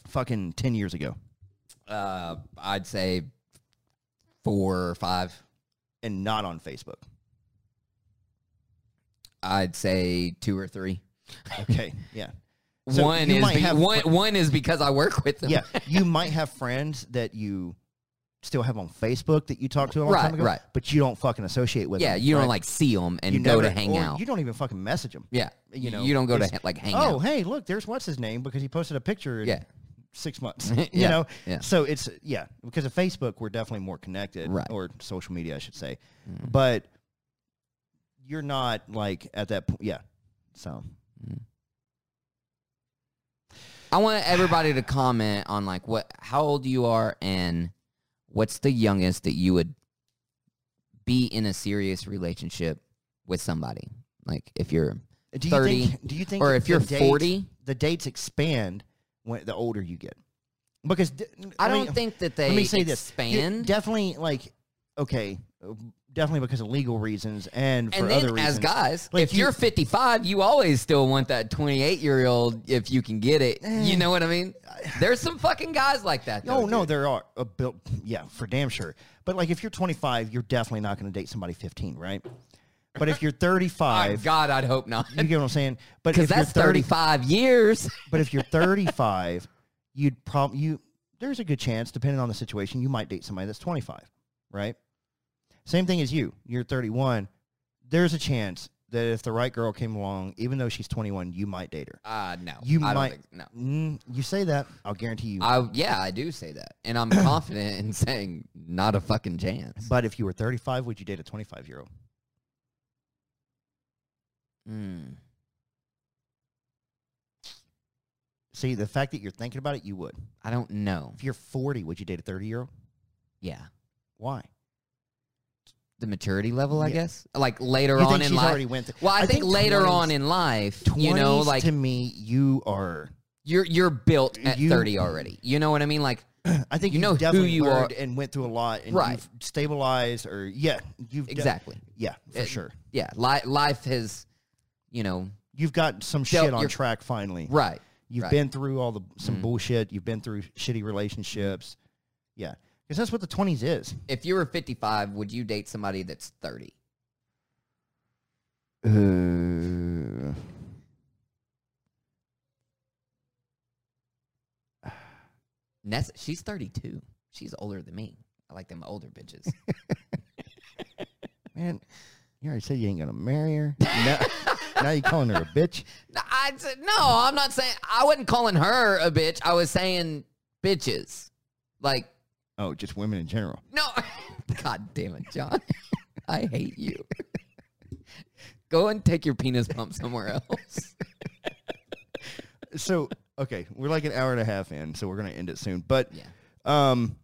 B: fucking ten years ago?
A: uh, I'd say four or five.
B: and not on Facebook.
A: I'd say two or three.
B: Okay. Yeah. So
A: one
B: you
A: is
B: might
A: be-
B: have-
A: one, one is because I work with them.
B: Yeah. You might have friends that you still have on Facebook that you talked to a long
A: Right,
B: time ago,
A: right.
B: but you don't fucking associate with
A: yeah.
B: them,
A: You
B: right?
A: don't like see them and
B: You
A: go
B: never-
A: to hang
B: or
A: out.
B: You don't even fucking message them.
A: yeah,
B: You know,
A: you don't go to
B: it's-
A: ha- like hang
B: oh,
A: out.
B: hey, look, there's what's his name because he posted a picture in
A: Yeah.
B: six months. You
A: Yeah,
B: know?
A: yeah.
B: So it's yeah, because of Facebook we're definitely more connected.
A: Right. Mm-hmm.
B: Or social media I should say. But you're not like at that point yeah. So
A: I want everybody to comment on like what how old you are and what's the youngest that you would be in a serious relationship with somebody. Like if you're
B: do you
A: 30,
B: think do you think
A: or
B: that
A: if
B: the
A: you're
B: dates-
A: 40?
B: the dates expand when the older you get? Because d-
A: I,
B: mean,
A: don't think that they
B: let me say this. You
A: expand.
B: definitely like okay, uh, definitely because of legal reasons and for
A: and
B: other
A: then
B: reasons.
A: as guys,
B: Like,
A: if
B: you-
A: you, are 55, you always still want that 28 year old if you can get it. You know what I mean? There's some fucking guys like that. Though,
B: Oh Eh. no,
A: dude.
B: there are a bill. Yeah, for damn sure. But like, if you're 25, you're definitely not going to date somebody 15, right? But if you're
A: My
B: 35,
A: Ah, God, I'd hope not.
B: you get what I'm saying. But
A: Because
B: if
A: that's
B: you're 30,
A: 35 years.
B: but if you're 35, you'd probably you. There's a good chance, depending on the situation, you might date somebody that's 25, right? Same thing as you. You're 31. There's a chance that if the right girl came along, even though she's 21, you might date her.
A: Uh, no,
B: You
A: I Don't
B: might.
A: think, no,
B: Mm, you say that, I'll guarantee you.
A: I yeah, I do say that, and I'm confident in saying not a fucking chance.
B: but if you were 35, would you date a 25 year old?
A: Mm.
B: See, the fact that you're thinking about it, you would.
A: I don't know.
B: If you're 40, would you date a 30 year old?
A: Yeah,
B: Why?
A: the maturity level, I
B: Yeah.
A: guess, like later
B: you
A: on
B: think
A: in
B: she's
A: life.
B: already went through?
A: well, I, think, later
B: 20s
A: on in life, you know,
B: 20s
A: like
B: to me, you are.
A: you're you're built at
B: You-
A: 30 already. You know what I mean? Like
B: I think
A: You
B: you've
A: know who
B: definitely
A: you are-
B: learned and went through a lot, and
A: Right.
B: you've stabilized, or yeah, you've de-
A: exactly.
B: yeah, for
A: It-
B: sure.
A: Yeah, li- life has, you know,
B: You've got some
A: dealt
B: shit on
A: your-
B: track finally.
A: right.
B: You've
A: right.
B: been through all the some
A: Mhm.
B: bullshit. You've been through shitty relationships. Yeah, because that's what the 20s is.
A: If you were 55, would you date somebody that's 30?
B: Uh,
A: Nessa, she's 32. She's older than me. I like them older bitches.
B: man, you already said you ain't gonna marry her. now, now you calling her a bitch.
A: No, I said no. I'm not saying I wasn't calling her a bitch. I was saying bitches. Like
B: Oh, just women in general.
A: no, God damn it, John. I hate you. Go and take your penis pump somewhere else.
B: so okay, we're like an hour and a half in, so we're gonna end it soon. But
A: Yeah.
B: um,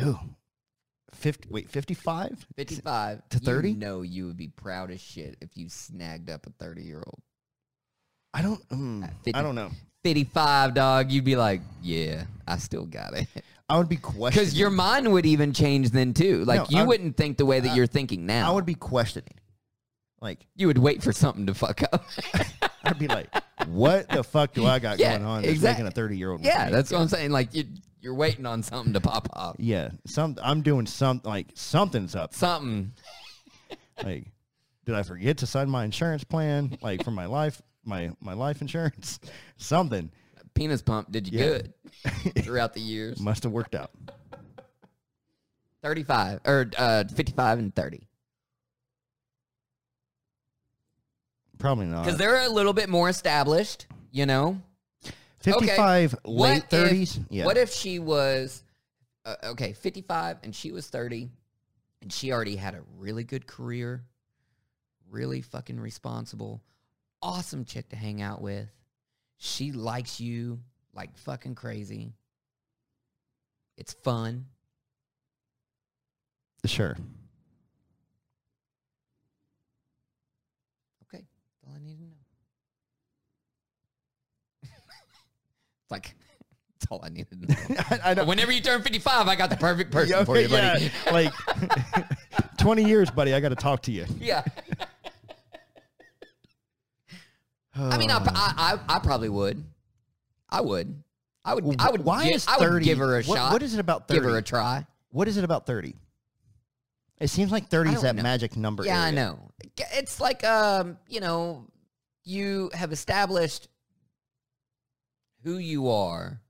B: ooh, fifty wait fifty five.
A: 55
B: To 30?
A: You know you would be proud as shit if you snagged up a 30 year old.
B: I don't. mm,
A: At 50.
B: I don't know.
A: 55, dog. You'd be like, yeah, I still got it.
B: I would be questioning.
A: Because your mind would even change then too. Like
B: No,
A: you
B: I would-
A: wouldn't think the way that
B: I-
A: you're thinking now.
B: I would be questioning. Like
A: you would wait for something to fuck up.
B: I'd be like, what the fuck do I got
A: Yeah,
B: going on? That's
A: exact-
B: making a thirty year old.
A: Yeah, that's what I'm saying. Like you, you're waiting on something to pop off.
B: Yeah, some I'm doing some like something's up.
A: Something.
B: Like, did I forget to sign my insurance plan? Like for my life, my my life insurance, something.
A: Penis pump did you
B: Yeah.
A: good throughout the years.
B: Must have worked out.
A: 35 or uh, 55 and 30.
B: Probably not.
A: Because they're a little bit more established, you know?
B: 55,
A: What
B: late
A: if-
B: 30s. yeah.
A: What if she was, uh, okay, 55 and she was 30 and she already had a really good career, really fucking responsible, awesome chick to hang out with. She likes you like fucking crazy. It's fun.
B: sure.
A: Okay, that's all I need to know. it's like, that's all I need to know.
B: I, I
A: But Whenever you turn 55, I got the perfect person for you, buddy.
B: yeah, like 20 years, buddy. I got to talk to you.
A: Yeah. I mean, I,
B: Um,
A: I, I, I probably would. I would. I would. I would.
B: Why
A: gi-
B: is
A: I
B: 30?
A: would give her a
B: what-
A: shot.
B: What is it about 30?
A: give her a try?
B: what is it about 30? It seems like 30
A: I
B: is
A: don't
B: that
A: know.
B: magic number.
A: yeah, I
B: area.
A: know. G- It's like um, you know, you have established who you are.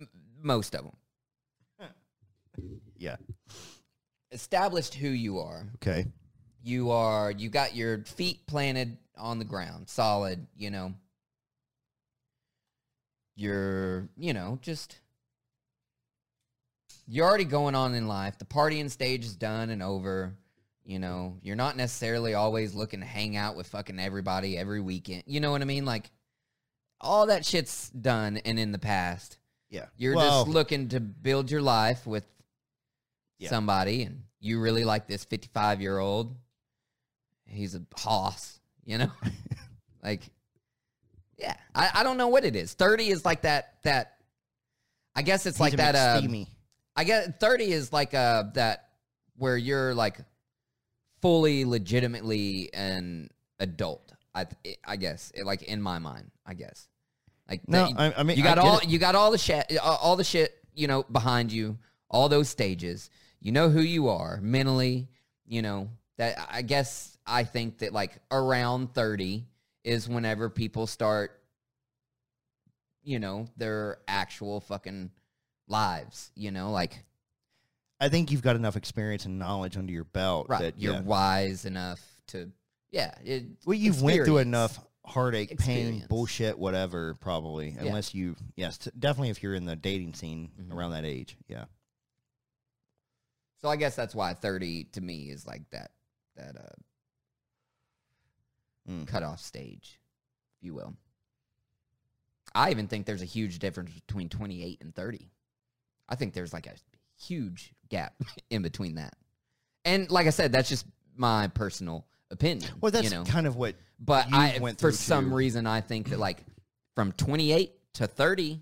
A: m- Most of them
B: Yeah.
A: established who you are.
B: Okay.
A: You are you got your feet planted on the ground, solid. You know, you're you know just you're already going on in life. The partying stage is done and over. You know, you're not necessarily always looking to hang out with fucking everybody every weekend. You know what I mean? Like all that shit's done and in the past.
B: Yeah.
A: You're
B: Well,
A: just looking to build your life with
B: Yeah.
A: somebody, and you really like this 55 year old. He's a hoss, you know. like, yeah, I, I don't know what it is. 30 is like that that. I guess it's
B: he's
A: like
B: a
A: that. Uh,
B: McSteamy.
A: I guess 30 is like uh that where you're like fully legitimately an adult. I th- I guess it, like in my mind, I guess. Like
B: No,
A: that-
B: I, I mean
A: you got
B: I get
A: all
B: it.
A: you got all the shit all the shit you know behind you all those stages you know who you are mentally you know that i guess i think that like around 30 is whenever people start you know their actual fucking lives you know like
B: I think you've got enough experience and knowledge under your belt
A: right
B: that
A: you're
B: yeah.
A: wise enough to yeah it,
B: well you've went through
A: experience.
B: enough heartache, pain,
A: Experience.
B: bullshit, whatever, probably.
A: Yeah.
B: Unless you yes, t- definitely if you're in the dating scene
A: Mhm.
B: around that age. Yeah.
A: so i guess that's why 30 to me is like that that uh
B: Mm.
A: cutoff stage, if you will. I even think there's a huge difference between 28 and 30. I think there's like a huge gap in between that. And like I said, that's just my personal opinion.
B: Well, that's
A: you know?
B: kind of what
A: but
B: you
A: I
B: went
A: for
B: through
A: some
B: too.
A: reason I think that like from 28 to 30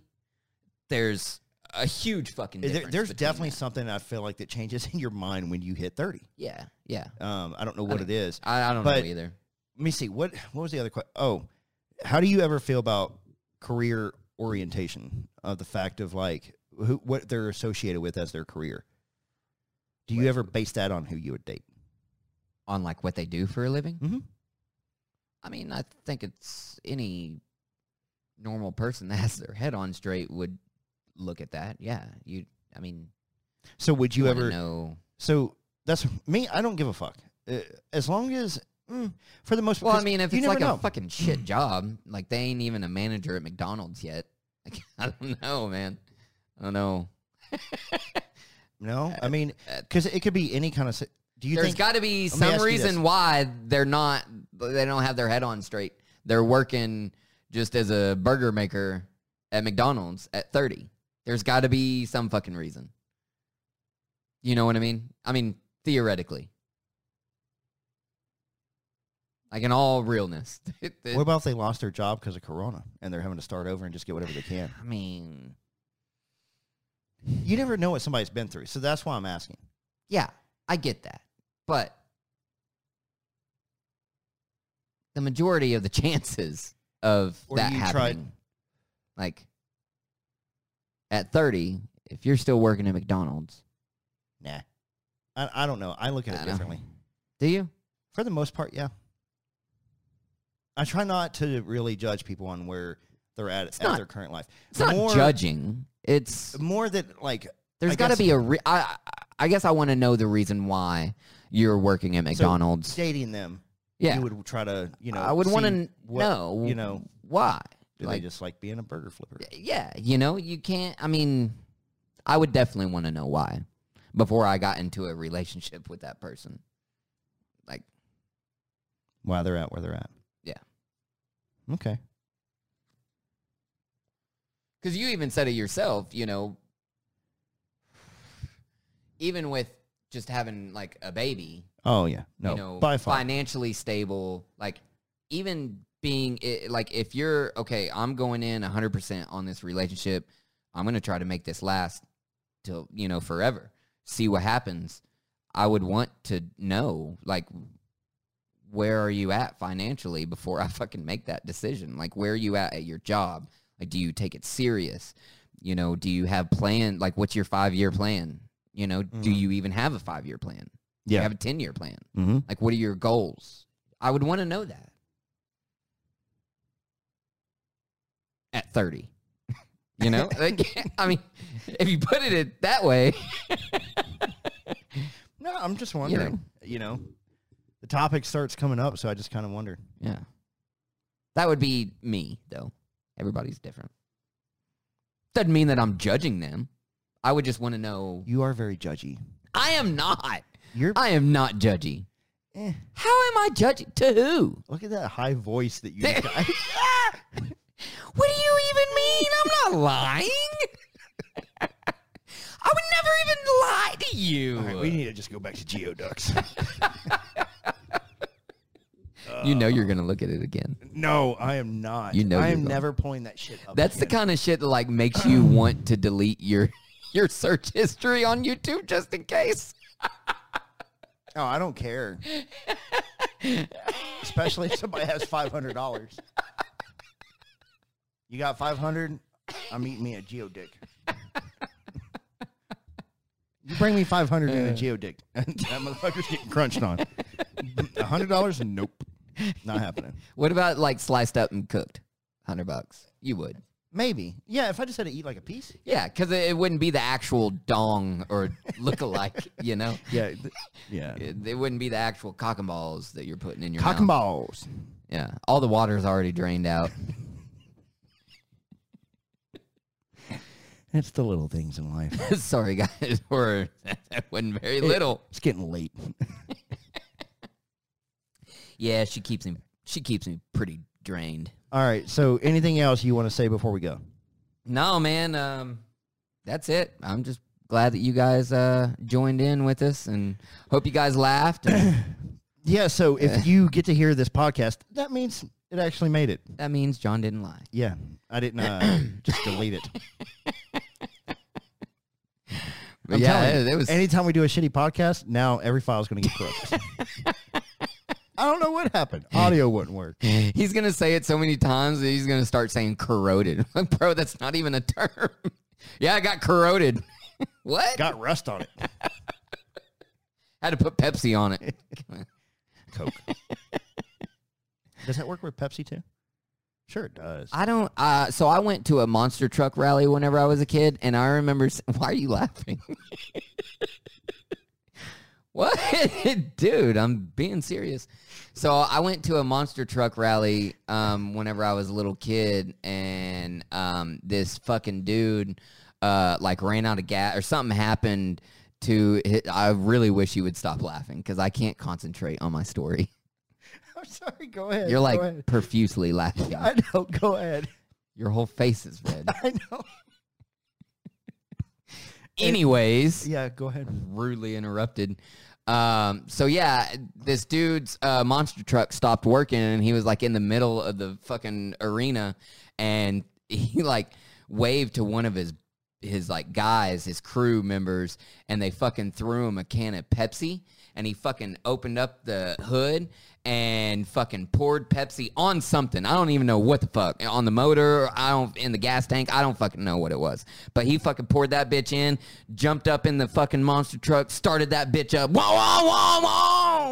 A: there's a huge fucking
B: there-
A: difference.
B: there's
A: between
B: definitely
A: that.
B: something I feel like that changes in your mind when you hit 30.
A: Yeah, yeah.
B: Um, I don't know what
A: don't-
B: it is.
A: I, I don't
B: But-
A: know either.
B: let me see what what was the other question oh how do you ever feel about career orientation of the fact of like who what they're associated with as their career do you
A: Right.
B: ever base that on who you would date
A: On like what they do for a living?
B: Mhm.
A: I mean, I think it's any normal person that has their head on straight would look at that. Yeah, you. I mean,
B: so would you,
A: wanna
B: ever
A: know?
B: so that's me i don't give a fuck Uh, as long as mm, for the most
A: Well, I
B: because
A: mean, if
B: you
A: it's like
B: never know.
A: a fucking shit job, like they ain't even a manager at McDonald's yet. Like, I don't know, man. I don't know.
B: no i mean
A: uh,
B: because it could be any kind of si- do you
A: There's
B: think
A: got to be
B: Let me
A: some
B: ask you this.
A: reason why they're not. They don't have their head on straight. They're working just as a burger maker at McDonald's at 30. There's got to be some fucking reason. You know what I mean? I mean theoretically, like in all realness.
B: what about if they lost their job because of corona and they're having to start over and just get whatever they can
A: I mean,
B: you never know what somebody's been through so that's why i'm asking
A: yeah, I get that, but the majority of the chances of
B: Or
A: that
B: you tried-
A: happening, like at thirty, if you're still working at McDonald's,
B: Nah. I, I don't know. I look at
A: I
B: it
A: know.
B: differently.
A: do you?
B: For the most part, yeah. I try not to really judge people on where they're at at
A: not-
B: their current life.
A: It's not
B: more,
A: judging. It's
B: More that like
A: there's
B: I
A: got to
B: guess-
A: be a. Re- I I- I guess I want to know the reason why you're working at McDonald's.
B: dating them.
A: yeah,
B: You would try to you know.
A: I would want
B: see
A: to
B: what-
A: know.
B: You know,
A: why?
B: do
A: like,
B: they just like being a burger flipper?
A: yeah, you know, you can't. I mean, I would definitely want to know why before I got into a relationship with that person. Like,
B: Why they're at where they're at?
A: Yeah.
B: Okay.
A: because you even said it yourself, you know, even with just having like a baby,
B: Oh yeah. No.
A: you know,
B: by far.
A: financially stable, like even being i like, if you're okay, I'm going in 100% on this relationship, I'm going to try to make this last till, you know, forever, see what happens. I would want to know, like, where are you at financially before I fucking make that decision? Like, where are you at at your job? Like, do you take it serious? You know, do you have plan? Like, what's your five year plan? You know, do
B: Mhm.
A: you even have a five year plan? Do you
B: Yeah.
A: have a 10 year plan?
B: Mm-hmm.
A: Like, what are your goals? I would want to know that at 30. You know, like, I mean, if you put it in that way,
B: No, I'm just wondering. You know, the topic starts coming up, so I just kind of wonder.
A: yeah, that would be me, though. Everybody's different. Doesn't mean that I'm judging them. I would just want to know.
B: You are very judgy.
A: I am not.
B: You're.
A: I am not judgy.
B: eh,
A: How am I judging? To who?
B: look at that high voice that you
A: There-
B: just got.
A: What do you even mean? I'm not lying. I would never even lie to you.
B: All right, we need to just go back to geoducks.
A: you know you're gonna look at it again.
B: no, I am not.
A: You know you're
B: I am
A: going.
B: never pulling that shit up.
A: That's the
B: again.
A: kind of shit that like makes you want to delete your your search history on YouTube just in case.
B: Oh, I don't care. Especially if somebody has five hundred dollars. You got five hundred? I'm eating me a geodick. You bring me five hundred
A: Uh.
B: and a geodick. that motherfucker's getting crunched on. A hundred dollars? Nope. Not happening.
A: What about like sliced up and cooked? Hundred bucks. You would.
B: Maybe. Yeah, if I just had to eat like a piece.
A: Yeah, because it it wouldn't be the actual dong or lookalike, you know?
B: Yeah. th- yeah.
A: It, it wouldn't be the actual cock and balls that you're putting in your
B: Cock
A: mouth.
B: and balls.
A: Yeah, all the water's already drained out.
B: It's the little things in life.
A: Sorry, guys, or that wasn't very little.
B: It's getting late.
A: Yeah, she keeps me. She keeps me pretty drained.
B: All right. So anything else you want to say before we go?
A: No, man. Um, that's it. I'm just glad that you guys uh joined in with us, and hope you guys laughed. And
B: Yeah, so if you get to hear this podcast, that means it actually made it.
A: that means John didn't lie.
B: Yeah, I didn't uh, just delete it.
A: But
B: I'm
A: yeah,
B: telling
A: it,
B: you,
A: it was.
B: Anytime we do a shitty podcast, now every file's going to get corrupted. I don't know what happened. Audio wouldn't work.
A: he's gonna say it so many times that he's gonna start saying corroded. Bro, that's not even a term. yeah, I got corroded. what?
B: Got rust on it.
A: Had to put Pepsi on it.
B: Coke. Does that work with Pepsi too? Sure, it does.
A: I don't. Uh, so I went to a monster truck rally whenever I was a kid, and I remember. s- Why are you laughing? what, dude? I'm being serious. So I went to a monster truck rally um, whenever I was a little kid, and um, this fucking dude uh, like ran out of gas or something happened to. His, I really wish you would stop laughing because I can't concentrate on my story.
B: I'm sorry. Go ahead.
A: You're
B: go
A: like
B: ahead.
A: profusely laughing.
B: I know. Go ahead.
A: Your whole face is red.
B: I know.
A: Anyways,
B: Yeah, go ahead.
A: rudely interrupted. Um, so yeah, this dude's uh, monster truck stopped working, and he was like in the middle of the fucking arena, and he like waved to one of his his like guys, his crew members, and they fucking threw him a can of Pepsi, and he fucking opened up the hood and fucking poured Pepsi on something. I don't even know what the fuck on the motor. I don't in the gas tank. I don't fucking know what it was, but he fucking poured that bitch in, jumped up in the fucking monster truck, started that bitch up, whoa, whoa, whoa,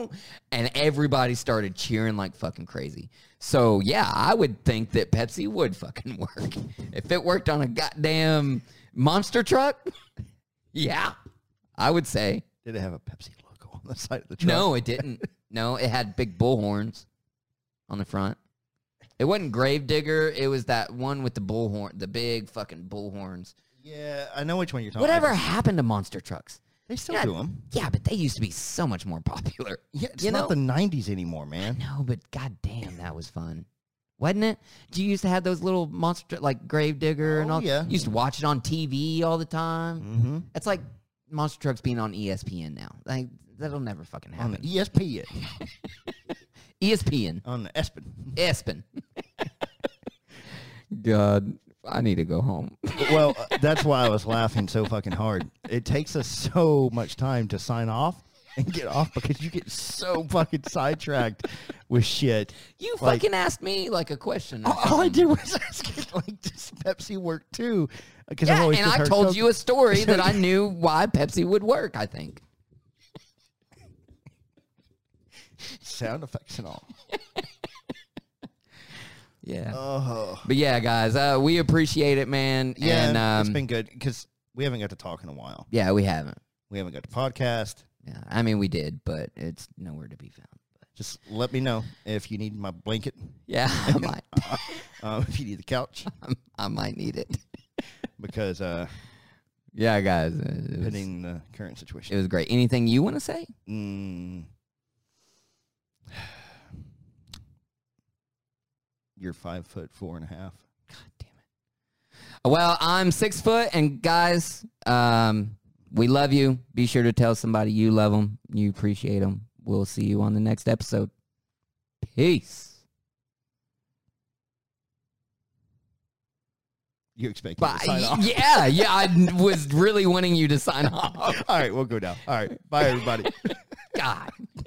A: whoa, and everybody started cheering like fucking crazy. So yeah, I would think that Pepsi would fucking work if it worked on a goddamn monster truck. Yeah, I would say.
B: Did it have a Pepsi logo on the side of the truck?
A: No, it didn't. No, it had big bull horns on the front. It wasn't Gravedigger. It was that one with the bull horn, the big fucking bull horns.
B: Yeah, I know which one you're talking. about.
A: Whatever happened to monster trucks?
B: They still
A: Yeah.
B: do them.
A: Yeah, but they used to be so much more popular.
B: Yeah, it's
A: You
B: not
A: know?
B: the '90s anymore, man.
A: No, but goddamn, that was fun. Wasn't it? Do you used to have those little monster like Gravedigger and
B: Oh,
A: all?
B: yeah.
A: You used to watch it on TV all the time.
B: Mm-hmm.
A: It's like monster trucks being on E ESPN now. Like that'll never fucking
B: On the E
A: happen. E-
B: ESP,
A: ESPN.
B: on the ESPN.
A: Espen. God, I need to go home.
B: well, uh, that's why I was laughing so fucking hard. It takes us so much time to sign off and get off because you get so fucking sidetracked with shit.
A: You
B: Like-
A: fucking asked me like Oh, a question. or
B: All, all I
A: something.
B: did was ask, like, does Pepsi work too? Uh, Because
A: Yeah, and I told you a story that I knew why Pepsi would work, I think.
B: sound effects and all.
A: Yeah.
B: Oh,
A: but yeah, guys, uh, we appreciate it, man.
B: yeah.
A: And, um,
B: it's been good because we haven't got to talk in a while.
A: yeah, we haven't.
B: We haven't got to podcast.
A: Yeah, I mean, we did, but it's nowhere to be found. But
B: Just let me know if you need my blanket,
A: yeah, I might,
B: um, if you need the couch,
A: I might need it.
B: because uh,
A: Yeah, guys, it was,
B: depending the current
A: it
B: situation.
A: was great. Anything you want to say?
B: Mm. You're five foot four and a half.
A: God damn it. Well, I'm six foot, and guys, um, we love you. Be sure to tell somebody you love them, you appreciate them. We'll see you on the next episode. Peace.
B: You expect me to
A: Bye.
B: sign off?
A: Yeah, yeah. I n- was really wanting you to sign off.
B: All right, we'll go now. All right, bye everybody.
A: God.